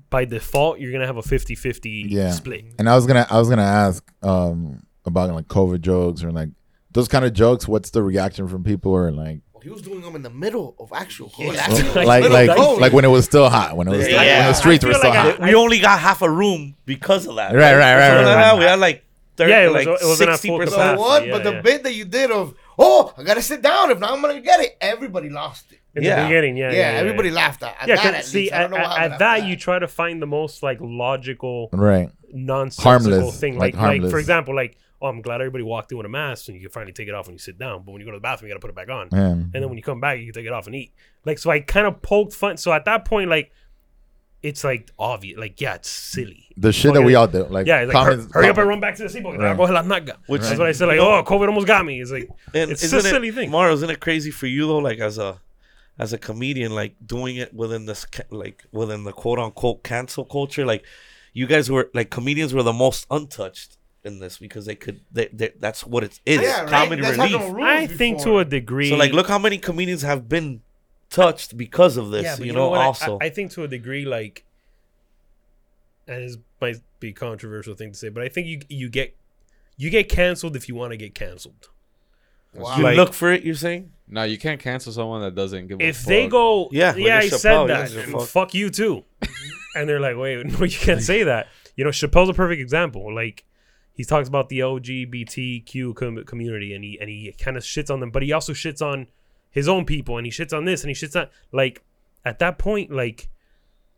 [SPEAKER 9] by default you're gonna have a 50-50
[SPEAKER 8] Yeah.
[SPEAKER 9] split.
[SPEAKER 6] Mm-hmm.
[SPEAKER 8] And I was gonna I was gonna ask um about like COVID jokes or like those kind of jokes. What's the reaction from people or
[SPEAKER 9] *laughs*
[SPEAKER 8] like
[SPEAKER 6] He was doing them in the middle of actual *laughs* COVID.
[SPEAKER 8] like like like when it was still hot when it was
[SPEAKER 5] Yeah.
[SPEAKER 8] like, when the streets were
[SPEAKER 9] feel
[SPEAKER 8] still
[SPEAKER 9] like I-
[SPEAKER 8] hot.
[SPEAKER 5] we only got half a room because of that.
[SPEAKER 8] Right, right, right,
[SPEAKER 5] So
[SPEAKER 8] right,
[SPEAKER 5] then
[SPEAKER 8] right.
[SPEAKER 5] We had like thirty,
[SPEAKER 9] Yeah, it was-
[SPEAKER 5] like
[SPEAKER 9] it wasn't at
[SPEAKER 5] sixty
[SPEAKER 9] full
[SPEAKER 6] So
[SPEAKER 9] capacity.
[SPEAKER 5] percent.
[SPEAKER 6] what?
[SPEAKER 9] yeah,
[SPEAKER 6] but
[SPEAKER 9] yeah.
[SPEAKER 6] the bit that you did of oh, I gotta sit down. If not, I'm gonna get it. Everybody lost it.
[SPEAKER 9] In
[SPEAKER 5] Yeah.
[SPEAKER 9] the beginning, yeah,
[SPEAKER 6] Yeah,
[SPEAKER 9] yeah, yeah,
[SPEAKER 6] everybody laughed at, at
[SPEAKER 9] Yeah, 'cause
[SPEAKER 6] that. At
[SPEAKER 9] see,
[SPEAKER 6] least. I
[SPEAKER 9] at,
[SPEAKER 6] don't know
[SPEAKER 9] at-
[SPEAKER 6] how
[SPEAKER 9] at
[SPEAKER 6] laughed
[SPEAKER 9] that you try to find the most like logical,
[SPEAKER 8] Right.
[SPEAKER 9] nonsensical
[SPEAKER 8] Harmless,
[SPEAKER 9] thing. Like,
[SPEAKER 8] like
[SPEAKER 9] like,
[SPEAKER 8] harmless.
[SPEAKER 9] for example, like, oh, I'm glad everybody walked in with a mask, and you can finally take it off when you sit down. But when you go to the bathroom, you gotta put it back on.
[SPEAKER 8] Yeah.
[SPEAKER 9] and then when you come back, you can take it off and eat. Like, so I kind of poked fun. So at that point, like, it's like obvious. Like, yeah, it's silly.
[SPEAKER 8] The shit that we all do. Like
[SPEAKER 9] Yeah, it's like,
[SPEAKER 8] comments,
[SPEAKER 9] hurry up and
[SPEAKER 8] comments-
[SPEAKER 9] run back to the seatbelt.
[SPEAKER 8] Right.
[SPEAKER 9] Right. That's
[SPEAKER 5] Which-
[SPEAKER 9] what I said. Like, oh, COVID almost got me. It's like,
[SPEAKER 5] And
[SPEAKER 9] it's a
[SPEAKER 5] isn't it-
[SPEAKER 9] silly thing.
[SPEAKER 5] Mario, isn't it crazy for you though? Like as a as a comedian, like doing it within this ca- like within the quote unquote cancel culture, like you guys were like comedians were the most untouched in this because they could they, they that's what it is
[SPEAKER 6] at. Yeah, right?
[SPEAKER 5] comedy
[SPEAKER 6] That's how
[SPEAKER 5] relief.
[SPEAKER 6] no rules
[SPEAKER 9] I think
[SPEAKER 6] before.
[SPEAKER 9] to a degree.
[SPEAKER 5] So like, look how many comedians have been touched because of this.
[SPEAKER 9] yeah, but
[SPEAKER 5] you, know,
[SPEAKER 9] what? I-
[SPEAKER 5] also
[SPEAKER 9] I, I think to a degree, like, and this might be a controversial thing to say, but I think you you get you get canceled if you want to get canceled.
[SPEAKER 5] you
[SPEAKER 6] Wow.
[SPEAKER 5] look for it. You're saying
[SPEAKER 7] No, you can't cancel someone that doesn't give a
[SPEAKER 9] if they
[SPEAKER 7] fuck.
[SPEAKER 9] go, yeah,
[SPEAKER 5] Yeah, like
[SPEAKER 9] yeah,
[SPEAKER 5] a
[SPEAKER 9] I
[SPEAKER 5] Chappelle,
[SPEAKER 9] said that.
[SPEAKER 5] yeah,
[SPEAKER 9] and
[SPEAKER 5] fuck.
[SPEAKER 9] fuck. you too. and they're like, wait, *laughs* no, you can't say that. You know, Chappelle's a perfect example. Like, he talks about the LGBTQ com- community, and he and he kind of shits on them, but he also shits on his own people, and he shits on this, and he shits on like at that point, like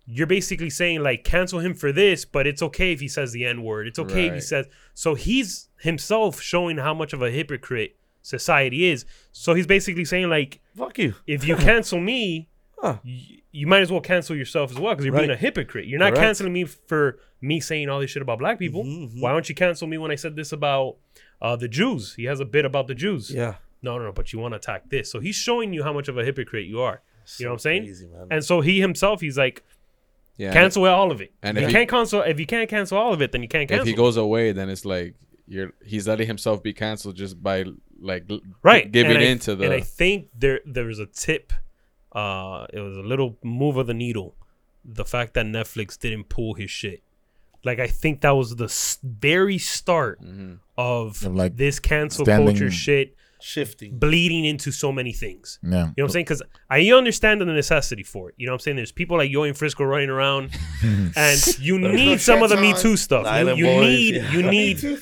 [SPEAKER 9] you're basically saying like cancel him for this, but it's okay if he says the N word. It's okay if he
[SPEAKER 7] Right.
[SPEAKER 9] says so. He's himself showing how much of a hypocrite society is. So he's basically saying like
[SPEAKER 5] fuck you.
[SPEAKER 9] if you cancel me,
[SPEAKER 5] *laughs* Huh.
[SPEAKER 9] y- you might as well cancel yourself as well because you're being
[SPEAKER 5] Right.
[SPEAKER 9] a hypocrite. You're not
[SPEAKER 5] Correct. Mm-hmm,
[SPEAKER 9] canceling me for me saying all this shit about black people. Why don't you cancel me when I said this about uh, the Jews? He has a bit about the Jews.
[SPEAKER 5] Yeah,
[SPEAKER 9] No, no, no. But you want to attack this, so he's showing you how much of a hypocrite you are. you know what I'm saying?
[SPEAKER 5] crazy, man.
[SPEAKER 9] And so he himself, he's like,
[SPEAKER 7] yeah,
[SPEAKER 9] cancel all of it.
[SPEAKER 7] and
[SPEAKER 9] And you
[SPEAKER 7] if he-
[SPEAKER 9] can't cancel if you can't cancel all of it, then you can't
[SPEAKER 7] If
[SPEAKER 9] cancel.
[SPEAKER 7] he goes away, then it's like you're he's letting himself be canceled just by like l-
[SPEAKER 9] right
[SPEAKER 7] giving
[SPEAKER 9] and I-
[SPEAKER 7] into the
[SPEAKER 9] and i think there there was a tip uh it was a little move of the needle the fact that netflix didn't pull his shit like i think that was the s- very start
[SPEAKER 7] Mm-hmm.
[SPEAKER 9] of
[SPEAKER 8] Of, like,
[SPEAKER 9] this cancel
[SPEAKER 8] standing-
[SPEAKER 9] culture shit
[SPEAKER 5] shifting.
[SPEAKER 9] bleeding into so many things
[SPEAKER 8] Yeah.
[SPEAKER 5] Mm-hmm.
[SPEAKER 9] you know what I'm saying? Because I understand the necessity for it. You know what I'm saying? There's people like Yo and Frisco running
[SPEAKER 5] *laughs*
[SPEAKER 9] around, and you need some of the Me
[SPEAKER 6] on.
[SPEAKER 9] Too stuff.
[SPEAKER 5] The
[SPEAKER 9] You,
[SPEAKER 5] Island
[SPEAKER 9] you
[SPEAKER 5] Boys,
[SPEAKER 9] need,
[SPEAKER 5] yeah. *laughs*
[SPEAKER 9] you need,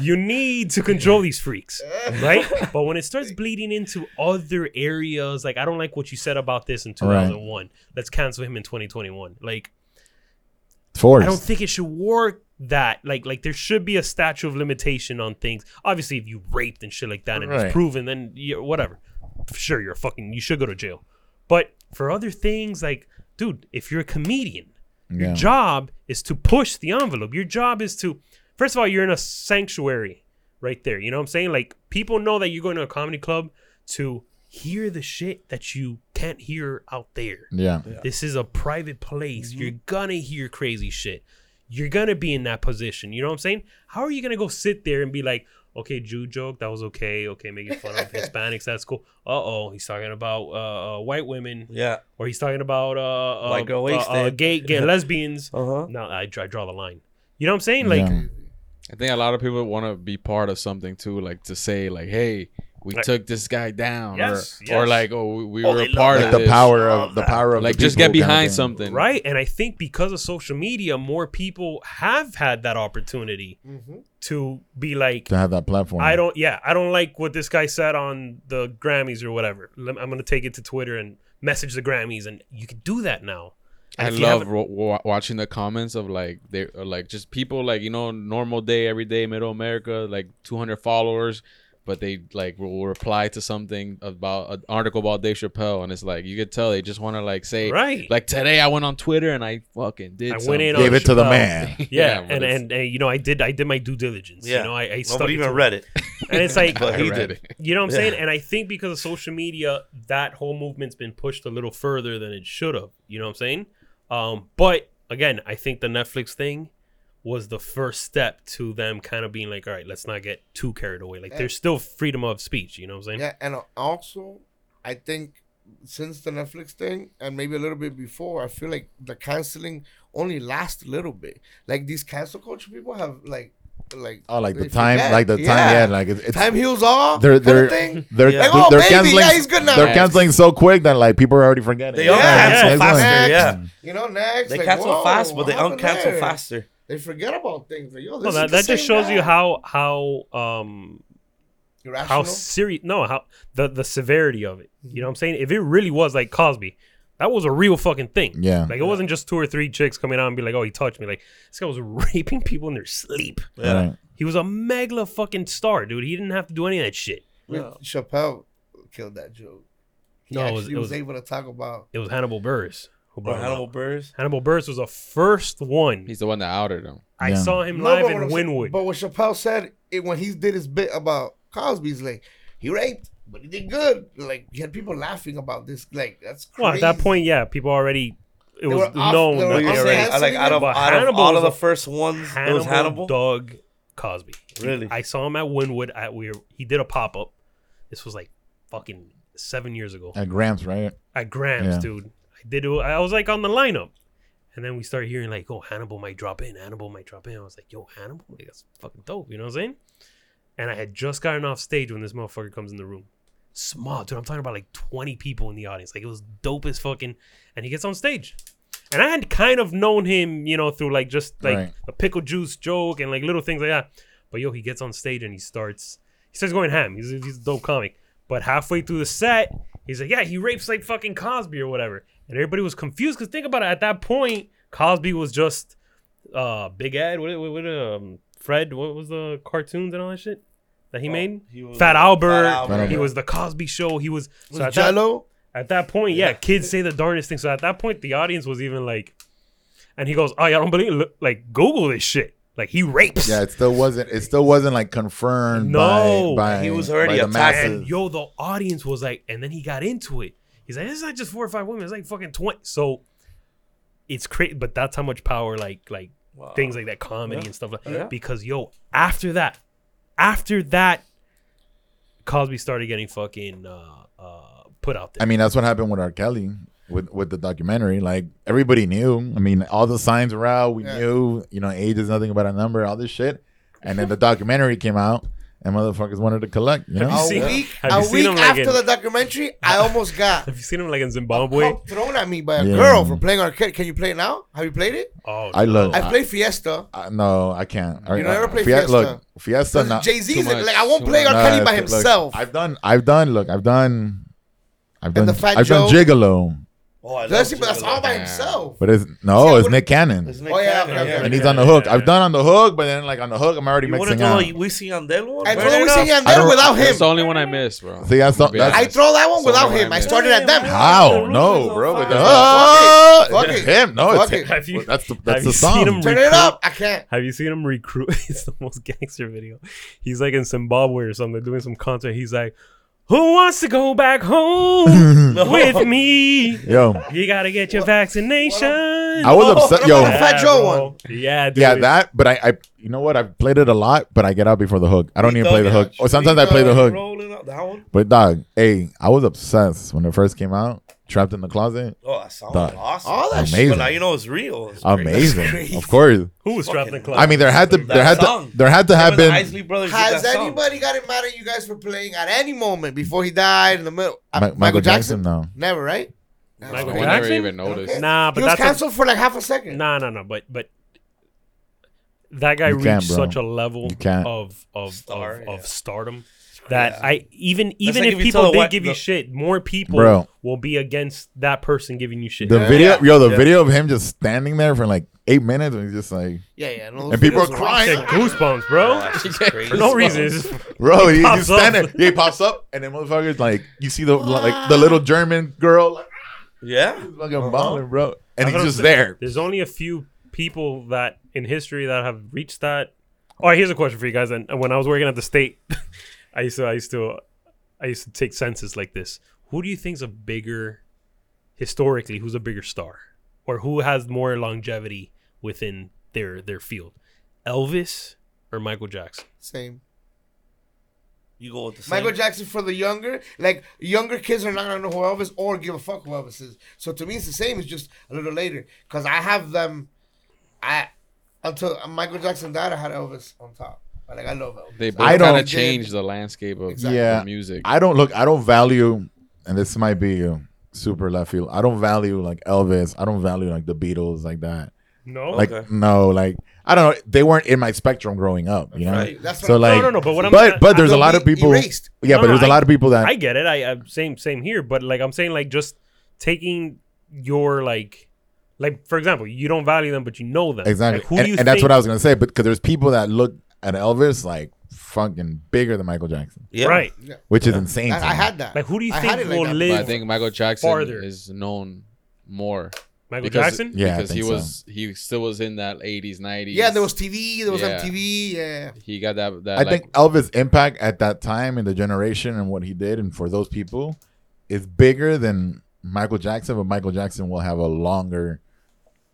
[SPEAKER 9] you need to control these freaks, right? But when it starts bleeding into other areas, like I don't like what you said about this in
[SPEAKER 8] Right.
[SPEAKER 9] 2001. Let's cancel him in 2021. Like I don't
[SPEAKER 8] Forced.
[SPEAKER 9] think it should work that like like there should be a statute of limitation on things. Obviously, if you raped and shit like that and
[SPEAKER 8] Right.
[SPEAKER 9] it's proven, then you whatever. Sure, you're fucking. You should go to jail. But for other things, like dude, if you're a comedian, your
[SPEAKER 8] Yeah.
[SPEAKER 9] job is to push the envelope. Your job is to first of all, you're in a sanctuary right there. You know what I'm saying? Like people know that you're going to a comedy club to hear the shit that you can't hear out there.
[SPEAKER 8] Yeah.
[SPEAKER 9] This is a private place.
[SPEAKER 5] Mm-hmm.
[SPEAKER 9] You're gonna hear crazy shit. You're gonna be in that position. You know what I'm saying? How are you gonna go sit there and be like, okay, Jew joke, that was okay. Okay, making fun
[SPEAKER 5] *laughs*
[SPEAKER 9] of Hispanics, that's cool. Uh oh, he's talking about uh, uh, white women,
[SPEAKER 5] Yeah,
[SPEAKER 9] or he's talking about uh, uh,
[SPEAKER 5] White girl
[SPEAKER 9] uh, uh,
[SPEAKER 5] wasted.
[SPEAKER 9] gay
[SPEAKER 5] *laughs*
[SPEAKER 9] gay lesbians.
[SPEAKER 5] Uh-huh.
[SPEAKER 9] No, I, dr- I draw the line. You know what I'm saying? Like,
[SPEAKER 8] yeah.
[SPEAKER 7] I think a lot of people want to be part of something too, like to say like, "Hey, we
[SPEAKER 9] Like-
[SPEAKER 7] took this guy down,"
[SPEAKER 9] Yes,
[SPEAKER 7] or
[SPEAKER 9] yes.
[SPEAKER 7] or like, "Oh, we, we
[SPEAKER 5] Oh,
[SPEAKER 7] were
[SPEAKER 5] they
[SPEAKER 7] a
[SPEAKER 5] love
[SPEAKER 7] part
[SPEAKER 8] Like
[SPEAKER 7] of
[SPEAKER 8] the
[SPEAKER 7] this."
[SPEAKER 8] power of the power of
[SPEAKER 7] Like,
[SPEAKER 8] the
[SPEAKER 7] just
[SPEAKER 8] people
[SPEAKER 7] get
[SPEAKER 8] kind of
[SPEAKER 7] behind
[SPEAKER 8] thing.
[SPEAKER 7] something,
[SPEAKER 9] Right. And I think because of social media, more people have had that opportunity
[SPEAKER 5] Mm-hmm.
[SPEAKER 9] to be like,
[SPEAKER 8] to have that platform.
[SPEAKER 9] I don't, yeah, I don't like what this guy said on the Grammys or whatever. Lem- I'm going to take it to Twitter and message the Grammys. And you can do that now. And
[SPEAKER 7] I
[SPEAKER 9] if you
[SPEAKER 7] love
[SPEAKER 9] haven't-
[SPEAKER 7] wa- wa- watching the comments of like they or, like just people like you know normal day every day middle America like 200 followers, but they like will reply to something about an article about Dave Chappelle and it's like you could tell they just want to like say
[SPEAKER 9] Right.
[SPEAKER 7] like today I went on Twitter and I fucking did
[SPEAKER 9] I went
[SPEAKER 7] something."
[SPEAKER 9] in on
[SPEAKER 8] Give it to the
[SPEAKER 9] Chappelle.
[SPEAKER 8] man.
[SPEAKER 9] Yeah,
[SPEAKER 7] Yeah, but
[SPEAKER 9] and,
[SPEAKER 7] it's-
[SPEAKER 9] and and you know I did I did my due diligence.
[SPEAKER 5] yeah.
[SPEAKER 9] You know I, I stuck
[SPEAKER 5] nobody
[SPEAKER 9] it
[SPEAKER 5] even
[SPEAKER 9] to- *laughs*
[SPEAKER 5] read it.
[SPEAKER 9] and it's
[SPEAKER 5] *laughs*
[SPEAKER 9] like
[SPEAKER 5] But he
[SPEAKER 7] read
[SPEAKER 5] did.
[SPEAKER 7] it.
[SPEAKER 9] *laughs* You know what I'm
[SPEAKER 5] Yeah.
[SPEAKER 9] saying? And I think because of social media, that whole movement's been pushed a little further than it should have. You know what I'm saying? Um, but again, I think the Netflix thing was the first step to them kind of being like, all right, let's not get too carried away. Like, there's still freedom of speech. You know what I'm saying?
[SPEAKER 6] Yeah, and also, I think since the Netflix thing and maybe a little bit before, I feel like the canceling only lasts a little bit. Like these cancel culture people have like like
[SPEAKER 8] Oh, like the
[SPEAKER 6] they
[SPEAKER 8] time-
[SPEAKER 6] forget.
[SPEAKER 8] like the time, yeah, like, it's- it's-
[SPEAKER 6] time heals all.
[SPEAKER 8] They're
[SPEAKER 6] kind
[SPEAKER 8] they're
[SPEAKER 6] of thing.
[SPEAKER 8] they're
[SPEAKER 5] Yeah.
[SPEAKER 8] they're,
[SPEAKER 6] Like, oh,
[SPEAKER 8] they're
[SPEAKER 6] baby,
[SPEAKER 8] canceling.
[SPEAKER 6] yeah, he's good now.
[SPEAKER 8] They're canceling so quick that like people are already forgetting.
[SPEAKER 5] They
[SPEAKER 8] Yeah.
[SPEAKER 5] all
[SPEAKER 6] Yeah.
[SPEAKER 5] cancel faster.
[SPEAKER 6] Next.
[SPEAKER 5] Yeah,
[SPEAKER 6] You know, next
[SPEAKER 5] they
[SPEAKER 6] like,
[SPEAKER 5] cancel
[SPEAKER 6] whoa,
[SPEAKER 5] fast, but
[SPEAKER 6] what
[SPEAKER 5] they
[SPEAKER 6] happened
[SPEAKER 5] uncancel
[SPEAKER 6] there?
[SPEAKER 5] faster.
[SPEAKER 6] They forget about things. Like, yo, this
[SPEAKER 9] No,
[SPEAKER 6] is the
[SPEAKER 9] that, that just
[SPEAKER 6] same
[SPEAKER 9] shows you
[SPEAKER 6] guy.
[SPEAKER 9] how how um how
[SPEAKER 6] irrational.
[SPEAKER 9] serious no how the the severity of it. You know what I'm saying? If it really was like Cosby, that was a real fucking thing.
[SPEAKER 8] Yeah.
[SPEAKER 9] Like it wasn't just two or three chicks coming out and be like, "Oh, he touched me." Like this guy was *laughs* raping people in their sleep.
[SPEAKER 5] Yeah.
[SPEAKER 8] Right.
[SPEAKER 9] He was a mega fucking star, dude. He didn't have to do any of that shit.
[SPEAKER 6] With Chappelle killed that joke. He
[SPEAKER 9] No, it
[SPEAKER 6] actually
[SPEAKER 9] was-
[SPEAKER 6] was,
[SPEAKER 9] it was-
[SPEAKER 6] able to talk about.
[SPEAKER 9] It was Hannibal Buress who
[SPEAKER 5] Or
[SPEAKER 9] brought him
[SPEAKER 5] Hannibal
[SPEAKER 9] up.
[SPEAKER 5] Buress.
[SPEAKER 9] Hannibal Buress was the first one.
[SPEAKER 7] He's the one that outed him.
[SPEAKER 9] I
[SPEAKER 8] Yeah.
[SPEAKER 9] saw him
[SPEAKER 6] No,
[SPEAKER 9] live
[SPEAKER 6] but
[SPEAKER 9] in
[SPEAKER 6] what-
[SPEAKER 9] Wynwood.
[SPEAKER 6] But what Chappelle said it, when he did his bit about Cosby's, like he raped, but he did good. Like he had people laughing about this. Like that's crazy.
[SPEAKER 9] Well, at that point, yeah, people already it
[SPEAKER 6] were
[SPEAKER 9] was
[SPEAKER 6] off-
[SPEAKER 9] known.
[SPEAKER 6] they were
[SPEAKER 9] that-
[SPEAKER 6] off
[SPEAKER 5] Yeah, right. I like out of,
[SPEAKER 9] But
[SPEAKER 5] out of
[SPEAKER 9] Hannibal
[SPEAKER 5] all
[SPEAKER 9] was
[SPEAKER 5] of the
[SPEAKER 9] a-
[SPEAKER 5] first ones, it was
[SPEAKER 9] Hannibal
[SPEAKER 5] Hannibal.
[SPEAKER 9] Doug Cosby.
[SPEAKER 5] Really?
[SPEAKER 9] I saw him at Winwood. At we were, he did a pop up. This was like fucking seven years ago
[SPEAKER 8] At Gramps, right?
[SPEAKER 9] at Grams,
[SPEAKER 8] Yeah.
[SPEAKER 9] dude. I did. it- I was like on the lineup, and then we start hearing like, "Oh, Hannibal might drop in. Hannibal might drop in." I was like, "Yo, Hannibal, like, that's fucking dope." You know what I'm saying? And I had just gotten off stage when this motherfucker comes in the room. Small, dude. I'm talking about like 20 people in the audience. Like it was dope as fucking. And he gets on stage. And I had kind of known him, you know, through like just like
[SPEAKER 8] Right.
[SPEAKER 9] a pickle juice joke and like little things like that. But yo, he gets on stage and he starts he starts going ham. He's, he's a dope comic. But halfway through the set, he's like, yeah, he rapes like fucking Cosby or whatever. And everybody was confused because think about it. At that point, Cosby was just uh Big Ed. What, what, what um Fred? What was the cartoons and all that shit that he made?
[SPEAKER 5] he was
[SPEAKER 9] Fat
[SPEAKER 5] Fat
[SPEAKER 9] Albert.
[SPEAKER 5] Albert.
[SPEAKER 9] He was the Cosby Show. He was, so at, that,
[SPEAKER 6] Jello.
[SPEAKER 9] at that point. Yeah, kids say the darndest thing. So at that point, the audience was even like, and he goes, "Oh, y'all don't believe? it? Look, like Google this shit. Like he rapes."
[SPEAKER 8] Yeah, it still wasn't. It still wasn't like confirmed.
[SPEAKER 9] No.
[SPEAKER 8] by, by
[SPEAKER 5] He was already
[SPEAKER 8] by the
[SPEAKER 5] attacked.
[SPEAKER 9] And
[SPEAKER 8] masses.
[SPEAKER 9] yo, the audience was like, and then he got into it. He's like, it's not just four or five women, it's like fucking twenty. So it's crazy, but that's how much power like like things like that, comedy and stuff like that. Because yo, after that, after that, Cosby started getting fucking uh uh put out there.
[SPEAKER 8] I mean, that's what happened with R. Kelly with with the documentary. Like everybody knew. I mean, all the signs were out. We
[SPEAKER 6] Yeah.
[SPEAKER 8] knew. You know, age is nothing but a number. All this shit. And then the documentary came out, and motherfuckers wanted to collect. You know,
[SPEAKER 9] *laughs* you
[SPEAKER 6] A
[SPEAKER 9] seen-
[SPEAKER 6] week,
[SPEAKER 9] have you
[SPEAKER 6] a
[SPEAKER 9] seen
[SPEAKER 6] week
[SPEAKER 9] him, like,
[SPEAKER 6] after
[SPEAKER 9] in-
[SPEAKER 6] the documentary,
[SPEAKER 9] *laughs*
[SPEAKER 6] I almost got
[SPEAKER 9] have you seen him like in Zimbabwe?
[SPEAKER 8] Oh,
[SPEAKER 6] pump thrown at me by a
[SPEAKER 8] Yeah.
[SPEAKER 6] girl for playing arcade. Can you play it now? Have you played it?
[SPEAKER 9] Oh,
[SPEAKER 8] I love.
[SPEAKER 6] I played Fiesta.
[SPEAKER 8] I, no, I can't. uh,
[SPEAKER 6] You never play Fiesta.
[SPEAKER 8] Look,
[SPEAKER 6] *laughs*
[SPEAKER 8] Fiesta. Not,
[SPEAKER 6] Jay Z's
[SPEAKER 7] too much,
[SPEAKER 6] like I won't
[SPEAKER 7] too
[SPEAKER 6] play R.
[SPEAKER 7] much.
[SPEAKER 6] Kelly by
[SPEAKER 8] look,
[SPEAKER 6] himself.
[SPEAKER 8] I've done. I've done. Look, I've done. I've done.
[SPEAKER 6] the Fat
[SPEAKER 8] I've done
[SPEAKER 6] Joe.
[SPEAKER 8] Gigolo,
[SPEAKER 5] Oh, I
[SPEAKER 6] That's,
[SPEAKER 5] love
[SPEAKER 6] but that's
[SPEAKER 5] Jigolo.
[SPEAKER 6] all by himself.
[SPEAKER 8] but it's no.
[SPEAKER 6] See, I
[SPEAKER 8] it's
[SPEAKER 6] would-
[SPEAKER 8] Nick Cannon,
[SPEAKER 5] Isn't it
[SPEAKER 6] Oh, yeah,
[SPEAKER 5] Cannon?
[SPEAKER 6] okay, okay.
[SPEAKER 8] and he's on the hook. I've done on the hook, but then like on the hook, I'm already
[SPEAKER 5] You want to
[SPEAKER 8] mixing
[SPEAKER 5] do
[SPEAKER 8] out.
[SPEAKER 5] a we see on that one?
[SPEAKER 6] And
[SPEAKER 5] Burn
[SPEAKER 6] throw
[SPEAKER 5] it
[SPEAKER 6] we
[SPEAKER 5] up.
[SPEAKER 6] see on
[SPEAKER 8] I
[SPEAKER 6] there
[SPEAKER 8] don't-
[SPEAKER 6] without him.
[SPEAKER 7] That's the only one I missed, bro.
[SPEAKER 8] See, that's not-
[SPEAKER 7] I'll be
[SPEAKER 8] that's-
[SPEAKER 6] I
[SPEAKER 7] honest.
[SPEAKER 6] throw that one
[SPEAKER 7] That's the
[SPEAKER 6] without
[SPEAKER 7] only
[SPEAKER 6] him.
[SPEAKER 7] one
[SPEAKER 6] I
[SPEAKER 7] missed.
[SPEAKER 6] started at them.
[SPEAKER 8] How?
[SPEAKER 5] Rules
[SPEAKER 8] No,
[SPEAKER 5] on
[SPEAKER 8] bro.
[SPEAKER 5] fire.
[SPEAKER 8] With the
[SPEAKER 6] Fuck it.
[SPEAKER 8] hook.
[SPEAKER 6] Fuck
[SPEAKER 8] It's
[SPEAKER 6] it.
[SPEAKER 8] him. No,
[SPEAKER 6] Fuck
[SPEAKER 8] it's him.
[SPEAKER 6] it.
[SPEAKER 9] *laughs* Have you-
[SPEAKER 8] Well, that's the
[SPEAKER 9] have
[SPEAKER 8] that's
[SPEAKER 9] you
[SPEAKER 8] the
[SPEAKER 9] seen
[SPEAKER 8] song. *laughs*
[SPEAKER 9] him
[SPEAKER 6] Turn it
[SPEAKER 9] Recruit.
[SPEAKER 6] up. I can't.
[SPEAKER 9] Have you seen him recruit? *laughs* It's the most gangster video. He's like in Zimbabwe or something, doing some concert. He's like, "Who wants to go back home with me?
[SPEAKER 8] Yo,
[SPEAKER 9] You gotta get your vaccination."
[SPEAKER 8] I was upset. Yo,
[SPEAKER 6] the Fat Joe one.
[SPEAKER 9] Yeah, dude.
[SPEAKER 8] yeah, that. But I, I, you know what? I've played it a lot, but I get out before the hook. I don't even play the hook. Or sometimes I play the hook.
[SPEAKER 5] Rolling up that one.
[SPEAKER 8] But dog, hey, I was obsessed when it first came out. Trapped in the closet.
[SPEAKER 5] Oh, that sounds
[SPEAKER 8] Dog.
[SPEAKER 5] awesome.
[SPEAKER 6] All that
[SPEAKER 8] Amazing.
[SPEAKER 5] But now you know it's real. It's great.
[SPEAKER 8] Amazing. Of course.
[SPEAKER 9] Who was trapped in the
[SPEAKER 5] Fucking-
[SPEAKER 9] club?
[SPEAKER 8] I mean, there had to,
[SPEAKER 5] That
[SPEAKER 8] there had to,
[SPEAKER 5] song.
[SPEAKER 8] there had to
[SPEAKER 5] Him
[SPEAKER 8] have
[SPEAKER 5] and the
[SPEAKER 8] been.
[SPEAKER 5] Isley Brothers did
[SPEAKER 6] Has
[SPEAKER 5] that song.
[SPEAKER 6] anybody gotten mad at you guys for playing at any moment before he died in the middle? Uh,
[SPEAKER 8] Mi- Michael Jackson, no.
[SPEAKER 6] Never, right?
[SPEAKER 9] Michael
[SPEAKER 7] I never
[SPEAKER 9] Jackson?
[SPEAKER 7] even noticed.
[SPEAKER 9] nah,
[SPEAKER 6] he
[SPEAKER 9] but
[SPEAKER 6] was
[SPEAKER 9] that's
[SPEAKER 6] canceled for like half a second.
[SPEAKER 9] a, nah, nah, nah. But but that guy
[SPEAKER 8] You
[SPEAKER 9] reached
[SPEAKER 8] can't, bro.
[SPEAKER 9] such a level
[SPEAKER 8] You can't.
[SPEAKER 9] of of
[SPEAKER 5] Star,
[SPEAKER 9] of,
[SPEAKER 5] yeah.
[SPEAKER 9] of stardom that I even even
[SPEAKER 5] like
[SPEAKER 9] if
[SPEAKER 5] if you
[SPEAKER 9] people
[SPEAKER 5] tell the
[SPEAKER 9] did
[SPEAKER 5] white-
[SPEAKER 9] give you
[SPEAKER 5] the-
[SPEAKER 9] shit, more people
[SPEAKER 8] Bro.
[SPEAKER 9] will be against that person giving you shit.
[SPEAKER 8] The video, yo, the
[SPEAKER 5] Yeah.
[SPEAKER 8] video of him just standing there for like eight minutes, and he's just like,
[SPEAKER 6] Yeah, yeah. no, those
[SPEAKER 8] And people
[SPEAKER 6] videos
[SPEAKER 8] are
[SPEAKER 6] were
[SPEAKER 8] crying.
[SPEAKER 6] awesome.
[SPEAKER 9] Fucking goosebumps, bro.
[SPEAKER 5] Oh,
[SPEAKER 9] For no reason. It's just-
[SPEAKER 8] bro, he,
[SPEAKER 9] pops
[SPEAKER 8] he's standing.
[SPEAKER 9] up.
[SPEAKER 8] Yeah, he pops up, and then motherfuckers like, you see the like the little German girl like,
[SPEAKER 5] Yeah.
[SPEAKER 8] fucking balling, bro,
[SPEAKER 9] That's
[SPEAKER 8] and
[SPEAKER 9] what
[SPEAKER 8] he's
[SPEAKER 9] I'm
[SPEAKER 8] just
[SPEAKER 9] saying.
[SPEAKER 8] there.
[SPEAKER 9] There's only a few people that in history that have reached that. All right, here's a question for you guys. And when I was working at the state, *laughs* I used to, I used to, I used to take census like this. Who do you think's a bigger, historically, who's a bigger star, or who has more longevity within their their field? Elvis or Michael Jackson?
[SPEAKER 6] Same.
[SPEAKER 5] You go with the same.
[SPEAKER 6] Michael Jackson for the younger, like younger kids are not gonna know who Elvis or give a fuck who Elvis is. So to me, it's the same. It's just a little later because I have them. I until Michael Jackson died, I had Elvis on top. But, Like I love Elvis.
[SPEAKER 7] They
[SPEAKER 8] I
[SPEAKER 7] both kind
[SPEAKER 8] don't-
[SPEAKER 7] of changed the landscape of
[SPEAKER 6] Exactly.
[SPEAKER 8] Yeah.
[SPEAKER 7] music.
[SPEAKER 8] I don't look. I don't value, and this might be uh, super left field. I don't value like Elvis. I don't value like the Beatles like that.
[SPEAKER 9] No,
[SPEAKER 8] Like
[SPEAKER 5] Okay.
[SPEAKER 8] no, like I don't know. They weren't in my spectrum growing up. You know.
[SPEAKER 5] Right.
[SPEAKER 6] That's what
[SPEAKER 8] So
[SPEAKER 6] I'm-
[SPEAKER 8] like,
[SPEAKER 9] no, no, no. But what I'm
[SPEAKER 8] but but there's a
[SPEAKER 6] They'll
[SPEAKER 8] lot
[SPEAKER 6] be
[SPEAKER 8] of people.
[SPEAKER 6] erased.
[SPEAKER 8] Yeah,
[SPEAKER 9] No,
[SPEAKER 8] but
[SPEAKER 9] no,
[SPEAKER 8] there's a
[SPEAKER 9] I-
[SPEAKER 8] lot of people that
[SPEAKER 9] I get it. I, I same same here, but like I'm saying, like just taking your like, like for example, you don't value them, but you know them.
[SPEAKER 8] exactly,
[SPEAKER 9] Like, who
[SPEAKER 8] and,
[SPEAKER 9] do you
[SPEAKER 8] and that's what
[SPEAKER 9] think-
[SPEAKER 8] I was gonna say. But because there's people that look at Elvis like fucking bigger than Michael Jackson,
[SPEAKER 5] yeah.
[SPEAKER 9] right.
[SPEAKER 8] which is insane. to
[SPEAKER 6] I, I
[SPEAKER 8] me.
[SPEAKER 6] had that.
[SPEAKER 9] Like who do you
[SPEAKER 6] I
[SPEAKER 9] think
[SPEAKER 6] had it like
[SPEAKER 9] will
[SPEAKER 6] that, but
[SPEAKER 7] But
[SPEAKER 9] live?
[SPEAKER 7] I think Michael Jackson
[SPEAKER 9] farther.
[SPEAKER 7] is known more
[SPEAKER 9] Michael
[SPEAKER 7] because
[SPEAKER 9] Jackson.
[SPEAKER 8] Yeah, I
[SPEAKER 7] because he
[SPEAKER 8] think so.
[SPEAKER 7] was he still was in that 80s 90s.
[SPEAKER 6] Yeah, there was TV. There was
[SPEAKER 7] Yeah.
[SPEAKER 6] MTV. Yeah.
[SPEAKER 7] he got that that
[SPEAKER 8] I
[SPEAKER 7] like
[SPEAKER 8] think Elvis' impact at that time in the generation and what he did, and for those people, is bigger than Michael Jackson. But Michael Jackson will have a longer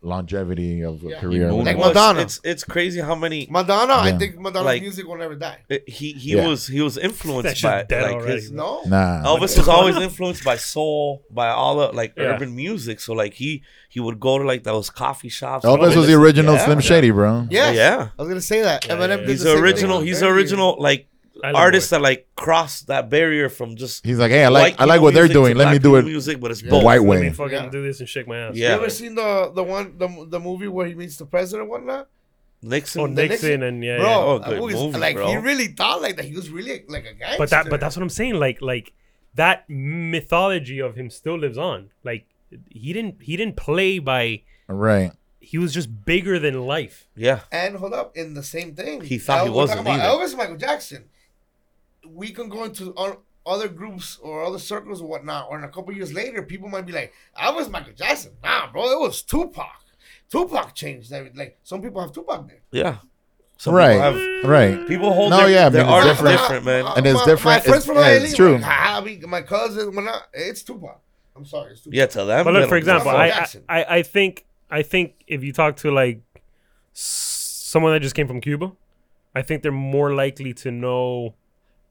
[SPEAKER 8] longevity of a
[SPEAKER 6] Yeah.
[SPEAKER 8] career.
[SPEAKER 7] He
[SPEAKER 6] Like
[SPEAKER 5] Well, it's-
[SPEAKER 6] Madonna.
[SPEAKER 5] It's, it's crazy how many
[SPEAKER 6] Madonna.
[SPEAKER 8] Yeah.
[SPEAKER 6] I think Madonna's
[SPEAKER 5] Like-
[SPEAKER 6] music will never die.
[SPEAKER 5] it- he he
[SPEAKER 8] Yeah.
[SPEAKER 5] was he was influenced
[SPEAKER 9] That shit's
[SPEAKER 5] by
[SPEAKER 9] dead
[SPEAKER 5] like
[SPEAKER 9] already,
[SPEAKER 5] his,
[SPEAKER 9] bro.
[SPEAKER 6] No.
[SPEAKER 8] nah,
[SPEAKER 5] Elvis was always influenced by soul, by all the like
[SPEAKER 9] Yeah.
[SPEAKER 5] urban music. So like he he would go to like those coffee shops. and
[SPEAKER 8] Elvis
[SPEAKER 5] all
[SPEAKER 8] was the
[SPEAKER 5] this-
[SPEAKER 8] original
[SPEAKER 5] Yeah.
[SPEAKER 8] Slim Shady, bro.
[SPEAKER 6] Yeah.
[SPEAKER 5] Yeah.
[SPEAKER 6] I was gonna say that.
[SPEAKER 9] Yeah,
[SPEAKER 6] Eminem
[SPEAKER 9] yeah,
[SPEAKER 6] did
[SPEAKER 9] yeah.
[SPEAKER 5] He's
[SPEAKER 6] the
[SPEAKER 5] the
[SPEAKER 6] same
[SPEAKER 5] original.
[SPEAKER 6] thing.
[SPEAKER 5] He's the
[SPEAKER 6] Very
[SPEAKER 5] original like
[SPEAKER 9] Island
[SPEAKER 5] artist
[SPEAKER 9] Boy.
[SPEAKER 5] that like crossed that barrier from just
[SPEAKER 8] He's like, hey, I like
[SPEAKER 5] white
[SPEAKER 8] I like
[SPEAKER 5] people
[SPEAKER 8] what they're
[SPEAKER 5] music
[SPEAKER 8] doing.
[SPEAKER 5] to
[SPEAKER 8] Let me
[SPEAKER 5] black
[SPEAKER 8] do
[SPEAKER 5] people
[SPEAKER 8] it
[SPEAKER 5] music, but it's
[SPEAKER 8] the
[SPEAKER 5] both.
[SPEAKER 8] white
[SPEAKER 9] Let me
[SPEAKER 8] way.
[SPEAKER 9] fucking
[SPEAKER 6] Yeah.
[SPEAKER 9] do this and shake my ass.
[SPEAKER 5] Yeah.
[SPEAKER 6] You ever seen the the one the, the movie where he meets the president and whatnot?
[SPEAKER 5] Nixon.
[SPEAKER 9] Oh,
[SPEAKER 6] Nixon-
[SPEAKER 9] Nixon and yeah,
[SPEAKER 6] bro,
[SPEAKER 9] yeah.
[SPEAKER 5] Oh,
[SPEAKER 6] that
[SPEAKER 5] good
[SPEAKER 6] movie's-
[SPEAKER 5] movie,
[SPEAKER 6] like
[SPEAKER 5] bro.
[SPEAKER 6] he really thought like that. He was really like a guy.
[SPEAKER 9] But that, but that's what I'm saying. Like, like that mythology of him still lives on. Like, he didn't, he didn't play by.
[SPEAKER 8] Right.
[SPEAKER 9] He was just bigger than life.
[SPEAKER 5] yeah.
[SPEAKER 6] and hold up in the same thing.
[SPEAKER 5] He thought he
[SPEAKER 6] We're talking
[SPEAKER 5] wasn't
[SPEAKER 6] about
[SPEAKER 5] either.
[SPEAKER 6] Elvis, and Michael Jackson. We can go into o- other groups or other circles or whatnot, or in a couple years later, people might be like, "I was Michael Jackson." Nah, bro, it was Tupac. Tupac changed everything. Like some people have Tupac there.
[SPEAKER 5] Yeah. So
[SPEAKER 8] Right.
[SPEAKER 5] People, have,
[SPEAKER 8] Right.
[SPEAKER 5] people hold
[SPEAKER 8] No,
[SPEAKER 5] their,
[SPEAKER 8] yeah, I
[SPEAKER 5] their
[SPEAKER 8] mean, it's
[SPEAKER 5] art
[SPEAKER 8] different.
[SPEAKER 5] different. man.
[SPEAKER 8] And it's
[SPEAKER 6] uh, my, My
[SPEAKER 8] different.
[SPEAKER 6] friends
[SPEAKER 8] It's-
[SPEAKER 6] from
[SPEAKER 8] yeah,
[SPEAKER 6] LA,
[SPEAKER 8] it's true.
[SPEAKER 6] like, ah, we- my cousin, when I, it's Tupac. I'm sorry, it's Tupac.
[SPEAKER 5] Yeah, to them.
[SPEAKER 9] But
[SPEAKER 5] they
[SPEAKER 9] look, for
[SPEAKER 5] don't give a
[SPEAKER 9] example,
[SPEAKER 5] fuck.
[SPEAKER 9] I, I,
[SPEAKER 6] Jackson.
[SPEAKER 9] I I think I think if you talk to like s- someone that just came from Cuba, I think they're more likely to know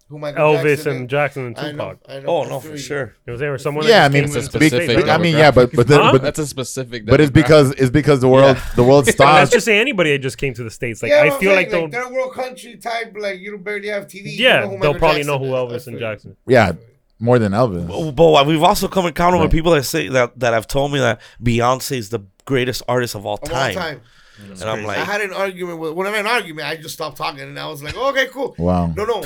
[SPEAKER 6] Who Michael
[SPEAKER 9] Elvis
[SPEAKER 6] Jackson
[SPEAKER 9] and
[SPEAKER 6] is.
[SPEAKER 9] Jackson and
[SPEAKER 6] I know,
[SPEAKER 9] Tupac.
[SPEAKER 6] I know,
[SPEAKER 5] Oh
[SPEAKER 6] I feel
[SPEAKER 5] no, for
[SPEAKER 6] you.
[SPEAKER 5] sure.
[SPEAKER 9] You know what I'm saying? Or someone.
[SPEAKER 8] Yeah, I
[SPEAKER 9] that just
[SPEAKER 8] mean,
[SPEAKER 9] came
[SPEAKER 8] it's a
[SPEAKER 9] into the
[SPEAKER 8] specific.
[SPEAKER 9] States.
[SPEAKER 8] I mean, yeah, but but, the,
[SPEAKER 9] Huh?
[SPEAKER 8] but
[SPEAKER 7] that's a specific
[SPEAKER 8] but it's
[SPEAKER 7] demographic.
[SPEAKER 8] because it's because the world the world
[SPEAKER 9] Let's
[SPEAKER 8] stopped.
[SPEAKER 9] just say anybody that just came to the states. Like
[SPEAKER 6] yeah,
[SPEAKER 9] I
[SPEAKER 6] I'm
[SPEAKER 9] feel
[SPEAKER 6] saying,
[SPEAKER 9] like they'll,
[SPEAKER 6] third world country type, like you don't barely have TV. you
[SPEAKER 9] yeah,
[SPEAKER 6] know who Michael
[SPEAKER 9] they'll probably know
[SPEAKER 6] Jackson
[SPEAKER 9] who
[SPEAKER 6] is.
[SPEAKER 9] Elvis
[SPEAKER 6] I
[SPEAKER 9] and
[SPEAKER 6] feel you.
[SPEAKER 9] Jackson.
[SPEAKER 8] Yeah, more than Elvis.
[SPEAKER 5] Oh, But we've also come encounter
[SPEAKER 8] Right.
[SPEAKER 5] with people that say that that have told me that Beyonce is the greatest artist of all
[SPEAKER 6] Of
[SPEAKER 5] time,
[SPEAKER 6] all time.
[SPEAKER 5] and I'm like,
[SPEAKER 6] I had an argument with when I had an argument, I just stopped talking and I was like, okay, cool.
[SPEAKER 8] Wow.
[SPEAKER 6] No, no.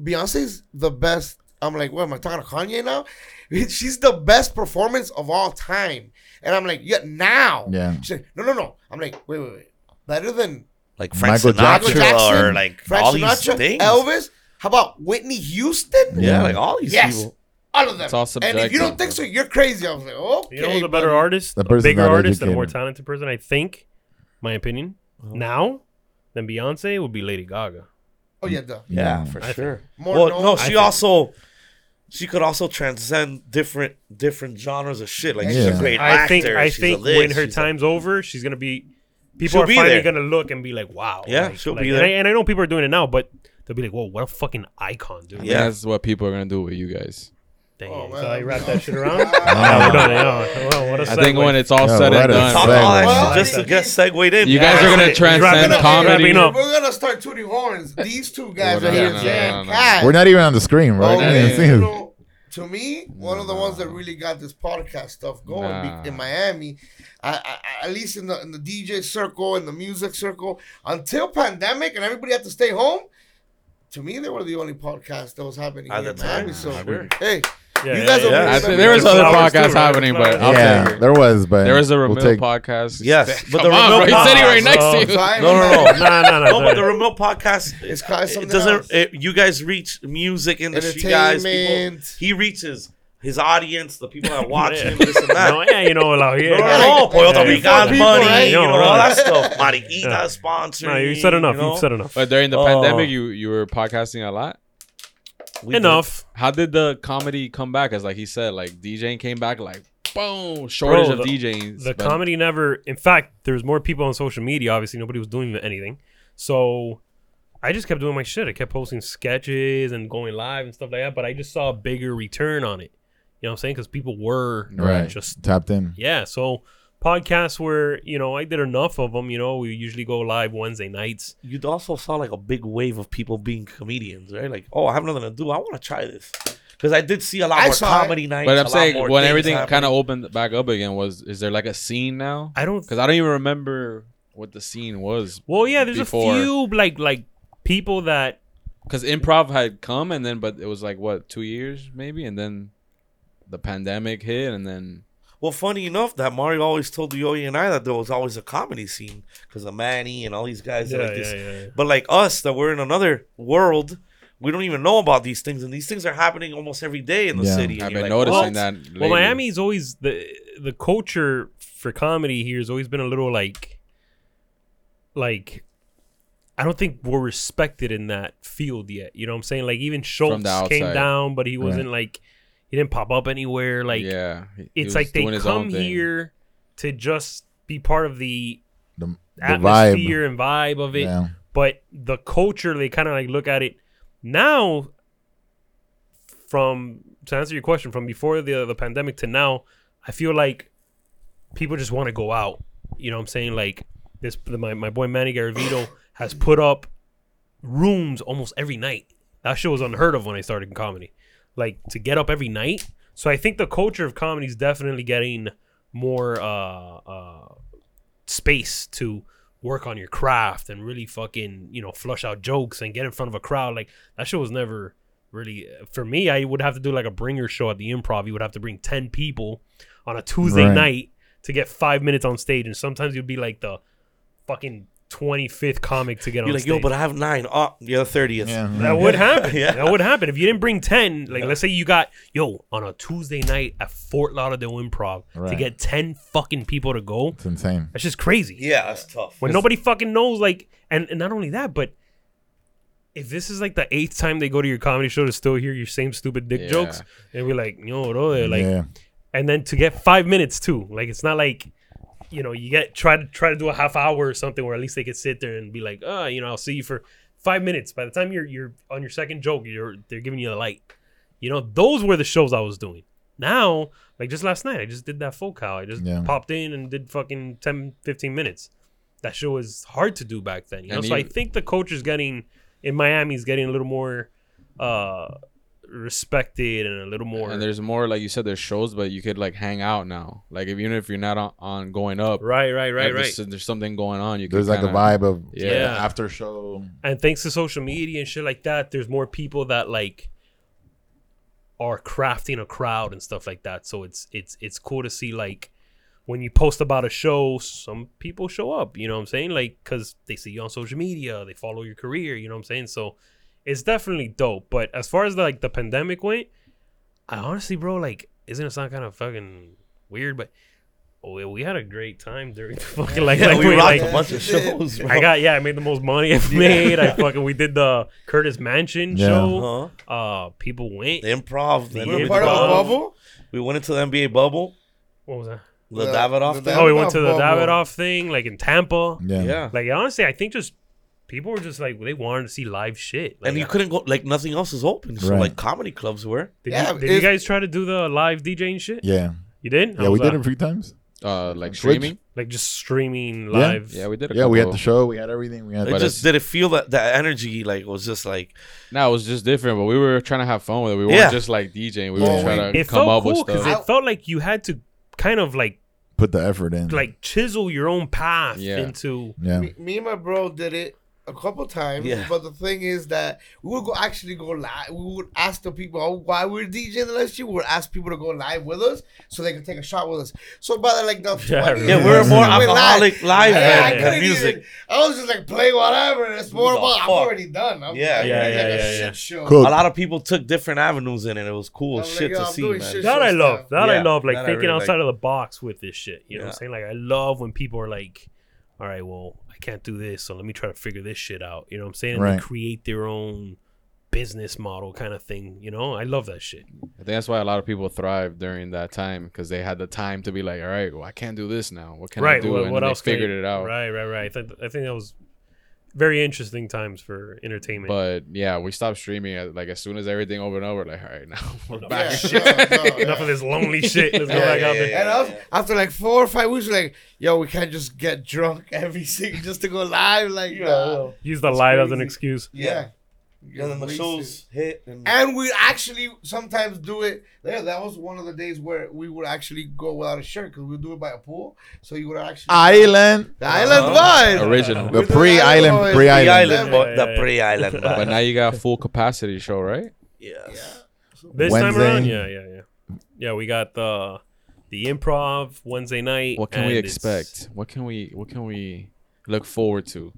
[SPEAKER 6] Beyonce's the best. I'm like, what am I talking to Kanye now? *laughs* She's the best performance of all time. And I'm like, yeah, now.
[SPEAKER 8] Yeah.
[SPEAKER 6] She's like, no, no, no. I'm like, wait, wait, wait. Better than
[SPEAKER 5] like Frank
[SPEAKER 8] Michael
[SPEAKER 5] Sinatra
[SPEAKER 6] Michael Jackson,
[SPEAKER 5] or like
[SPEAKER 6] Frank
[SPEAKER 5] all
[SPEAKER 6] Sinatra,
[SPEAKER 5] these things.
[SPEAKER 6] Elvis. How about Whitney Houston?
[SPEAKER 5] Yeah, like all these
[SPEAKER 6] Yes.
[SPEAKER 5] people.
[SPEAKER 6] All of them.
[SPEAKER 7] It's all
[SPEAKER 6] And if you
[SPEAKER 7] subjective,
[SPEAKER 6] don't think so,
[SPEAKER 7] bro.
[SPEAKER 6] you're crazy. I was like, okay.
[SPEAKER 9] You know who's a
[SPEAKER 6] buddy.
[SPEAKER 9] better artist,
[SPEAKER 8] The
[SPEAKER 9] a
[SPEAKER 8] person's
[SPEAKER 9] bigger
[SPEAKER 8] not
[SPEAKER 9] artist, and a more
[SPEAKER 8] educated.
[SPEAKER 9] talented person? I think, my opinion,
[SPEAKER 8] Uh-huh.
[SPEAKER 9] now than Beyonce would be Lady Gaga.
[SPEAKER 6] Oh, yeah, duh.
[SPEAKER 5] Yeah, for
[SPEAKER 9] I
[SPEAKER 5] sure.
[SPEAKER 6] More
[SPEAKER 5] well,
[SPEAKER 6] known-
[SPEAKER 5] no,
[SPEAKER 6] I
[SPEAKER 5] she
[SPEAKER 6] think-
[SPEAKER 5] also she could also transcend different different genres of shit. Like she's
[SPEAKER 8] Yeah.
[SPEAKER 5] a great
[SPEAKER 9] I
[SPEAKER 5] actor.
[SPEAKER 9] think I
[SPEAKER 5] she's a
[SPEAKER 9] think
[SPEAKER 5] this,
[SPEAKER 9] when her
[SPEAKER 5] she's a-
[SPEAKER 9] time's over, she's gonna be people
[SPEAKER 5] She'll
[SPEAKER 9] are
[SPEAKER 5] be
[SPEAKER 9] finally
[SPEAKER 5] there.
[SPEAKER 9] gonna look and be like, wow.
[SPEAKER 5] Yeah,
[SPEAKER 9] like,
[SPEAKER 5] she'll
[SPEAKER 9] like-
[SPEAKER 5] be
[SPEAKER 9] and
[SPEAKER 5] there.
[SPEAKER 9] I, and I know people are doing it now, but they'll be like, whoa, what a fucking icon, dude.
[SPEAKER 5] Yeah.
[SPEAKER 7] that's what people are gonna do with you guys.
[SPEAKER 9] Damn.
[SPEAKER 6] Oh,
[SPEAKER 9] so I
[SPEAKER 6] man.
[SPEAKER 9] wrap
[SPEAKER 6] *laughs*
[SPEAKER 9] that *laughs* shit around. yeah, we're done. Yeah. Well, what a
[SPEAKER 7] I think
[SPEAKER 9] segue.
[SPEAKER 7] when it's all
[SPEAKER 8] Yeah,
[SPEAKER 7] said
[SPEAKER 8] what
[SPEAKER 7] and
[SPEAKER 8] a
[SPEAKER 7] done,
[SPEAKER 5] talk
[SPEAKER 8] segue.
[SPEAKER 7] bro,
[SPEAKER 5] all that
[SPEAKER 6] Well,
[SPEAKER 5] shit just to get segued in.
[SPEAKER 7] you
[SPEAKER 5] man.
[SPEAKER 7] guys are gonna
[SPEAKER 5] That's it.
[SPEAKER 6] We're
[SPEAKER 7] transcend
[SPEAKER 6] gonna-
[SPEAKER 7] comedy.
[SPEAKER 9] wrapping up.
[SPEAKER 6] We're gonna start tooting horns. These two guys
[SPEAKER 7] No,
[SPEAKER 6] right
[SPEAKER 7] no,
[SPEAKER 6] here,
[SPEAKER 7] no, no,
[SPEAKER 6] Jan,
[SPEAKER 7] no, no.
[SPEAKER 6] Kat.
[SPEAKER 8] We're not even on the screen, bro.
[SPEAKER 6] Oh,
[SPEAKER 8] We
[SPEAKER 7] not
[SPEAKER 8] can't
[SPEAKER 6] man,
[SPEAKER 7] even
[SPEAKER 8] see
[SPEAKER 6] you
[SPEAKER 8] it.
[SPEAKER 6] know, to me, one of the ones that really got this podcast stuff going be-
[SPEAKER 7] Nah.
[SPEAKER 6] in Miami, I, I, I- at least in the in the DJ circle and the music circle, until pandemic and everybody had to stay home. To me, they were the only podcast that was happening here
[SPEAKER 5] At the
[SPEAKER 6] in
[SPEAKER 5] time,
[SPEAKER 6] Miami. So,
[SPEAKER 5] sure.
[SPEAKER 6] hey,
[SPEAKER 9] Yeah,
[SPEAKER 6] you
[SPEAKER 9] yeah,
[SPEAKER 6] guys
[SPEAKER 9] yeah,
[SPEAKER 6] are
[SPEAKER 5] yeah.
[SPEAKER 7] I
[SPEAKER 6] really
[SPEAKER 7] think there was
[SPEAKER 9] Flowers
[SPEAKER 7] other
[SPEAKER 9] too, right?
[SPEAKER 7] podcasts happening, but
[SPEAKER 9] Flowers.
[SPEAKER 7] I'll
[SPEAKER 8] yeah,
[SPEAKER 7] take it.
[SPEAKER 8] there was, but
[SPEAKER 7] There was a remote
[SPEAKER 8] we'll take,
[SPEAKER 7] podcast.
[SPEAKER 5] Yes, but the
[SPEAKER 7] Come on,
[SPEAKER 5] remote
[SPEAKER 7] bro. He's sitting right
[SPEAKER 5] podcast.
[SPEAKER 7] next to
[SPEAKER 9] Oh,
[SPEAKER 7] you.
[SPEAKER 6] sorry,
[SPEAKER 5] No, no,
[SPEAKER 6] man.
[SPEAKER 5] no.
[SPEAKER 9] No, no,
[SPEAKER 5] No, but the
[SPEAKER 9] no.
[SPEAKER 5] remote podcast
[SPEAKER 6] It's kinda something
[SPEAKER 5] It doesn't.
[SPEAKER 6] else.
[SPEAKER 5] It, you guys reach music industry guys. People,
[SPEAKER 6] Entertainment.
[SPEAKER 5] he reaches his audience, the
[SPEAKER 9] *laughs*
[SPEAKER 5] people that watch
[SPEAKER 9] Yeah.
[SPEAKER 5] him, this and that.
[SPEAKER 9] No, yeah, you know, like, yeah,
[SPEAKER 5] No, no,
[SPEAKER 9] yeah.
[SPEAKER 5] no, Puerto
[SPEAKER 9] Yeah.
[SPEAKER 5] Rican
[SPEAKER 9] People,
[SPEAKER 5] money,
[SPEAKER 9] right?
[SPEAKER 5] you know,
[SPEAKER 9] Yeah.
[SPEAKER 5] all that stuff. Mariquita
[SPEAKER 9] Yeah.
[SPEAKER 5] sponsoring.
[SPEAKER 9] No, you said enough.
[SPEAKER 5] You know?
[SPEAKER 9] You've said enough.
[SPEAKER 7] But during the
[SPEAKER 5] Oh.
[SPEAKER 7] pandemic, you you were podcasting a lot.
[SPEAKER 5] We
[SPEAKER 9] Enough.
[SPEAKER 7] How did the comedy come back? As like he said, like DJing came back like boom, shortage
[SPEAKER 9] Bro,
[SPEAKER 7] of
[SPEAKER 9] the-
[SPEAKER 7] DJs.
[SPEAKER 9] The
[SPEAKER 7] but
[SPEAKER 9] comedy never. In fact, there's more people on social media. Obviously, nobody was doing anything. So I just kept doing my shit. I kept posting sketches and going live and stuff like that. But I just saw a bigger return on it. You know what I'm saying? Because people were
[SPEAKER 8] Right.
[SPEAKER 9] just
[SPEAKER 8] Just tapped in.
[SPEAKER 9] yeah. So podcasts were you know I did enough of them. You know we usually go live Wednesday nights.
[SPEAKER 5] You also saw like a big wave of people being comedians, right? Like, oh, I have nothing to do. I want to try this because I did see a lot
[SPEAKER 6] I
[SPEAKER 5] more
[SPEAKER 6] saw it.
[SPEAKER 5] comedy nights.
[SPEAKER 7] But
[SPEAKER 5] a
[SPEAKER 7] I'm
[SPEAKER 5] lot
[SPEAKER 7] saying
[SPEAKER 5] more
[SPEAKER 7] when
[SPEAKER 5] things
[SPEAKER 7] everything
[SPEAKER 5] happening.
[SPEAKER 7] kind of opened back up again, was is there like a scene now?
[SPEAKER 9] I don't
[SPEAKER 7] Because I don't even remember what the scene was.
[SPEAKER 9] Well, yeah, there's
[SPEAKER 7] before.
[SPEAKER 9] a few like like people that
[SPEAKER 7] Because improv had come and then, but it was like what two years maybe, and then the pandemic hit, and then
[SPEAKER 5] Well, funny enough, that Mario always told Yoyi and I that there was always a comedy scene because of Manny and all these guys. that
[SPEAKER 9] Yeah,
[SPEAKER 5] like this.
[SPEAKER 9] yeah, yeah, yeah.
[SPEAKER 5] But like us, that we're in another world, we don't even know about these things, and these things are happening almost every day in the
[SPEAKER 8] Yeah.
[SPEAKER 5] city. and
[SPEAKER 7] I've
[SPEAKER 5] you're
[SPEAKER 7] been
[SPEAKER 5] like,
[SPEAKER 7] noticing
[SPEAKER 5] what?
[SPEAKER 7] that.
[SPEAKER 9] well,
[SPEAKER 7] lately.
[SPEAKER 9] Miami's always the the culture for comedy here has always been a little like like I don't think we're respected in that field yet. You know what I'm saying? Like even Schultz came
[SPEAKER 7] outside.
[SPEAKER 9] down, but he wasn't like he didn't pop up anywhere. Like
[SPEAKER 7] yeah, he- he
[SPEAKER 9] it's
[SPEAKER 7] was
[SPEAKER 9] like they
[SPEAKER 7] doing his own
[SPEAKER 9] come
[SPEAKER 7] thing.
[SPEAKER 9] here to just be part of the
[SPEAKER 8] The, the
[SPEAKER 9] atmosphere
[SPEAKER 8] vibe.
[SPEAKER 9] and vibe of it.
[SPEAKER 8] Yeah.
[SPEAKER 9] but the culture they kind of like look at it now from to answer your question from before the the pandemic to now i feel like people just want to go out you know what i'm saying like this my, my boy manny garavito has put up rooms almost every night that shit was unheard of when i started in comedy like to get up every night so i think the culture of comedy is definitely getting more uh uh space to work on your craft and really fucking you know flush out jokes and get in front of a crowd like that show was never really for me i would have to do like a bringer show at the improv you would have to bring 10 people on a tuesday
[SPEAKER 8] Right.
[SPEAKER 9] night to get five minutes on stage and sometimes you'd be like the fucking 25th comic to get on
[SPEAKER 5] You're like,
[SPEAKER 9] stage
[SPEAKER 5] yo, but I have nine. Oh, you're the thirtieth.
[SPEAKER 8] Yeah.
[SPEAKER 9] that would happen.
[SPEAKER 5] Yeah.
[SPEAKER 9] That would happen. If you didn't bring 10, like let's say you got, yo, on a Tuesday night at Fort Lauderdale Improv to
[SPEAKER 8] Right.
[SPEAKER 9] get 10 fucking people to go,
[SPEAKER 8] It's insane.
[SPEAKER 9] that's just crazy.
[SPEAKER 5] Yeah, that's tough.
[SPEAKER 9] When nobody fucking knows, like, and, and not only that, but if this is like the eighth time they go to your comedy show to still hear your same stupid dick
[SPEAKER 7] Yeah.
[SPEAKER 9] jokes, and we're like, yo, bro, like,
[SPEAKER 8] yeah.
[SPEAKER 9] and then to get five minutes too. Like it's not like you know you get try to try to do a half hour or something where at least they could sit there and be like, oh, you know, I'll see you for five minutes. By the time you're you're on your second joke, you're they're giving you the light. You know, those were the shows I was doing. Now, like just last night, I just did that full cow. I just
[SPEAKER 8] Yeah.
[SPEAKER 9] popped in and did fucking 10, 15 minutes. That show was hard to do back then. You know,
[SPEAKER 7] And
[SPEAKER 9] so I
[SPEAKER 7] you-
[SPEAKER 9] think the coach is getting in Miami is getting a little more uh respected and a little more
[SPEAKER 7] and there's more like you said there's shows but you could like hang out now like if, even if you're not on, on going up
[SPEAKER 9] right, right, right,
[SPEAKER 7] if
[SPEAKER 9] right.
[SPEAKER 7] there's, there's something going on you
[SPEAKER 8] There's
[SPEAKER 7] could
[SPEAKER 8] like a
[SPEAKER 7] kinda-
[SPEAKER 8] vibe of
[SPEAKER 7] Yeah.
[SPEAKER 8] the after show.
[SPEAKER 9] and thanks to social media and shit like that, there's more people that like are crafting a crowd and stuff like that. So it's it's it's cool to see like when you post about a show, some people show up. You know what I'm saying? Like because they see you on social media, they follow your career. You know what I'm saying? So it's definitely dope. But as far as like the pandemic went, I honestly, bro, like, isn't it sound kind of fucking weird? But we, we had a great time during *laughs* the fucking like,
[SPEAKER 5] *laughs* Yeah,
[SPEAKER 9] like
[SPEAKER 5] we
[SPEAKER 9] we,
[SPEAKER 5] rocked
[SPEAKER 9] like,
[SPEAKER 5] a bunch of shows. Bro.
[SPEAKER 9] I got yeah, I made the most money I've made. I fucking we did the Curtis Mansion
[SPEAKER 8] Yeah.
[SPEAKER 7] Uh-huh.
[SPEAKER 9] show.
[SPEAKER 5] Huh?
[SPEAKER 9] Uh people went.
[SPEAKER 5] Uh-huh. The improv. then
[SPEAKER 9] We're
[SPEAKER 5] we
[SPEAKER 6] We're part of a
[SPEAKER 5] did-
[SPEAKER 9] Bubble.
[SPEAKER 6] bubble.
[SPEAKER 5] We went into the NBA bubble.
[SPEAKER 9] What was that?
[SPEAKER 5] The
[SPEAKER 6] The-
[SPEAKER 5] Davidoff
[SPEAKER 6] the
[SPEAKER 5] thing.
[SPEAKER 9] Oh, we went to the
[SPEAKER 6] Davidoff bubble.
[SPEAKER 9] Davidoff thing, like in Tampa.
[SPEAKER 8] Yeah.
[SPEAKER 7] yeah
[SPEAKER 9] Like honestly, I think just people were just like they wanted to see live shit. Like,
[SPEAKER 5] and you couldn't go like nothing else is open. So
[SPEAKER 8] Right.
[SPEAKER 5] like comedy clubs were.
[SPEAKER 9] did,
[SPEAKER 6] Yeah,
[SPEAKER 9] you, did you
[SPEAKER 6] it's-
[SPEAKER 9] guys try to do the live DJing shit?
[SPEAKER 8] Yeah.
[SPEAKER 9] You did? How
[SPEAKER 8] Yeah, we
[SPEAKER 9] was
[SPEAKER 8] did
[SPEAKER 9] that?
[SPEAKER 8] it a few times.
[SPEAKER 7] uh like
[SPEAKER 8] Switch?
[SPEAKER 7] streaming
[SPEAKER 9] like just streaming
[SPEAKER 8] Yeah.
[SPEAKER 9] live.
[SPEAKER 7] yeah we did a
[SPEAKER 8] Yeah, we had
[SPEAKER 7] couple.
[SPEAKER 8] the show. We had everything. We had
[SPEAKER 5] It
[SPEAKER 7] But
[SPEAKER 5] just
[SPEAKER 7] it's-
[SPEAKER 5] did it feel that that energy like was just like
[SPEAKER 7] no it was just different but we were trying to have fun with it we weren't
[SPEAKER 5] Yeah.
[SPEAKER 7] just like djing we
[SPEAKER 8] Yeah.
[SPEAKER 7] were trying to
[SPEAKER 9] it
[SPEAKER 7] come
[SPEAKER 9] felt
[SPEAKER 7] up
[SPEAKER 9] cool
[SPEAKER 7] with
[SPEAKER 9] because
[SPEAKER 7] stuff
[SPEAKER 9] it felt like you had to kind of like
[SPEAKER 8] put the effort in.
[SPEAKER 9] like chisel your own path
[SPEAKER 7] Yeah.
[SPEAKER 9] into
[SPEAKER 8] yeah.
[SPEAKER 6] Me, me and my bro did it a couple times,
[SPEAKER 5] Yeah.
[SPEAKER 6] but the thing is that we would go actually go live. We would ask the people oh, why we were DJing the last year. We would ask people to go live with us so they could take a shot with us. So by the like the
[SPEAKER 9] Yeah,
[SPEAKER 6] 20
[SPEAKER 5] yeah we're a more
[SPEAKER 6] we went
[SPEAKER 5] alcoholic live
[SPEAKER 6] Yeah, I
[SPEAKER 5] band than
[SPEAKER 6] couldn't
[SPEAKER 5] music.
[SPEAKER 6] even- I was just like play whatever. and It's more
[SPEAKER 5] Who the
[SPEAKER 6] about I'm
[SPEAKER 5] fuck?
[SPEAKER 6] already done. I'm,
[SPEAKER 5] Yeah,
[SPEAKER 6] I'm
[SPEAKER 5] yeah,
[SPEAKER 6] like
[SPEAKER 9] yeah,
[SPEAKER 6] a
[SPEAKER 9] yeah, yeah.
[SPEAKER 6] shit show.
[SPEAKER 8] Cool.
[SPEAKER 5] A lot of people took different avenues in it. It was cool
[SPEAKER 6] I'm
[SPEAKER 5] as shit
[SPEAKER 6] like,
[SPEAKER 5] to
[SPEAKER 6] yo, I'm
[SPEAKER 5] see,
[SPEAKER 6] doing
[SPEAKER 5] man.
[SPEAKER 6] shit.
[SPEAKER 9] that I love. That I
[SPEAKER 5] Yeah,
[SPEAKER 9] love. Like
[SPEAKER 5] that I
[SPEAKER 9] thinking
[SPEAKER 5] really
[SPEAKER 9] outside
[SPEAKER 5] like.
[SPEAKER 9] of the box with this shit. You know what I'm saying?
[SPEAKER 5] Yeah.
[SPEAKER 9] Like I love when people are like, all right, well, I can't do this, so let me try to figure this shit out. You know what I'm saying? And they
[SPEAKER 8] Right.
[SPEAKER 9] create their own business model kind of thing. You know, I love that shit.
[SPEAKER 7] i think that's why a lot of people thrive during that time because they had the time to be like all right well i can't do this now what can i
[SPEAKER 9] right.
[SPEAKER 7] do
[SPEAKER 9] What,
[SPEAKER 7] and
[SPEAKER 9] what
[SPEAKER 7] they
[SPEAKER 9] else? can I-
[SPEAKER 7] figured it out
[SPEAKER 9] Right. Right. Right. I, think I think that was very interesting times for entertainment.
[SPEAKER 7] But yeah, we stopped streaming. uh, Like as soon as everything opened up, we're like, all right, now *laughs* we're back.
[SPEAKER 9] *laughs* Enough of this
[SPEAKER 7] *laughs*
[SPEAKER 9] lonely shit. Let's go
[SPEAKER 6] Yeah,
[SPEAKER 9] back
[SPEAKER 6] yeah,
[SPEAKER 9] out there.
[SPEAKER 6] yeah, And after, after like four or five weeks, we're like, yo, we can't just get drunk *laughs* every single just to go live. Like, nah.
[SPEAKER 9] Use the light as an
[SPEAKER 6] crazy.
[SPEAKER 9] excuse.
[SPEAKER 6] yeah.
[SPEAKER 5] And then the
[SPEAKER 6] Wasted.
[SPEAKER 5] shows hit. And
[SPEAKER 6] And we actually sometimes do it. Yeah, that was one of the days where we would actually go without a shirt because we do it by a pool. So you would actually.
[SPEAKER 8] Island.
[SPEAKER 6] the
[SPEAKER 9] Uh-huh.
[SPEAKER 6] island wide.
[SPEAKER 7] Original.
[SPEAKER 8] The pre island, pre
[SPEAKER 5] the
[SPEAKER 8] island.
[SPEAKER 5] island,
[SPEAKER 9] Yeah,
[SPEAKER 5] bo-
[SPEAKER 9] yeah, yeah.
[SPEAKER 5] the pre-island.
[SPEAKER 7] But now you got a full capacity show, right?
[SPEAKER 5] yes.
[SPEAKER 9] This time
[SPEAKER 8] Wednesday.
[SPEAKER 9] around, yeah, yeah, yeah, yeah. We got the the improv Wednesday night.
[SPEAKER 7] What can
[SPEAKER 9] and
[SPEAKER 7] we
[SPEAKER 9] it's
[SPEAKER 7] expect? What can we what can we look forward to?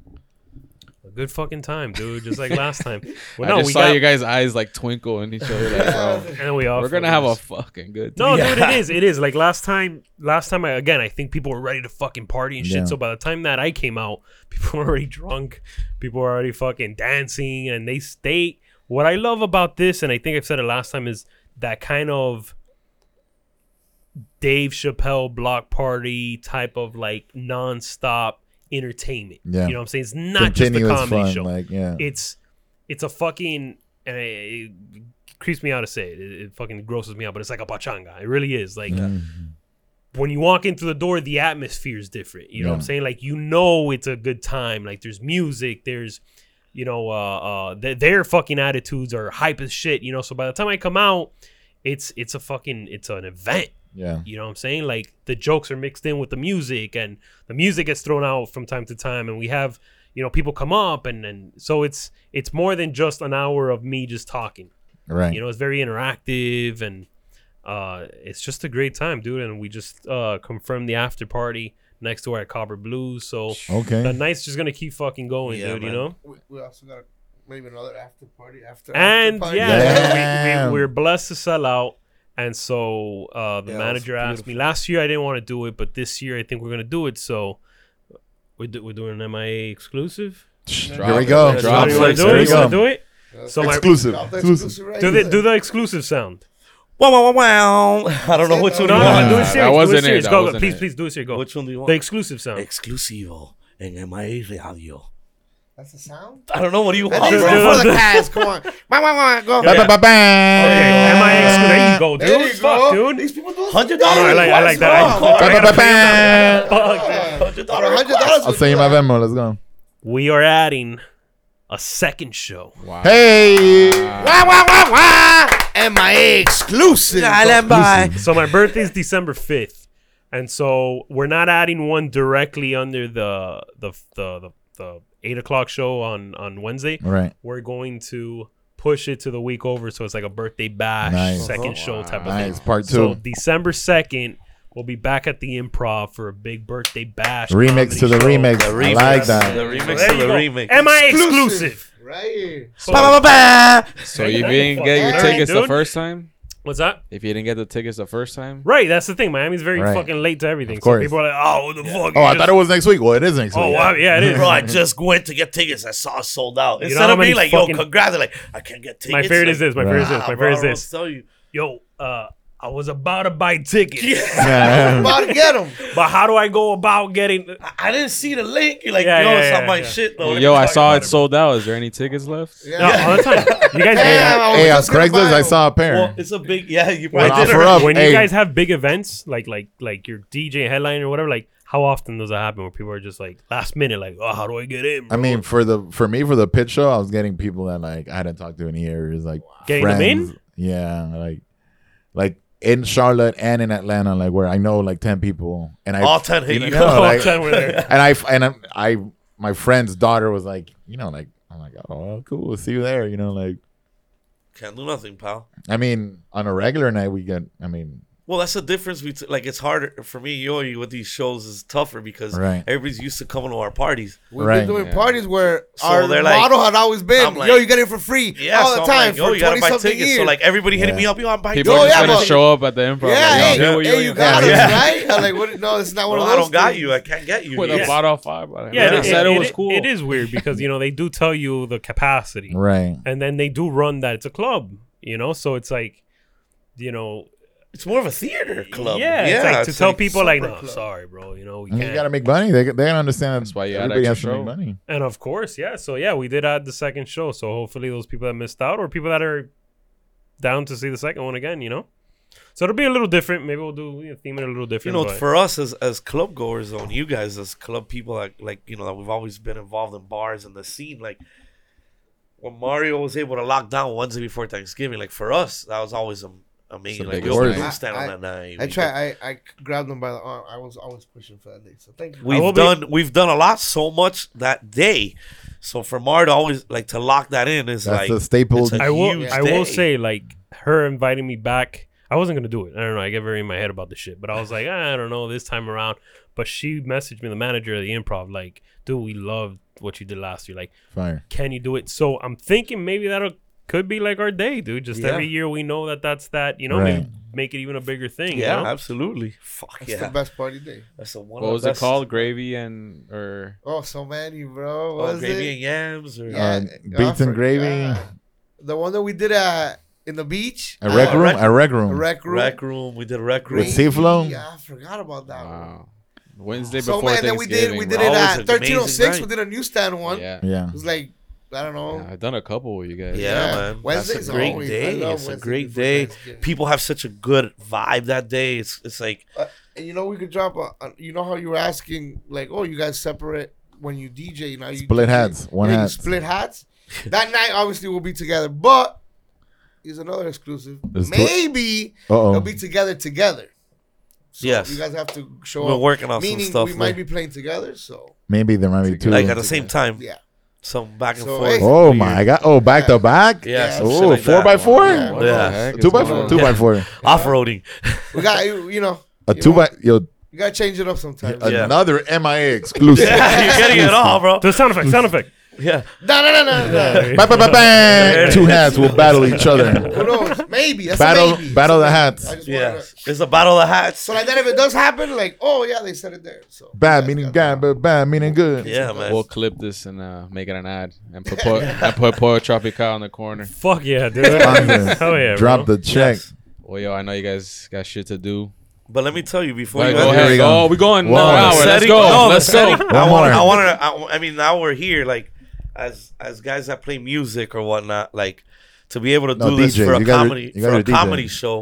[SPEAKER 9] A good fucking time, dude. Just like last
[SPEAKER 7] *laughs*
[SPEAKER 9] time. Well,
[SPEAKER 7] I
[SPEAKER 9] no,
[SPEAKER 7] just
[SPEAKER 9] we
[SPEAKER 7] saw
[SPEAKER 9] got,
[SPEAKER 7] you guys' eyes like twinkle in each other. Like, bro,
[SPEAKER 9] and then we all
[SPEAKER 7] we're gonna
[SPEAKER 9] fucking-
[SPEAKER 7] have a fucking good.
[SPEAKER 9] No,
[SPEAKER 7] time.
[SPEAKER 9] dude, it is. It is. Like last time, last time I again, I think people were ready to fucking party and shit.
[SPEAKER 8] Yeah.
[SPEAKER 9] So by the time that I came out, *laughs* people were already drunk. People were already fucking dancing, and they stay. What I love about this, and I think I've said it last time, is that kind of Dave Chappelle block party type of like nonstop entertainment.
[SPEAKER 8] Yeah.
[SPEAKER 9] You know what I'm saying? It's not
[SPEAKER 8] Continuous
[SPEAKER 9] just a comedy
[SPEAKER 8] fun.
[SPEAKER 9] show
[SPEAKER 8] Like, yeah.
[SPEAKER 9] it's it's a fucking and it, it creeps me out to say it. it. It fucking grosses me out, but it's like a pachanga. It really is. Like
[SPEAKER 8] Mm-hmm.
[SPEAKER 9] when you walk in through the door, the atmosphere is different. You know what I'm
[SPEAKER 8] Yeah.
[SPEAKER 9] saying? Like you know it's a good time. Like there's music. There's you know uh, uh th- their fucking attitudes are hype as shit. You know. So by the time I come out, it's it's a fucking it's an event.
[SPEAKER 8] Yeah.
[SPEAKER 9] You know what I'm saying? Like the jokes are mixed in with the music and the music gets thrown out from time to time and we have, you know, people come up and and so it's it's more than just an hour of me just talking.
[SPEAKER 8] Right.
[SPEAKER 9] You know, it's very interactive and uh it's just a great time, dude, and we just uh confirmed the after party next door at Copper Blues, so the
[SPEAKER 8] Okay.
[SPEAKER 9] night's just going to keep fucking going,
[SPEAKER 5] Yeah,
[SPEAKER 9] dude, you
[SPEAKER 5] man.
[SPEAKER 9] know?
[SPEAKER 6] We, we also got maybe another after party after.
[SPEAKER 9] And
[SPEAKER 6] after party.
[SPEAKER 9] yeah,
[SPEAKER 8] Damn.
[SPEAKER 9] we, we, we're blessed to sell out. And so uh, the
[SPEAKER 5] Yeah, it was
[SPEAKER 9] manager asked me last year. I didn't want to do it, but this year I think we're gonna do it. So we're, do- we're doing an MIA exclusive.
[SPEAKER 8] Here we go.
[SPEAKER 7] Drop
[SPEAKER 9] Drop
[SPEAKER 7] it.
[SPEAKER 9] you want to do
[SPEAKER 8] There
[SPEAKER 9] it?
[SPEAKER 8] you
[SPEAKER 9] You want to
[SPEAKER 8] go.
[SPEAKER 9] do it? So my, do
[SPEAKER 8] Exclusive.
[SPEAKER 6] Drop the
[SPEAKER 8] Exclusive.
[SPEAKER 6] exclusive right
[SPEAKER 9] the
[SPEAKER 6] there.
[SPEAKER 9] do the exclusive sound.
[SPEAKER 5] Wow, wow, wow, wow. I don't know which one
[SPEAKER 9] No,
[SPEAKER 5] you
[SPEAKER 9] no,
[SPEAKER 5] want.
[SPEAKER 9] no, do it
[SPEAKER 7] that
[SPEAKER 9] serious. do
[SPEAKER 7] wasn't
[SPEAKER 9] it
[SPEAKER 7] it,
[SPEAKER 9] serious.
[SPEAKER 7] that
[SPEAKER 9] Go, go.
[SPEAKER 7] wasn't
[SPEAKER 9] Please,
[SPEAKER 7] it.
[SPEAKER 9] please do it serious. Go.
[SPEAKER 5] Which one do you want?
[SPEAKER 9] The exclusive sound.
[SPEAKER 5] Exclusivo en MIA Radio.
[SPEAKER 6] That's the sound.
[SPEAKER 5] I don't know. What do you
[SPEAKER 6] That
[SPEAKER 5] want,
[SPEAKER 6] is
[SPEAKER 9] Dude,
[SPEAKER 5] bro?
[SPEAKER 9] dude.
[SPEAKER 6] for the cast. Come on. Wah, wah, wah, go.
[SPEAKER 9] Yeah. Okay,
[SPEAKER 8] Ba-ba-ba-bam.
[SPEAKER 9] MIA exclusive. There you go, dude.
[SPEAKER 6] There you
[SPEAKER 9] Fuck,
[SPEAKER 6] go.
[SPEAKER 9] dude.
[SPEAKER 6] These people do
[SPEAKER 5] Hundred
[SPEAKER 9] Oh,
[SPEAKER 5] dollars.
[SPEAKER 9] I like, I like that. I-
[SPEAKER 8] Ba-ba-ba-bam.
[SPEAKER 9] Fuck.
[SPEAKER 5] Hundred
[SPEAKER 6] For
[SPEAKER 5] dollars.
[SPEAKER 6] hundred dollars.
[SPEAKER 8] I'll send you my Venmo. Let's go.
[SPEAKER 9] We are adding a second show.
[SPEAKER 7] Wow.
[SPEAKER 8] Hey.
[SPEAKER 6] Wah wah wah wah. And my exclusive.
[SPEAKER 5] Island by.
[SPEAKER 9] so my birthday's December fifth, and so we're not adding one directly under the the the the, the eight o'clock show on on Wednesday.
[SPEAKER 8] All right.
[SPEAKER 9] We're going to push it to the week over, so it's like a birthday bash,
[SPEAKER 8] Nice.
[SPEAKER 9] second show type of
[SPEAKER 8] Nice.
[SPEAKER 9] thing.
[SPEAKER 8] Part
[SPEAKER 9] So
[SPEAKER 8] two.
[SPEAKER 9] December second, we'll be back at the Improv for a big birthday bash
[SPEAKER 8] Remix to the
[SPEAKER 9] comedy show.
[SPEAKER 8] remix. I like
[SPEAKER 5] The
[SPEAKER 8] that.
[SPEAKER 5] remix
[SPEAKER 9] There
[SPEAKER 5] to
[SPEAKER 9] you
[SPEAKER 5] the
[SPEAKER 9] go.
[SPEAKER 5] remix.
[SPEAKER 9] Am I exclusive?
[SPEAKER 6] Right here.
[SPEAKER 9] So-
[SPEAKER 7] So if you
[SPEAKER 9] Fuck
[SPEAKER 7] didn't
[SPEAKER 9] that,
[SPEAKER 7] get your
[SPEAKER 9] dude.
[SPEAKER 7] tickets the
[SPEAKER 9] Dude.
[SPEAKER 7] first time,
[SPEAKER 9] what's that?
[SPEAKER 7] if you didn't get the tickets the first time,
[SPEAKER 9] Right, that's the thing. Miami's very
[SPEAKER 8] Right.
[SPEAKER 9] fucking late to everything.
[SPEAKER 8] Of course.
[SPEAKER 9] So people are like, "Oh, what the fuck."
[SPEAKER 8] Oh,
[SPEAKER 9] you
[SPEAKER 8] I
[SPEAKER 9] just-
[SPEAKER 8] thought it was next week. Well, it is next week.
[SPEAKER 9] Oh, wow, yeah, it is.
[SPEAKER 5] Bro, I just went to get tickets. I saw it sold
[SPEAKER 9] You
[SPEAKER 5] out.
[SPEAKER 9] know
[SPEAKER 5] Instead
[SPEAKER 9] how
[SPEAKER 5] of being
[SPEAKER 9] many
[SPEAKER 5] like,
[SPEAKER 9] fucking-
[SPEAKER 5] "Yo, congrats!" They're like, "I can't get tickets."
[SPEAKER 9] My favorite
[SPEAKER 5] Like,
[SPEAKER 9] is this. My favorite is this.
[SPEAKER 5] "Ah,
[SPEAKER 9] My
[SPEAKER 5] bro,
[SPEAKER 9] favorite is
[SPEAKER 5] I don't
[SPEAKER 9] this.
[SPEAKER 5] tell you.
[SPEAKER 9] yo, uh, I was about to buy tickets, *laughs*
[SPEAKER 5] *laughs*
[SPEAKER 8] Yeah.
[SPEAKER 6] About to get him.
[SPEAKER 9] but how do I go about getting?
[SPEAKER 5] I, I didn't see the link. You're like,
[SPEAKER 9] Yeah,
[SPEAKER 5] "Yo,
[SPEAKER 9] yeah,
[SPEAKER 5] it's
[SPEAKER 9] yeah,
[SPEAKER 5] on my
[SPEAKER 9] yeah.
[SPEAKER 5] shit." Though. Let
[SPEAKER 7] yo,
[SPEAKER 5] me
[SPEAKER 7] I
[SPEAKER 5] talk
[SPEAKER 7] saw
[SPEAKER 5] about
[SPEAKER 7] it sold out. Is there any tickets left?
[SPEAKER 9] No,
[SPEAKER 5] uh,
[SPEAKER 9] all the time. You *laughs* guys,
[SPEAKER 6] Damn, I was
[SPEAKER 8] Hey, on
[SPEAKER 6] just gonna
[SPEAKER 8] Craigslist,
[SPEAKER 6] buy
[SPEAKER 8] I
[SPEAKER 6] 'em.
[SPEAKER 8] saw a pair.
[SPEAKER 5] Well, it's a big yeah. You
[SPEAKER 8] Well,
[SPEAKER 5] probably did
[SPEAKER 8] offer
[SPEAKER 5] it.
[SPEAKER 8] up.
[SPEAKER 9] when you
[SPEAKER 8] Hey.
[SPEAKER 9] guys have big events like like like your DJ headline or whatever, like how often does that happen where people are just like last minute, like, oh, how do I get in?
[SPEAKER 8] I mean, for the for me for the pit show, I was getting people that like I hadn't talked to in years, like
[SPEAKER 9] Getting them in?
[SPEAKER 8] friends. Yeah, like like in Charlotte and in Atlanta, like where I know like ten people, and I
[SPEAKER 5] *laughs* All ten hit
[SPEAKER 8] *laughs* you
[SPEAKER 5] you.
[SPEAKER 8] know,
[SPEAKER 9] all
[SPEAKER 8] like-
[SPEAKER 9] time we're there.
[SPEAKER 8] and I and I, I my friend's daughter was like, you know, like I'm like, oh, well, cool, see you there, you know, like
[SPEAKER 5] *laughs* Can't do nothing, pal.
[SPEAKER 8] I mean, on a regular night we get, I mean,
[SPEAKER 5] Well, that's the difference. We like it's harder for me. Yo, you with these shows is tougher because
[SPEAKER 8] Right.
[SPEAKER 5] everybody's used to coming to our parties.
[SPEAKER 6] We've
[SPEAKER 8] Right.
[SPEAKER 6] been doing
[SPEAKER 7] Yeah.
[SPEAKER 6] parties where
[SPEAKER 5] So
[SPEAKER 6] our
[SPEAKER 5] they're like-
[SPEAKER 6] motto had always been,
[SPEAKER 5] I'm like-
[SPEAKER 6] "Yo, you get it for free
[SPEAKER 5] Yeah,
[SPEAKER 6] all
[SPEAKER 5] so
[SPEAKER 6] the
[SPEAKER 5] I'm
[SPEAKER 6] time
[SPEAKER 5] like, yo,
[SPEAKER 6] for
[SPEAKER 5] you gotta
[SPEAKER 6] twenty
[SPEAKER 5] buy
[SPEAKER 6] something
[SPEAKER 5] tickets.
[SPEAKER 6] years."
[SPEAKER 5] So like *laughs* everybody hitting
[SPEAKER 8] Yeah.
[SPEAKER 5] me up, yo, I'm buying
[SPEAKER 7] People
[SPEAKER 6] Yo,
[SPEAKER 7] are
[SPEAKER 5] tickets.
[SPEAKER 7] just
[SPEAKER 6] Oh, yeah,
[SPEAKER 7] gonna
[SPEAKER 6] but-
[SPEAKER 7] show up at the improv.
[SPEAKER 6] yeah,
[SPEAKER 7] like,
[SPEAKER 6] hey,
[SPEAKER 7] yo,
[SPEAKER 5] yeah.
[SPEAKER 7] yo,
[SPEAKER 6] hey,
[SPEAKER 7] yo,
[SPEAKER 6] you
[SPEAKER 7] yo.
[SPEAKER 6] got us
[SPEAKER 5] Yeah.
[SPEAKER 6] right. I'm like, what, no, it's
[SPEAKER 5] *laughs*
[SPEAKER 6] not one
[SPEAKER 5] Well,
[SPEAKER 6] of
[SPEAKER 5] I
[SPEAKER 6] those.
[SPEAKER 5] don't got
[SPEAKER 6] things.
[SPEAKER 5] you. I can't get you.
[SPEAKER 7] with
[SPEAKER 5] Yeah.
[SPEAKER 7] a bottle of five. but
[SPEAKER 9] Yeah,
[SPEAKER 7] I
[SPEAKER 9] it,
[SPEAKER 7] said
[SPEAKER 9] it-
[SPEAKER 7] it was
[SPEAKER 9] it-
[SPEAKER 7] cool.
[SPEAKER 9] it is weird because you know they do tell you the capacity,
[SPEAKER 8] right,
[SPEAKER 9] and then they do run that it's a club, you know. So it's like, you know,
[SPEAKER 5] It's more of a theater club.
[SPEAKER 9] Yeah, it's like to
[SPEAKER 5] it's
[SPEAKER 9] tell people like,
[SPEAKER 5] supper
[SPEAKER 9] no,
[SPEAKER 5] club.
[SPEAKER 9] sorry, bro, you know we
[SPEAKER 8] And
[SPEAKER 9] can't.
[SPEAKER 8] you gotta make money. They they gotta understand that's
[SPEAKER 7] why you add
[SPEAKER 8] everybody has to
[SPEAKER 7] extra
[SPEAKER 8] make
[SPEAKER 7] show.
[SPEAKER 8] money.
[SPEAKER 9] And of course, yeah. So yeah, we did add the second show. So hopefully those people that missed out or people that are down to see the second one again, you know. So it'll be a little different. Maybe we'll do you know, theme it a little
[SPEAKER 5] You
[SPEAKER 9] different.
[SPEAKER 5] know,
[SPEAKER 9] but-
[SPEAKER 5] for us as as club goers, though, and you guys as club people, like like you know, that we've always been involved in bars and the scene. Like when Mario was able to lock down Wednesday before Thanksgiving, like for us, that was always am- amazing.
[SPEAKER 7] It's the
[SPEAKER 5] Like we
[SPEAKER 7] biggest
[SPEAKER 5] always
[SPEAKER 7] night.
[SPEAKER 5] stand on
[SPEAKER 6] I-
[SPEAKER 5] that night.
[SPEAKER 6] I
[SPEAKER 5] We did-
[SPEAKER 6] try. I, I grabbed them by the arm. I was always pushing for that day. So thank you.
[SPEAKER 9] I will
[SPEAKER 5] We've
[SPEAKER 9] be-
[SPEAKER 5] done we've done a lot so much that day. So for Mar to always like to lock that in is
[SPEAKER 8] That's
[SPEAKER 5] like
[SPEAKER 8] the staple.
[SPEAKER 5] it's a
[SPEAKER 9] I will.
[SPEAKER 5] huge
[SPEAKER 9] I will
[SPEAKER 5] day.
[SPEAKER 9] say, like her inviting me back. I wasn't gonna do it. I don't know. I get very in my head about this shit, but I was like, *laughs* "Ah, I don't know this time around. But she messaged me, the manager of the improv, like, dude, we loved what you did last year. Like,
[SPEAKER 8] Fire.
[SPEAKER 9] can you do it? So I'm thinking maybe that'll could be like our day, dude. Just
[SPEAKER 5] Yeah.
[SPEAKER 9] every year we know that that's that. You know,
[SPEAKER 8] Right.
[SPEAKER 9] maybe make it even a bigger thing.
[SPEAKER 5] Yeah,
[SPEAKER 9] you know?
[SPEAKER 5] absolutely. Fuck
[SPEAKER 6] That's the
[SPEAKER 5] yeah.
[SPEAKER 6] best party day.
[SPEAKER 5] That's the one.
[SPEAKER 7] What
[SPEAKER 5] of
[SPEAKER 7] was
[SPEAKER 5] the
[SPEAKER 7] it
[SPEAKER 5] best.
[SPEAKER 7] called? Gravy and or
[SPEAKER 6] Oh, so many, bro. What
[SPEAKER 5] Oh,
[SPEAKER 6] was
[SPEAKER 5] gravy
[SPEAKER 6] it?
[SPEAKER 5] and yams or
[SPEAKER 6] Yeah,
[SPEAKER 8] Uh,
[SPEAKER 6] I
[SPEAKER 8] beats and
[SPEAKER 6] forgot.
[SPEAKER 8] gravy.
[SPEAKER 6] The one that we did at in the beach.
[SPEAKER 8] A rec
[SPEAKER 5] Oh,
[SPEAKER 8] room.
[SPEAKER 5] rec-
[SPEAKER 8] A rec
[SPEAKER 6] A
[SPEAKER 8] room.
[SPEAKER 6] rec room.
[SPEAKER 5] rec room. We did rec room.
[SPEAKER 8] With Seaflow?
[SPEAKER 6] Yeah, I forgot about that. One.
[SPEAKER 7] wow. Wednesday
[SPEAKER 6] So
[SPEAKER 7] before
[SPEAKER 6] man, then we did
[SPEAKER 7] Thanksgiving.
[SPEAKER 6] we did
[SPEAKER 7] bro.
[SPEAKER 6] it
[SPEAKER 5] Always
[SPEAKER 6] at
[SPEAKER 5] an amazing
[SPEAKER 6] 1306. We
[SPEAKER 5] night.
[SPEAKER 6] did a newsstand one.
[SPEAKER 7] Yeah.
[SPEAKER 8] Yeah.
[SPEAKER 6] It was like I don't know.
[SPEAKER 7] Yeah, I've done a couple with you guys.
[SPEAKER 5] Yeah,
[SPEAKER 6] Yeah.
[SPEAKER 5] man.
[SPEAKER 6] Wednesdays
[SPEAKER 5] That's a
[SPEAKER 6] are
[SPEAKER 5] great
[SPEAKER 6] always- I love
[SPEAKER 5] day. It's a
[SPEAKER 6] Wednesday
[SPEAKER 5] great
[SPEAKER 6] before
[SPEAKER 5] day.
[SPEAKER 6] Thanksgiving.
[SPEAKER 5] People have such a good vibe that day. It's it's like
[SPEAKER 6] And you know we could drop a, a- you know how you were asking like oh you guys separate when you DJ now you
[SPEAKER 8] Split
[SPEAKER 6] DJ.
[SPEAKER 8] hats, one
[SPEAKER 6] yeah, you
[SPEAKER 8] hat.
[SPEAKER 6] split hats that *laughs* night obviously we'll be together but here's another exclusive
[SPEAKER 8] There's tw-
[SPEAKER 6] maybe
[SPEAKER 8] Uh
[SPEAKER 6] they'll
[SPEAKER 8] oh.
[SPEAKER 6] be together together so
[SPEAKER 5] Yes.
[SPEAKER 6] you guys have to show
[SPEAKER 5] we're
[SPEAKER 6] up
[SPEAKER 5] working on some
[SPEAKER 6] meaning
[SPEAKER 5] stuff.
[SPEAKER 6] we
[SPEAKER 5] like,
[SPEAKER 6] might be playing together so
[SPEAKER 8] Maybe there might be two.
[SPEAKER 5] like, at the same time.
[SPEAKER 6] yeah
[SPEAKER 5] Some back and
[SPEAKER 6] So,
[SPEAKER 5] forth.
[SPEAKER 6] hey.
[SPEAKER 8] Oh
[SPEAKER 5] *laughs*
[SPEAKER 8] my god. Oh, back to back.
[SPEAKER 5] Yeah, some shit
[SPEAKER 8] Oh,
[SPEAKER 5] like
[SPEAKER 8] four
[SPEAKER 5] that.
[SPEAKER 8] by four.
[SPEAKER 6] Yeah.
[SPEAKER 7] What the
[SPEAKER 5] Yeah.
[SPEAKER 7] heck
[SPEAKER 8] Two
[SPEAKER 7] is
[SPEAKER 8] by
[SPEAKER 7] going
[SPEAKER 8] four.
[SPEAKER 7] on?
[SPEAKER 8] Two by four.
[SPEAKER 5] Off roading.
[SPEAKER 6] we got *laughs* you you know
[SPEAKER 8] A
[SPEAKER 6] You
[SPEAKER 8] two
[SPEAKER 6] know,
[SPEAKER 8] by yo.
[SPEAKER 6] you gotta change it up sometimes
[SPEAKER 5] Yeah.
[SPEAKER 8] Another MIA exclusive.
[SPEAKER 5] *laughs* You're getting it all, bro.
[SPEAKER 9] The sound effect. Sound effect.
[SPEAKER 5] Yeah.
[SPEAKER 6] no no no no no
[SPEAKER 8] *laughs* Ba- ba- ba- bang. Two hats will battle each other.
[SPEAKER 6] who knows maybe that's a
[SPEAKER 8] Battle,
[SPEAKER 6] maybe.
[SPEAKER 8] battle the hats.
[SPEAKER 6] I just wanted
[SPEAKER 5] Yeah.
[SPEAKER 6] to-
[SPEAKER 5] It's a battle of hats.
[SPEAKER 6] so like that if it does happen like oh yeah they said it there so
[SPEAKER 8] Bad
[SPEAKER 6] yeah,
[SPEAKER 8] meaning
[SPEAKER 6] that's-
[SPEAKER 8] bad, but bad meaning good.
[SPEAKER 5] Yeah, man.
[SPEAKER 7] We'll clip this and uh, make it an ad and
[SPEAKER 6] *laughs*
[SPEAKER 7] put po- and put Pollo Tropical in the corner.
[SPEAKER 9] Fuck yeah, dude.
[SPEAKER 8] Sponsors,
[SPEAKER 9] *laughs* Hell yeah.
[SPEAKER 8] Drop
[SPEAKER 9] bro.
[SPEAKER 8] the check.
[SPEAKER 5] Yes.
[SPEAKER 7] Well, yo, I know you guys got shit to do.
[SPEAKER 5] But let me tell you before
[SPEAKER 7] All right,
[SPEAKER 5] you
[SPEAKER 7] go
[SPEAKER 5] guys-
[SPEAKER 8] Here we
[SPEAKER 7] ahead.
[SPEAKER 8] go.
[SPEAKER 7] Oh, we're going
[SPEAKER 8] Whoa.
[SPEAKER 7] one hour. Let's
[SPEAKER 5] setting-
[SPEAKER 7] go.
[SPEAKER 5] no, the
[SPEAKER 7] Let's go.
[SPEAKER 5] setting-
[SPEAKER 8] One
[SPEAKER 5] I want.
[SPEAKER 8] more.
[SPEAKER 5] I want to. I, I mean, now we're here, like as as guys that play music or whatnot, like to be able to
[SPEAKER 8] No,
[SPEAKER 5] do this
[SPEAKER 8] DJs,
[SPEAKER 5] for a
[SPEAKER 8] you guys are-
[SPEAKER 5] comedy
[SPEAKER 8] you guys
[SPEAKER 5] for
[SPEAKER 8] are
[SPEAKER 5] a
[SPEAKER 8] DJs.
[SPEAKER 5] comedy show.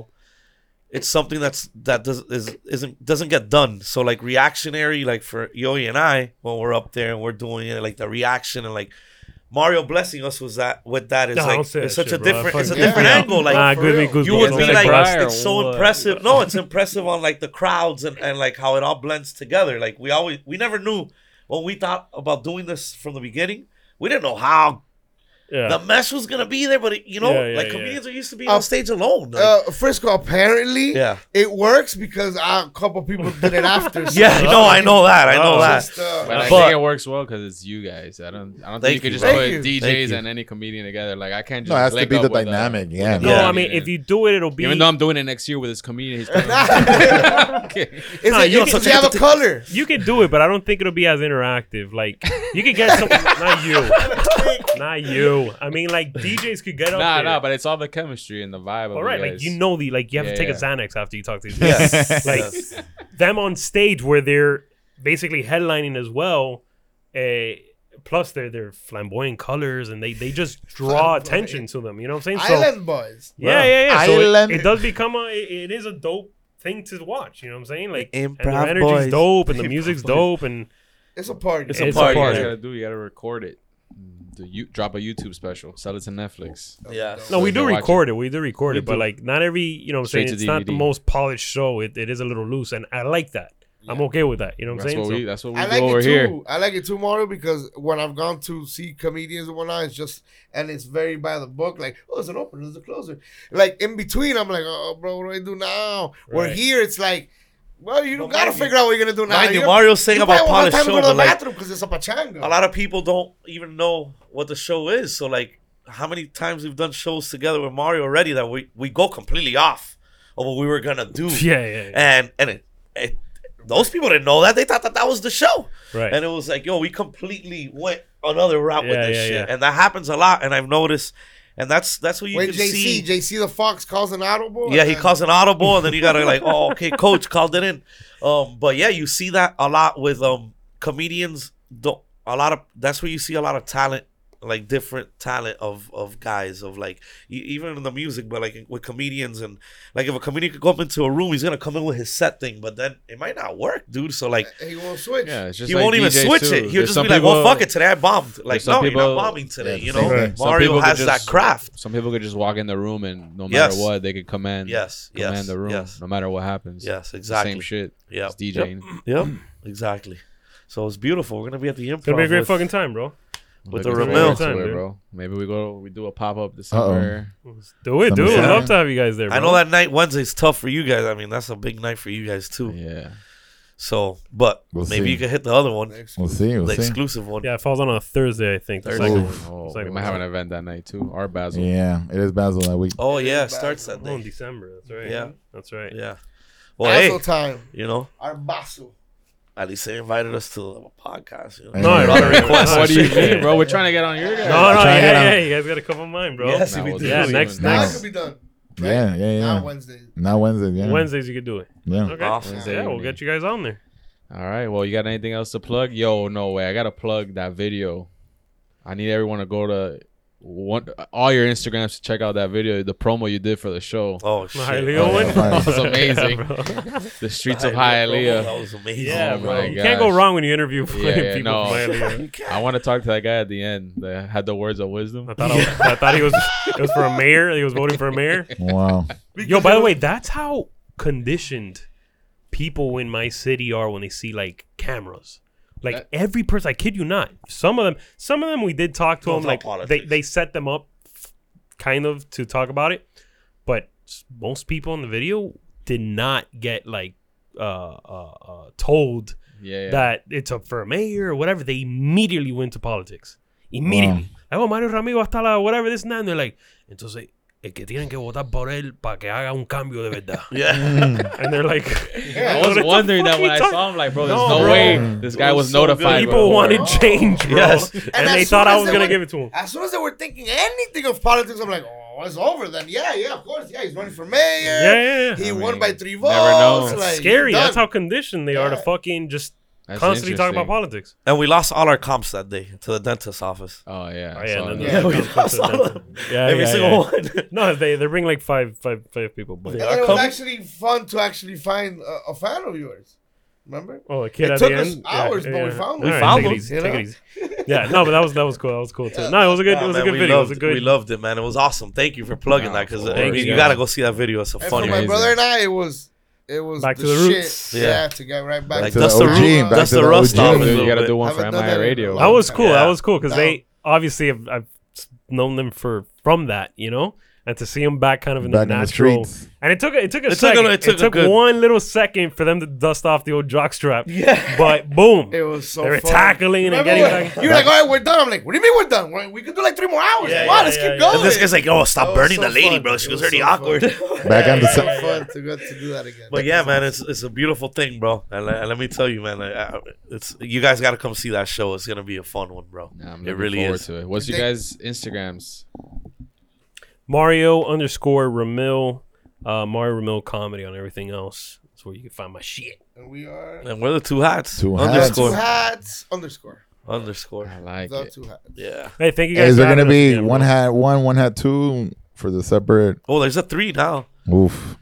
[SPEAKER 5] It's something that's that does is isn't doesn't get done. So like reactionary, like for Yoyi and I, when we're up there and we're doing it, like the reaction and like Mario blessing us was that with that is
[SPEAKER 9] Nah,
[SPEAKER 5] like
[SPEAKER 9] don't say
[SPEAKER 5] it's
[SPEAKER 9] that
[SPEAKER 5] such
[SPEAKER 9] shit,
[SPEAKER 5] a
[SPEAKER 9] bro. That
[SPEAKER 5] different it's a
[SPEAKER 9] fucking
[SPEAKER 5] different
[SPEAKER 9] freaked me
[SPEAKER 5] angle.
[SPEAKER 9] out.
[SPEAKER 5] Like
[SPEAKER 9] nah,
[SPEAKER 6] for
[SPEAKER 9] give me
[SPEAKER 6] real.
[SPEAKER 9] goosebumps.
[SPEAKER 5] you would
[SPEAKER 6] Yeah,
[SPEAKER 9] I'm
[SPEAKER 5] be
[SPEAKER 6] like
[SPEAKER 5] like,
[SPEAKER 7] cry or
[SPEAKER 5] it's so
[SPEAKER 7] what?
[SPEAKER 5] impressive. No, it's impressive on like the crowds and, and like how it all blends together. Like we always, we never knew when we thought about doing this from the beginning. We didn't know how
[SPEAKER 9] yeah.
[SPEAKER 5] the mess was gonna be there, but it, you know,
[SPEAKER 9] Yeah, yeah,
[SPEAKER 5] like
[SPEAKER 9] yeah.
[SPEAKER 5] comedians are used to being
[SPEAKER 6] Uh,
[SPEAKER 5] on stage alone. Like,
[SPEAKER 6] uh, Frisco. Apparently,
[SPEAKER 5] Yeah.
[SPEAKER 6] it works because uh, a couple people did it
[SPEAKER 9] *laughs*
[SPEAKER 6] after. so-
[SPEAKER 5] yeah, no, I know that. I know
[SPEAKER 9] Oh,
[SPEAKER 5] that.
[SPEAKER 6] Just, uh,
[SPEAKER 7] But I
[SPEAKER 5] But-
[SPEAKER 7] think it works well because it's you guys. I don't. I don't
[SPEAKER 5] Thank
[SPEAKER 7] think you
[SPEAKER 5] you.
[SPEAKER 7] could just
[SPEAKER 5] Thank
[SPEAKER 7] put
[SPEAKER 6] you.
[SPEAKER 5] Thank
[SPEAKER 7] DJs
[SPEAKER 5] you.
[SPEAKER 7] and any comedian together. Like I can't just.
[SPEAKER 8] No, it has to
[SPEAKER 7] link
[SPEAKER 8] be the
[SPEAKER 7] up with, uh,
[SPEAKER 8] dynamic. Yeah.
[SPEAKER 9] no,
[SPEAKER 5] Yeah.
[SPEAKER 9] I mean, if you do it, it'll be.
[SPEAKER 7] Even though I'm doing it next year with this comedian, he's okay.
[SPEAKER 6] is
[SPEAKER 9] Nah,
[SPEAKER 6] it,
[SPEAKER 9] you
[SPEAKER 6] you,
[SPEAKER 9] also
[SPEAKER 6] can, you have a color.
[SPEAKER 9] you can do it, but I don't think it'll be as interactive. Like you could get some, *laughs* not you, not you. I mean, like DJs could get up
[SPEAKER 7] Nah,
[SPEAKER 9] there.
[SPEAKER 7] nah, but it's all the chemistry and the vibe. of
[SPEAKER 9] all right, like
[SPEAKER 7] guys.
[SPEAKER 9] you know the like you have
[SPEAKER 7] Yeah,
[SPEAKER 9] to take a
[SPEAKER 7] yeah.
[SPEAKER 9] Xanax after you talk
[SPEAKER 8] *laughs*
[SPEAKER 9] to these people. *laughs*
[SPEAKER 5] Yes.
[SPEAKER 9] Like-
[SPEAKER 5] yes.
[SPEAKER 9] them on stage where they're basically headlining as well. Uh, plus, they're they're flamboyant colors and they they just draw
[SPEAKER 6] Flamboyant.
[SPEAKER 9] attention to them. You know what I'm saying? So,
[SPEAKER 6] Island boys.
[SPEAKER 9] yeah, yeah, yeah. So it-
[SPEAKER 8] Island.
[SPEAKER 9] it, does become a it- it is a dope thing to watch. You know what I'm saying? Like and their
[SPEAKER 5] Improv
[SPEAKER 9] energy's
[SPEAKER 5] boys.
[SPEAKER 9] dope and the music's dope and
[SPEAKER 6] It's a party.
[SPEAKER 5] It's
[SPEAKER 9] a
[SPEAKER 7] That's what
[SPEAKER 9] party.
[SPEAKER 7] you guys
[SPEAKER 9] Yeah.
[SPEAKER 7] gotta do. You gotta record it. Do you drop a YouTube special? Sell it to Netflix.
[SPEAKER 5] Yes.
[SPEAKER 9] no, we
[SPEAKER 7] you
[SPEAKER 9] do
[SPEAKER 7] can watch
[SPEAKER 9] record it. We do record
[SPEAKER 7] We
[SPEAKER 9] it, but
[SPEAKER 7] do.
[SPEAKER 9] like not every you know what I'm
[SPEAKER 7] Straight
[SPEAKER 9] saying.
[SPEAKER 7] to
[SPEAKER 9] It's not the
[SPEAKER 7] DVD.
[SPEAKER 9] most polished show. It, it is a little loose, and I like that. I'm okay with that. You know what I'm
[SPEAKER 7] That's
[SPEAKER 9] saying?
[SPEAKER 7] what
[SPEAKER 9] So-
[SPEAKER 7] we. That's what we
[SPEAKER 6] I
[SPEAKER 7] do
[SPEAKER 6] like
[SPEAKER 7] over
[SPEAKER 6] it too.
[SPEAKER 7] here.
[SPEAKER 6] I like it too, Mario, because when I've gone to see comedians and whatnot, it's just and it's very by the book. Like, oh, it's an opener, it's a closer. Like in between, I'm like, oh, bro, what do I do now? Where
[SPEAKER 9] Right.
[SPEAKER 6] here, it's like, well, you
[SPEAKER 5] Well,
[SPEAKER 6] gotta
[SPEAKER 5] mind you-
[SPEAKER 6] figure out what you're gonna do now.
[SPEAKER 5] Mind you,
[SPEAKER 6] You're-
[SPEAKER 5] Mario's saying
[SPEAKER 6] you
[SPEAKER 5] about
[SPEAKER 6] probably won't have
[SPEAKER 5] polished
[SPEAKER 6] time to
[SPEAKER 5] show,
[SPEAKER 6] go to the
[SPEAKER 5] but like
[SPEAKER 6] bathroom because it's a pachanga.
[SPEAKER 5] a lot of people don't even know what the show is. So like, how many times we've done shows together with Mario already that we we go completely off of what we were gonna
[SPEAKER 9] *laughs*
[SPEAKER 5] do.
[SPEAKER 9] yeah, yeah,
[SPEAKER 5] *laughs*
[SPEAKER 9] yeah.
[SPEAKER 5] and and it, it, those people didn't know that they thought that that was the show
[SPEAKER 9] right.
[SPEAKER 5] and it was like yo we completely went another route with
[SPEAKER 9] Yeah,
[SPEAKER 5] this
[SPEAKER 9] yeah,
[SPEAKER 5] shit
[SPEAKER 9] yeah.
[SPEAKER 5] and that happens a lot and i've noticed and that's that's what you
[SPEAKER 6] When
[SPEAKER 5] can
[SPEAKER 6] JC,
[SPEAKER 5] see.
[SPEAKER 6] JC the Fox calls an audible.
[SPEAKER 5] yeah,
[SPEAKER 6] and
[SPEAKER 5] he
[SPEAKER 6] then-
[SPEAKER 5] calls an audible, and then you gotta like, oh, okay, coach called it in. Um, but yeah, you see that a lot with um comedians. Don't a lot of that's where you see a lot of talent, like different talent of of guys of like e- even in the music, but like with comedians and like if a comedian could go up into a room, he's gonna come in with his set thing, but then it might not work, dude. So like.
[SPEAKER 6] He won't switch.
[SPEAKER 7] Yeah, it's just
[SPEAKER 5] He
[SPEAKER 7] like
[SPEAKER 5] won't even
[SPEAKER 7] DJs
[SPEAKER 5] switch
[SPEAKER 7] too.
[SPEAKER 5] it. He'll
[SPEAKER 7] There's
[SPEAKER 5] just
[SPEAKER 7] some
[SPEAKER 5] be like, "Well,
[SPEAKER 7] people-
[SPEAKER 5] fuck it, today I bombed." Like,
[SPEAKER 7] there's some
[SPEAKER 5] no, you're
[SPEAKER 7] people-
[SPEAKER 5] not bombing today.
[SPEAKER 8] yeah,
[SPEAKER 5] you
[SPEAKER 8] the
[SPEAKER 5] know,
[SPEAKER 8] same thing.
[SPEAKER 7] Some
[SPEAKER 5] Mario
[SPEAKER 7] people could
[SPEAKER 5] has that
[SPEAKER 7] just-
[SPEAKER 5] craft.
[SPEAKER 7] Some people could just walk in the room and no matter
[SPEAKER 5] Yes.
[SPEAKER 7] what, they could command.
[SPEAKER 5] Yes,
[SPEAKER 7] command
[SPEAKER 5] yes,
[SPEAKER 7] the room.
[SPEAKER 5] yes.
[SPEAKER 7] No matter what happens.
[SPEAKER 5] Yes,
[SPEAKER 7] It's the
[SPEAKER 5] exactly.
[SPEAKER 7] Same shit.
[SPEAKER 5] Yep.
[SPEAKER 7] It's DJing.
[SPEAKER 5] Yep, *clears throat* exactly. So it's beautiful. We're gonna be at the improv.
[SPEAKER 9] It's gonna be a great
[SPEAKER 5] with,
[SPEAKER 9] fucking time, bro.
[SPEAKER 5] with the
[SPEAKER 7] Looking
[SPEAKER 9] great
[SPEAKER 5] Ramil.
[SPEAKER 7] forward to
[SPEAKER 9] time,
[SPEAKER 7] it,
[SPEAKER 9] dude.
[SPEAKER 7] bro. Maybe we go. We do a pop up this summer.
[SPEAKER 9] Let's do it,
[SPEAKER 8] Some
[SPEAKER 9] dude. I'd
[SPEAKER 8] shit.
[SPEAKER 9] love to have you guys there. Bro.
[SPEAKER 5] I know that night Wednesday's tough for you guys. I mean, that's a big night for you guys too.
[SPEAKER 7] Yeah.
[SPEAKER 5] So, but
[SPEAKER 8] We'll
[SPEAKER 5] maybe
[SPEAKER 8] see.
[SPEAKER 5] you can hit the other one, the
[SPEAKER 8] We'll see. We'll see.
[SPEAKER 5] exclusive one.
[SPEAKER 9] Yeah, it falls on a Thursday, I think. the
[SPEAKER 5] Thursday.
[SPEAKER 9] second
[SPEAKER 8] Oof.
[SPEAKER 9] one.
[SPEAKER 7] Oh,
[SPEAKER 9] Second
[SPEAKER 7] we might
[SPEAKER 9] one.
[SPEAKER 7] have an event that night too. Our Basil.
[SPEAKER 8] Yeah, it is Basil that week.
[SPEAKER 5] Oh yeah, it starts that
[SPEAKER 9] Oh, in
[SPEAKER 5] day.
[SPEAKER 9] December. That's right.
[SPEAKER 5] Yeah.
[SPEAKER 9] That's right.
[SPEAKER 5] Yeah. Well,
[SPEAKER 6] Basil
[SPEAKER 5] hey,
[SPEAKER 6] time.
[SPEAKER 5] you know,
[SPEAKER 6] Our basso.
[SPEAKER 5] at least they invited us to a podcast. You know?
[SPEAKER 8] No,
[SPEAKER 5] A lot of
[SPEAKER 9] no,
[SPEAKER 5] requests.
[SPEAKER 9] no,
[SPEAKER 7] *laughs* What
[SPEAKER 5] *laughs*
[SPEAKER 7] do you
[SPEAKER 9] Shit.
[SPEAKER 7] mean, bro? We're trying to get on your guys.
[SPEAKER 9] No, no, yeah,
[SPEAKER 8] Try it out.
[SPEAKER 9] yeah, You guys got to come on mine, bro.
[SPEAKER 5] Yes,
[SPEAKER 7] Nah,
[SPEAKER 5] we
[SPEAKER 7] we'll
[SPEAKER 5] do.
[SPEAKER 7] do
[SPEAKER 9] Yeah,
[SPEAKER 7] it.
[SPEAKER 9] next-
[SPEAKER 7] Nah.
[SPEAKER 6] That
[SPEAKER 8] Nice.
[SPEAKER 6] could be done.
[SPEAKER 8] Yeah, yeah,
[SPEAKER 6] Not
[SPEAKER 8] yeah.
[SPEAKER 6] Wednesday.
[SPEAKER 8] Not Wednesday. Yeah.
[SPEAKER 9] Wednesdays you could do it.
[SPEAKER 8] Yeah.
[SPEAKER 9] Okay.
[SPEAKER 5] Awesome.
[SPEAKER 7] Wednesday
[SPEAKER 9] Yeah, we'll
[SPEAKER 7] evening.
[SPEAKER 9] get you guys on there.
[SPEAKER 7] All right. Well, you got anything else to plug? Yo, no way. I gotta plug that video. I need everyone to go to one all your Instagrams to check out that video. The promo you did for the show.
[SPEAKER 5] Oh
[SPEAKER 9] My
[SPEAKER 5] shit.
[SPEAKER 9] Leo
[SPEAKER 8] yeah.
[SPEAKER 9] one.
[SPEAKER 8] That
[SPEAKER 7] was amazing.
[SPEAKER 9] Yeah, bro.
[SPEAKER 7] The streets of Hialeah.
[SPEAKER 5] That was amazing.
[SPEAKER 9] *laughs* Yeah,
[SPEAKER 7] Oh
[SPEAKER 9] bro.
[SPEAKER 7] my
[SPEAKER 9] you can't go
[SPEAKER 7] gosh.
[SPEAKER 9] wrong when you interview *laughs* fucking
[SPEAKER 7] yeah,
[SPEAKER 9] people
[SPEAKER 7] no.
[SPEAKER 9] from
[SPEAKER 7] *laughs*
[SPEAKER 9] Hialeah.
[SPEAKER 7] I want to talk to that guy at the end that had the words of wisdom.
[SPEAKER 9] I thought, I, was- I thought he was it was for a mayor. He was voting for a mayor.
[SPEAKER 8] Wow.
[SPEAKER 9] Yo, by the way, that's how conditioned people in my city are when they see like cameras. Like every person, I kid you not. Some of them, some of them, we did talk to them.
[SPEAKER 5] Don't talk
[SPEAKER 9] Like they,
[SPEAKER 5] politics.
[SPEAKER 9] they set them up, kind of to talk about it. But s- most people in the video did not get like uh, uh, uh, told
[SPEAKER 7] Yeah. yeah.
[SPEAKER 9] that it's up for a mayor or whatever, they immediately went to politics. Immediately. Like, oh, Mario Ramiro hasta la whatever, this and that. And they're like, entonces, el que tienen que votar por él para que haga un cambio de
[SPEAKER 7] *laughs*
[SPEAKER 9] verdad. *laughs*
[SPEAKER 5] Yeah.
[SPEAKER 8] *laughs*
[SPEAKER 9] and they're like, *laughs*
[SPEAKER 7] I
[SPEAKER 9] what
[SPEAKER 7] was
[SPEAKER 9] the
[SPEAKER 7] wondering
[SPEAKER 9] fuck
[SPEAKER 7] that
[SPEAKER 9] you
[SPEAKER 7] when I
[SPEAKER 9] talking-
[SPEAKER 7] saw him, like, bro, there's
[SPEAKER 9] No,
[SPEAKER 7] no,
[SPEAKER 9] bro.
[SPEAKER 7] way this guy was, notified.
[SPEAKER 9] People
[SPEAKER 7] before.
[SPEAKER 9] wanted change, bro.
[SPEAKER 5] Yes.
[SPEAKER 9] And,
[SPEAKER 6] And
[SPEAKER 9] they
[SPEAKER 6] as
[SPEAKER 9] thought
[SPEAKER 6] soon
[SPEAKER 9] I
[SPEAKER 6] as
[SPEAKER 9] was
[SPEAKER 6] they
[SPEAKER 9] going to
[SPEAKER 6] went-
[SPEAKER 9] give it to him.
[SPEAKER 6] As soon as they were thinking anything of politics, I'm like, oh, it's over then. Yeah, yeah, of course. Yeah, he's running for mayor.
[SPEAKER 9] Yeah, yeah, yeah.
[SPEAKER 6] He
[SPEAKER 7] I
[SPEAKER 6] won
[SPEAKER 7] mean,
[SPEAKER 6] by three votes.
[SPEAKER 7] never know. That's
[SPEAKER 6] Like,
[SPEAKER 9] Scary.
[SPEAKER 6] done.
[SPEAKER 9] That's how conditioned they are to
[SPEAKER 6] Yeah.
[SPEAKER 9] fucking just
[SPEAKER 7] That's
[SPEAKER 9] constantly talk about
[SPEAKER 7] interesting.
[SPEAKER 9] politics.
[SPEAKER 5] and we lost all our comps that day to the dentist's office.
[SPEAKER 7] Oh yeah.
[SPEAKER 9] Oh,
[SPEAKER 7] I
[SPEAKER 9] yeah,
[SPEAKER 7] saw
[SPEAKER 9] and
[SPEAKER 7] that.
[SPEAKER 9] then
[SPEAKER 5] Yeah, we
[SPEAKER 9] they'll come to
[SPEAKER 5] lost
[SPEAKER 9] the
[SPEAKER 5] all of
[SPEAKER 9] dental.
[SPEAKER 5] them.
[SPEAKER 9] Yeah,
[SPEAKER 5] Every
[SPEAKER 9] yeah,
[SPEAKER 5] single
[SPEAKER 9] yeah.
[SPEAKER 5] one. *laughs*
[SPEAKER 9] No, they they bring like five, five, five people. But
[SPEAKER 5] Yeah.
[SPEAKER 6] And it was
[SPEAKER 5] Coming-
[SPEAKER 6] actually fun to actually find a, a fan of yours. Remember?
[SPEAKER 9] Oh, a kid
[SPEAKER 6] It
[SPEAKER 9] at
[SPEAKER 6] took
[SPEAKER 9] the
[SPEAKER 6] us
[SPEAKER 9] end.
[SPEAKER 6] hours, but we found
[SPEAKER 9] All
[SPEAKER 6] him.
[SPEAKER 9] right,
[SPEAKER 5] Found
[SPEAKER 9] take
[SPEAKER 5] him,
[SPEAKER 9] It easy,
[SPEAKER 6] you
[SPEAKER 9] take it
[SPEAKER 6] know?
[SPEAKER 9] easy. Yeah, no, but that was that was cool. That was cool too. No, it was a good. It was a
[SPEAKER 5] Man,
[SPEAKER 9] good
[SPEAKER 5] we
[SPEAKER 9] video.
[SPEAKER 5] Loved,
[SPEAKER 9] it was a good.
[SPEAKER 5] We loved it, man. It was awesome. Thank you for plugging
[SPEAKER 7] Nah,
[SPEAKER 5] that because
[SPEAKER 7] of
[SPEAKER 5] I mean,
[SPEAKER 9] course,
[SPEAKER 5] you
[SPEAKER 9] yeah.
[SPEAKER 5] gotta go see that video. It's a
[SPEAKER 6] And
[SPEAKER 5] funny.
[SPEAKER 6] for my
[SPEAKER 7] Amazing.
[SPEAKER 6] brother and I, it was it was
[SPEAKER 9] Back
[SPEAKER 6] the
[SPEAKER 9] to the
[SPEAKER 6] shit.
[SPEAKER 9] roots.
[SPEAKER 5] Yeah.
[SPEAKER 6] Yeah. to get right back,
[SPEAKER 5] Like
[SPEAKER 8] to
[SPEAKER 6] the
[SPEAKER 5] that's
[SPEAKER 8] the
[SPEAKER 5] the
[SPEAKER 8] OG,
[SPEAKER 5] root.
[SPEAKER 8] back to
[SPEAKER 5] That's
[SPEAKER 8] the
[SPEAKER 5] the roast
[SPEAKER 8] OG.
[SPEAKER 5] off. a
[SPEAKER 8] You
[SPEAKER 7] You
[SPEAKER 5] little
[SPEAKER 7] gotta
[SPEAKER 5] bit.
[SPEAKER 7] do one for
[SPEAKER 6] Haven't done that
[SPEAKER 7] MI
[SPEAKER 6] in a
[SPEAKER 7] Radio.
[SPEAKER 9] That was cool. That
[SPEAKER 5] Yeah.
[SPEAKER 9] was cool because
[SPEAKER 6] No.
[SPEAKER 9] they obviously have, I've known them for from that, you know, and to see them back kind of in
[SPEAKER 8] Back in
[SPEAKER 9] the
[SPEAKER 8] the
[SPEAKER 9] natural.
[SPEAKER 8] streets.
[SPEAKER 9] and it took a, it took a
[SPEAKER 5] It took a-
[SPEAKER 9] second.
[SPEAKER 5] it
[SPEAKER 9] it
[SPEAKER 5] took
[SPEAKER 9] took,
[SPEAKER 5] a good-
[SPEAKER 9] one little second for them to dust off the old jockstrap. Yeah, *laughs* but boom,
[SPEAKER 6] It was so
[SPEAKER 9] they were
[SPEAKER 6] fun.
[SPEAKER 9] tackling and
[SPEAKER 6] Remember
[SPEAKER 9] getting
[SPEAKER 6] when-
[SPEAKER 9] back.
[SPEAKER 6] You were like, all right, we're done. I'm like, what do you mean we're done? We're- we could do like three more hours.
[SPEAKER 9] Yeah,
[SPEAKER 6] wow,
[SPEAKER 9] yeah,
[SPEAKER 6] let's
[SPEAKER 9] yeah,
[SPEAKER 6] keep
[SPEAKER 9] yeah.
[SPEAKER 6] going.
[SPEAKER 5] And this guy's like, "Oh,
[SPEAKER 6] That
[SPEAKER 5] stop
[SPEAKER 6] was
[SPEAKER 5] burning
[SPEAKER 6] so
[SPEAKER 5] the lady,
[SPEAKER 6] fun.
[SPEAKER 5] bro.
[SPEAKER 6] It
[SPEAKER 5] She
[SPEAKER 6] was
[SPEAKER 5] was already
[SPEAKER 6] so fun.
[SPEAKER 5] awkward."
[SPEAKER 6] *laughs*
[SPEAKER 8] Back on the
[SPEAKER 6] so
[SPEAKER 8] set.
[SPEAKER 6] fun to get to do that again.
[SPEAKER 5] but yeah, man, it's it's a beautiful thing, bro. And, le- and let me tell you, man, I, I, it's you guys gotta come see that show. It's gonna be a fun one, bro.
[SPEAKER 7] Nah, I'm
[SPEAKER 5] it
[SPEAKER 7] looking
[SPEAKER 5] really
[SPEAKER 7] forward
[SPEAKER 5] is.
[SPEAKER 7] to it. What's you
[SPEAKER 6] They-
[SPEAKER 7] guys' Instagrams?
[SPEAKER 9] Mario underscore Ramil, uh, Mario Ramil comedy on everything else. That's where you can find my shit.
[SPEAKER 6] And we are
[SPEAKER 5] And we're the two hats.
[SPEAKER 8] Two hats.
[SPEAKER 5] underscore
[SPEAKER 6] two hats underscore.
[SPEAKER 5] underscore.
[SPEAKER 7] I like
[SPEAKER 6] The
[SPEAKER 7] it.
[SPEAKER 6] two hats.
[SPEAKER 5] Yeah.
[SPEAKER 9] Hey, thank you guys.
[SPEAKER 8] Is
[SPEAKER 9] for
[SPEAKER 8] there gonna
[SPEAKER 9] having us
[SPEAKER 8] be
[SPEAKER 9] again,
[SPEAKER 8] one
[SPEAKER 9] bro.
[SPEAKER 8] hat one, one hat two for the separate?
[SPEAKER 5] Oh, there's a three now.
[SPEAKER 8] Oof.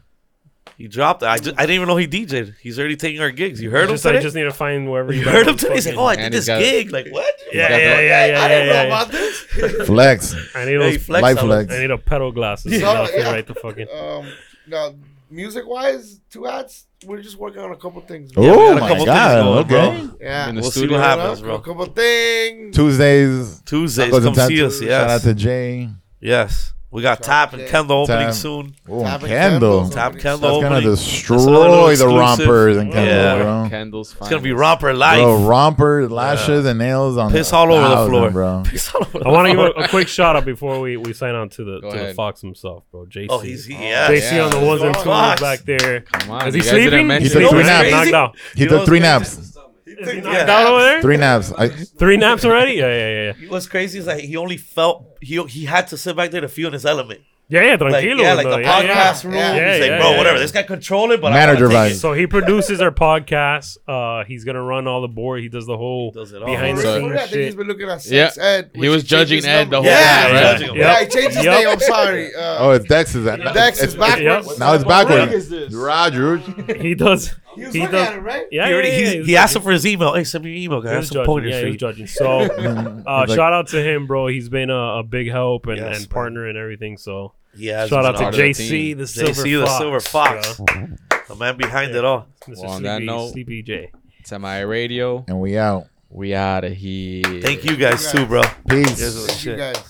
[SPEAKER 5] He dropped it. I, ju- I didn't even know he DJ'd. He's already taking our gigs. You heard him
[SPEAKER 9] Just, I
[SPEAKER 5] today?
[SPEAKER 9] just need to find wherever
[SPEAKER 5] You
[SPEAKER 9] you
[SPEAKER 5] heard him
[SPEAKER 9] got
[SPEAKER 5] today? He's like,
[SPEAKER 9] fucking-
[SPEAKER 5] "Oh, I did
[SPEAKER 7] And he's
[SPEAKER 5] this
[SPEAKER 7] got-
[SPEAKER 5] gig." Like what?
[SPEAKER 9] yeah,
[SPEAKER 7] got
[SPEAKER 9] yeah, yeah,
[SPEAKER 7] the-
[SPEAKER 9] yeah,
[SPEAKER 6] I didn't
[SPEAKER 9] yeah,
[SPEAKER 6] know
[SPEAKER 9] yeah.
[SPEAKER 6] about this.
[SPEAKER 8] Flex.
[SPEAKER 9] I need
[SPEAKER 5] Hey,
[SPEAKER 9] those.
[SPEAKER 5] flex
[SPEAKER 8] Life
[SPEAKER 5] on
[SPEAKER 8] flex.
[SPEAKER 9] I need a pedal glasses.
[SPEAKER 6] So,
[SPEAKER 9] outfit
[SPEAKER 6] yeah.
[SPEAKER 9] right the fucking.
[SPEAKER 6] Um, now, music wise, two hats. We're just working on a couple things. man.
[SPEAKER 8] Oh
[SPEAKER 5] a couple
[SPEAKER 8] my
[SPEAKER 5] things going,
[SPEAKER 8] god.
[SPEAKER 5] bro.
[SPEAKER 8] okay.
[SPEAKER 6] Yeah.
[SPEAKER 7] In the
[SPEAKER 5] We'll see
[SPEAKER 7] studio.
[SPEAKER 5] what happens,
[SPEAKER 6] a
[SPEAKER 5] bro.
[SPEAKER 6] couple things.
[SPEAKER 8] Tuesdays.
[SPEAKER 5] Tuesdays,
[SPEAKER 8] Tacos and
[SPEAKER 5] come see
[SPEAKER 8] Tattoos.
[SPEAKER 5] us.
[SPEAKER 8] Shout out
[SPEAKER 5] Yes,
[SPEAKER 8] to Jay.
[SPEAKER 5] yes. We got Tap and
[SPEAKER 6] Jay.
[SPEAKER 5] Kendall opening
[SPEAKER 8] Tap.
[SPEAKER 5] soon.
[SPEAKER 8] Oh,
[SPEAKER 6] Tap and
[SPEAKER 8] Kendall.
[SPEAKER 6] Kendall.
[SPEAKER 8] That's
[SPEAKER 5] Tap
[SPEAKER 6] Opening
[SPEAKER 5] Kendell
[SPEAKER 6] soon.
[SPEAKER 8] gonna
[SPEAKER 5] opening.
[SPEAKER 8] destroy the
[SPEAKER 5] exclusive.
[SPEAKER 8] rompers and Kendall,
[SPEAKER 5] Yeah.
[SPEAKER 8] bro.
[SPEAKER 7] Kendall's fine.
[SPEAKER 5] It's gonna be romper life.
[SPEAKER 8] Bro,
[SPEAKER 5] *laughs*
[SPEAKER 8] romper, lashes, and nails on
[SPEAKER 5] Piss
[SPEAKER 8] a
[SPEAKER 5] all over the
[SPEAKER 8] thousand,
[SPEAKER 5] floor.
[SPEAKER 8] bro.
[SPEAKER 5] Piss all over the
[SPEAKER 9] I want to give
[SPEAKER 5] floor.
[SPEAKER 9] a, a quick shout out before we, we sign on to the
[SPEAKER 7] Go
[SPEAKER 9] to the
[SPEAKER 7] ahead.
[SPEAKER 9] Fox himself, bro. JC.
[SPEAKER 5] *laughs* Oh, he's he, yeah.
[SPEAKER 9] JC on the ones and twos
[SPEAKER 5] Fox.
[SPEAKER 9] back there.
[SPEAKER 7] Come on.
[SPEAKER 9] Is he
[SPEAKER 7] you guys didn't
[SPEAKER 9] sleeping?
[SPEAKER 7] mention
[SPEAKER 8] He took
[SPEAKER 7] it.
[SPEAKER 8] three naps.
[SPEAKER 9] Knocked out.
[SPEAKER 8] He
[SPEAKER 5] You know
[SPEAKER 8] took three
[SPEAKER 5] what's
[SPEAKER 8] naps.
[SPEAKER 9] Is he knocked
[SPEAKER 5] Yeah.
[SPEAKER 9] out over there?
[SPEAKER 8] Three naps. I,
[SPEAKER 9] Three naps already? Yeah, yeah, yeah, yeah.
[SPEAKER 5] What's crazy is that he only felt he he had to sit back there to feel in his element.
[SPEAKER 9] Yeah, yeah, tranquilo.
[SPEAKER 5] Like yeah, like the
[SPEAKER 9] though. yeah, yeah.
[SPEAKER 5] podcast room.
[SPEAKER 9] Yeah,
[SPEAKER 5] He's
[SPEAKER 9] yeah,
[SPEAKER 5] like, bro,
[SPEAKER 9] yeah,
[SPEAKER 5] whatever.
[SPEAKER 9] yeah.
[SPEAKER 5] This guy control it, but
[SPEAKER 8] Manager
[SPEAKER 5] I gotta take
[SPEAKER 8] vibes.
[SPEAKER 9] So he produces our podcast. Uh, he's gonna run all the board. He does the whole
[SPEAKER 5] Does it all.
[SPEAKER 9] behind the
[SPEAKER 7] So-
[SPEAKER 6] Remember
[SPEAKER 9] scenes
[SPEAKER 6] that thing
[SPEAKER 9] shit.
[SPEAKER 6] he's been looking at
[SPEAKER 7] Yeah.
[SPEAKER 6] sex ed.
[SPEAKER 7] He
[SPEAKER 6] which
[SPEAKER 7] was
[SPEAKER 6] changed
[SPEAKER 7] judging
[SPEAKER 6] his
[SPEAKER 7] Ed the
[SPEAKER 6] number.
[SPEAKER 7] whole
[SPEAKER 5] Yeah, yeah.
[SPEAKER 7] time, right?
[SPEAKER 5] Judging him.
[SPEAKER 6] Yeah,
[SPEAKER 9] Yep.
[SPEAKER 6] he changed his
[SPEAKER 9] Yup.
[SPEAKER 6] name. I'm sorry. Uh,
[SPEAKER 8] oh, it's Dex's.
[SPEAKER 6] Dex is backwards.
[SPEAKER 9] Yup.
[SPEAKER 8] Now it's backwards.
[SPEAKER 7] this?
[SPEAKER 8] Roger.
[SPEAKER 9] He does.
[SPEAKER 6] He was
[SPEAKER 9] He
[SPEAKER 6] looking
[SPEAKER 9] does.
[SPEAKER 6] at it, right?
[SPEAKER 9] Yeah,
[SPEAKER 5] He,
[SPEAKER 9] yeah,
[SPEAKER 5] already,
[SPEAKER 9] yeah,
[SPEAKER 5] he,
[SPEAKER 9] yeah,
[SPEAKER 5] he asked him for his email. Hey, send me your email,
[SPEAKER 9] He
[SPEAKER 5] guys. I have
[SPEAKER 9] was
[SPEAKER 5] some
[SPEAKER 9] judging.
[SPEAKER 5] pointers
[SPEAKER 9] Yeah, he
[SPEAKER 5] for you.
[SPEAKER 9] was judging.
[SPEAKER 5] *laughs*
[SPEAKER 9] So uh,
[SPEAKER 8] Like-
[SPEAKER 9] shout out to him, bro. He's been a, a big help and,
[SPEAKER 5] Yes,
[SPEAKER 9] and
[SPEAKER 5] bro.
[SPEAKER 9] partner and everything. So
[SPEAKER 5] Yeah,
[SPEAKER 9] shout out
[SPEAKER 7] part
[SPEAKER 9] to
[SPEAKER 7] of the
[SPEAKER 9] JC,
[SPEAKER 7] team.
[SPEAKER 9] the
[SPEAKER 5] JC,
[SPEAKER 9] silver
[SPEAKER 5] the
[SPEAKER 9] fox,
[SPEAKER 5] Silver Fox, the man behind it all.
[SPEAKER 9] you know, Mr.
[SPEAKER 7] Well, on that
[SPEAKER 9] Sleepy,
[SPEAKER 7] note-
[SPEAKER 9] Sleepy J.
[SPEAKER 7] Semi radio.
[SPEAKER 8] And we out.
[SPEAKER 7] We out of here.
[SPEAKER 5] Thank you guys too, bro.
[SPEAKER 8] Peace.
[SPEAKER 5] Here's a
[SPEAKER 6] Thank you
[SPEAKER 5] shit.
[SPEAKER 6] guys.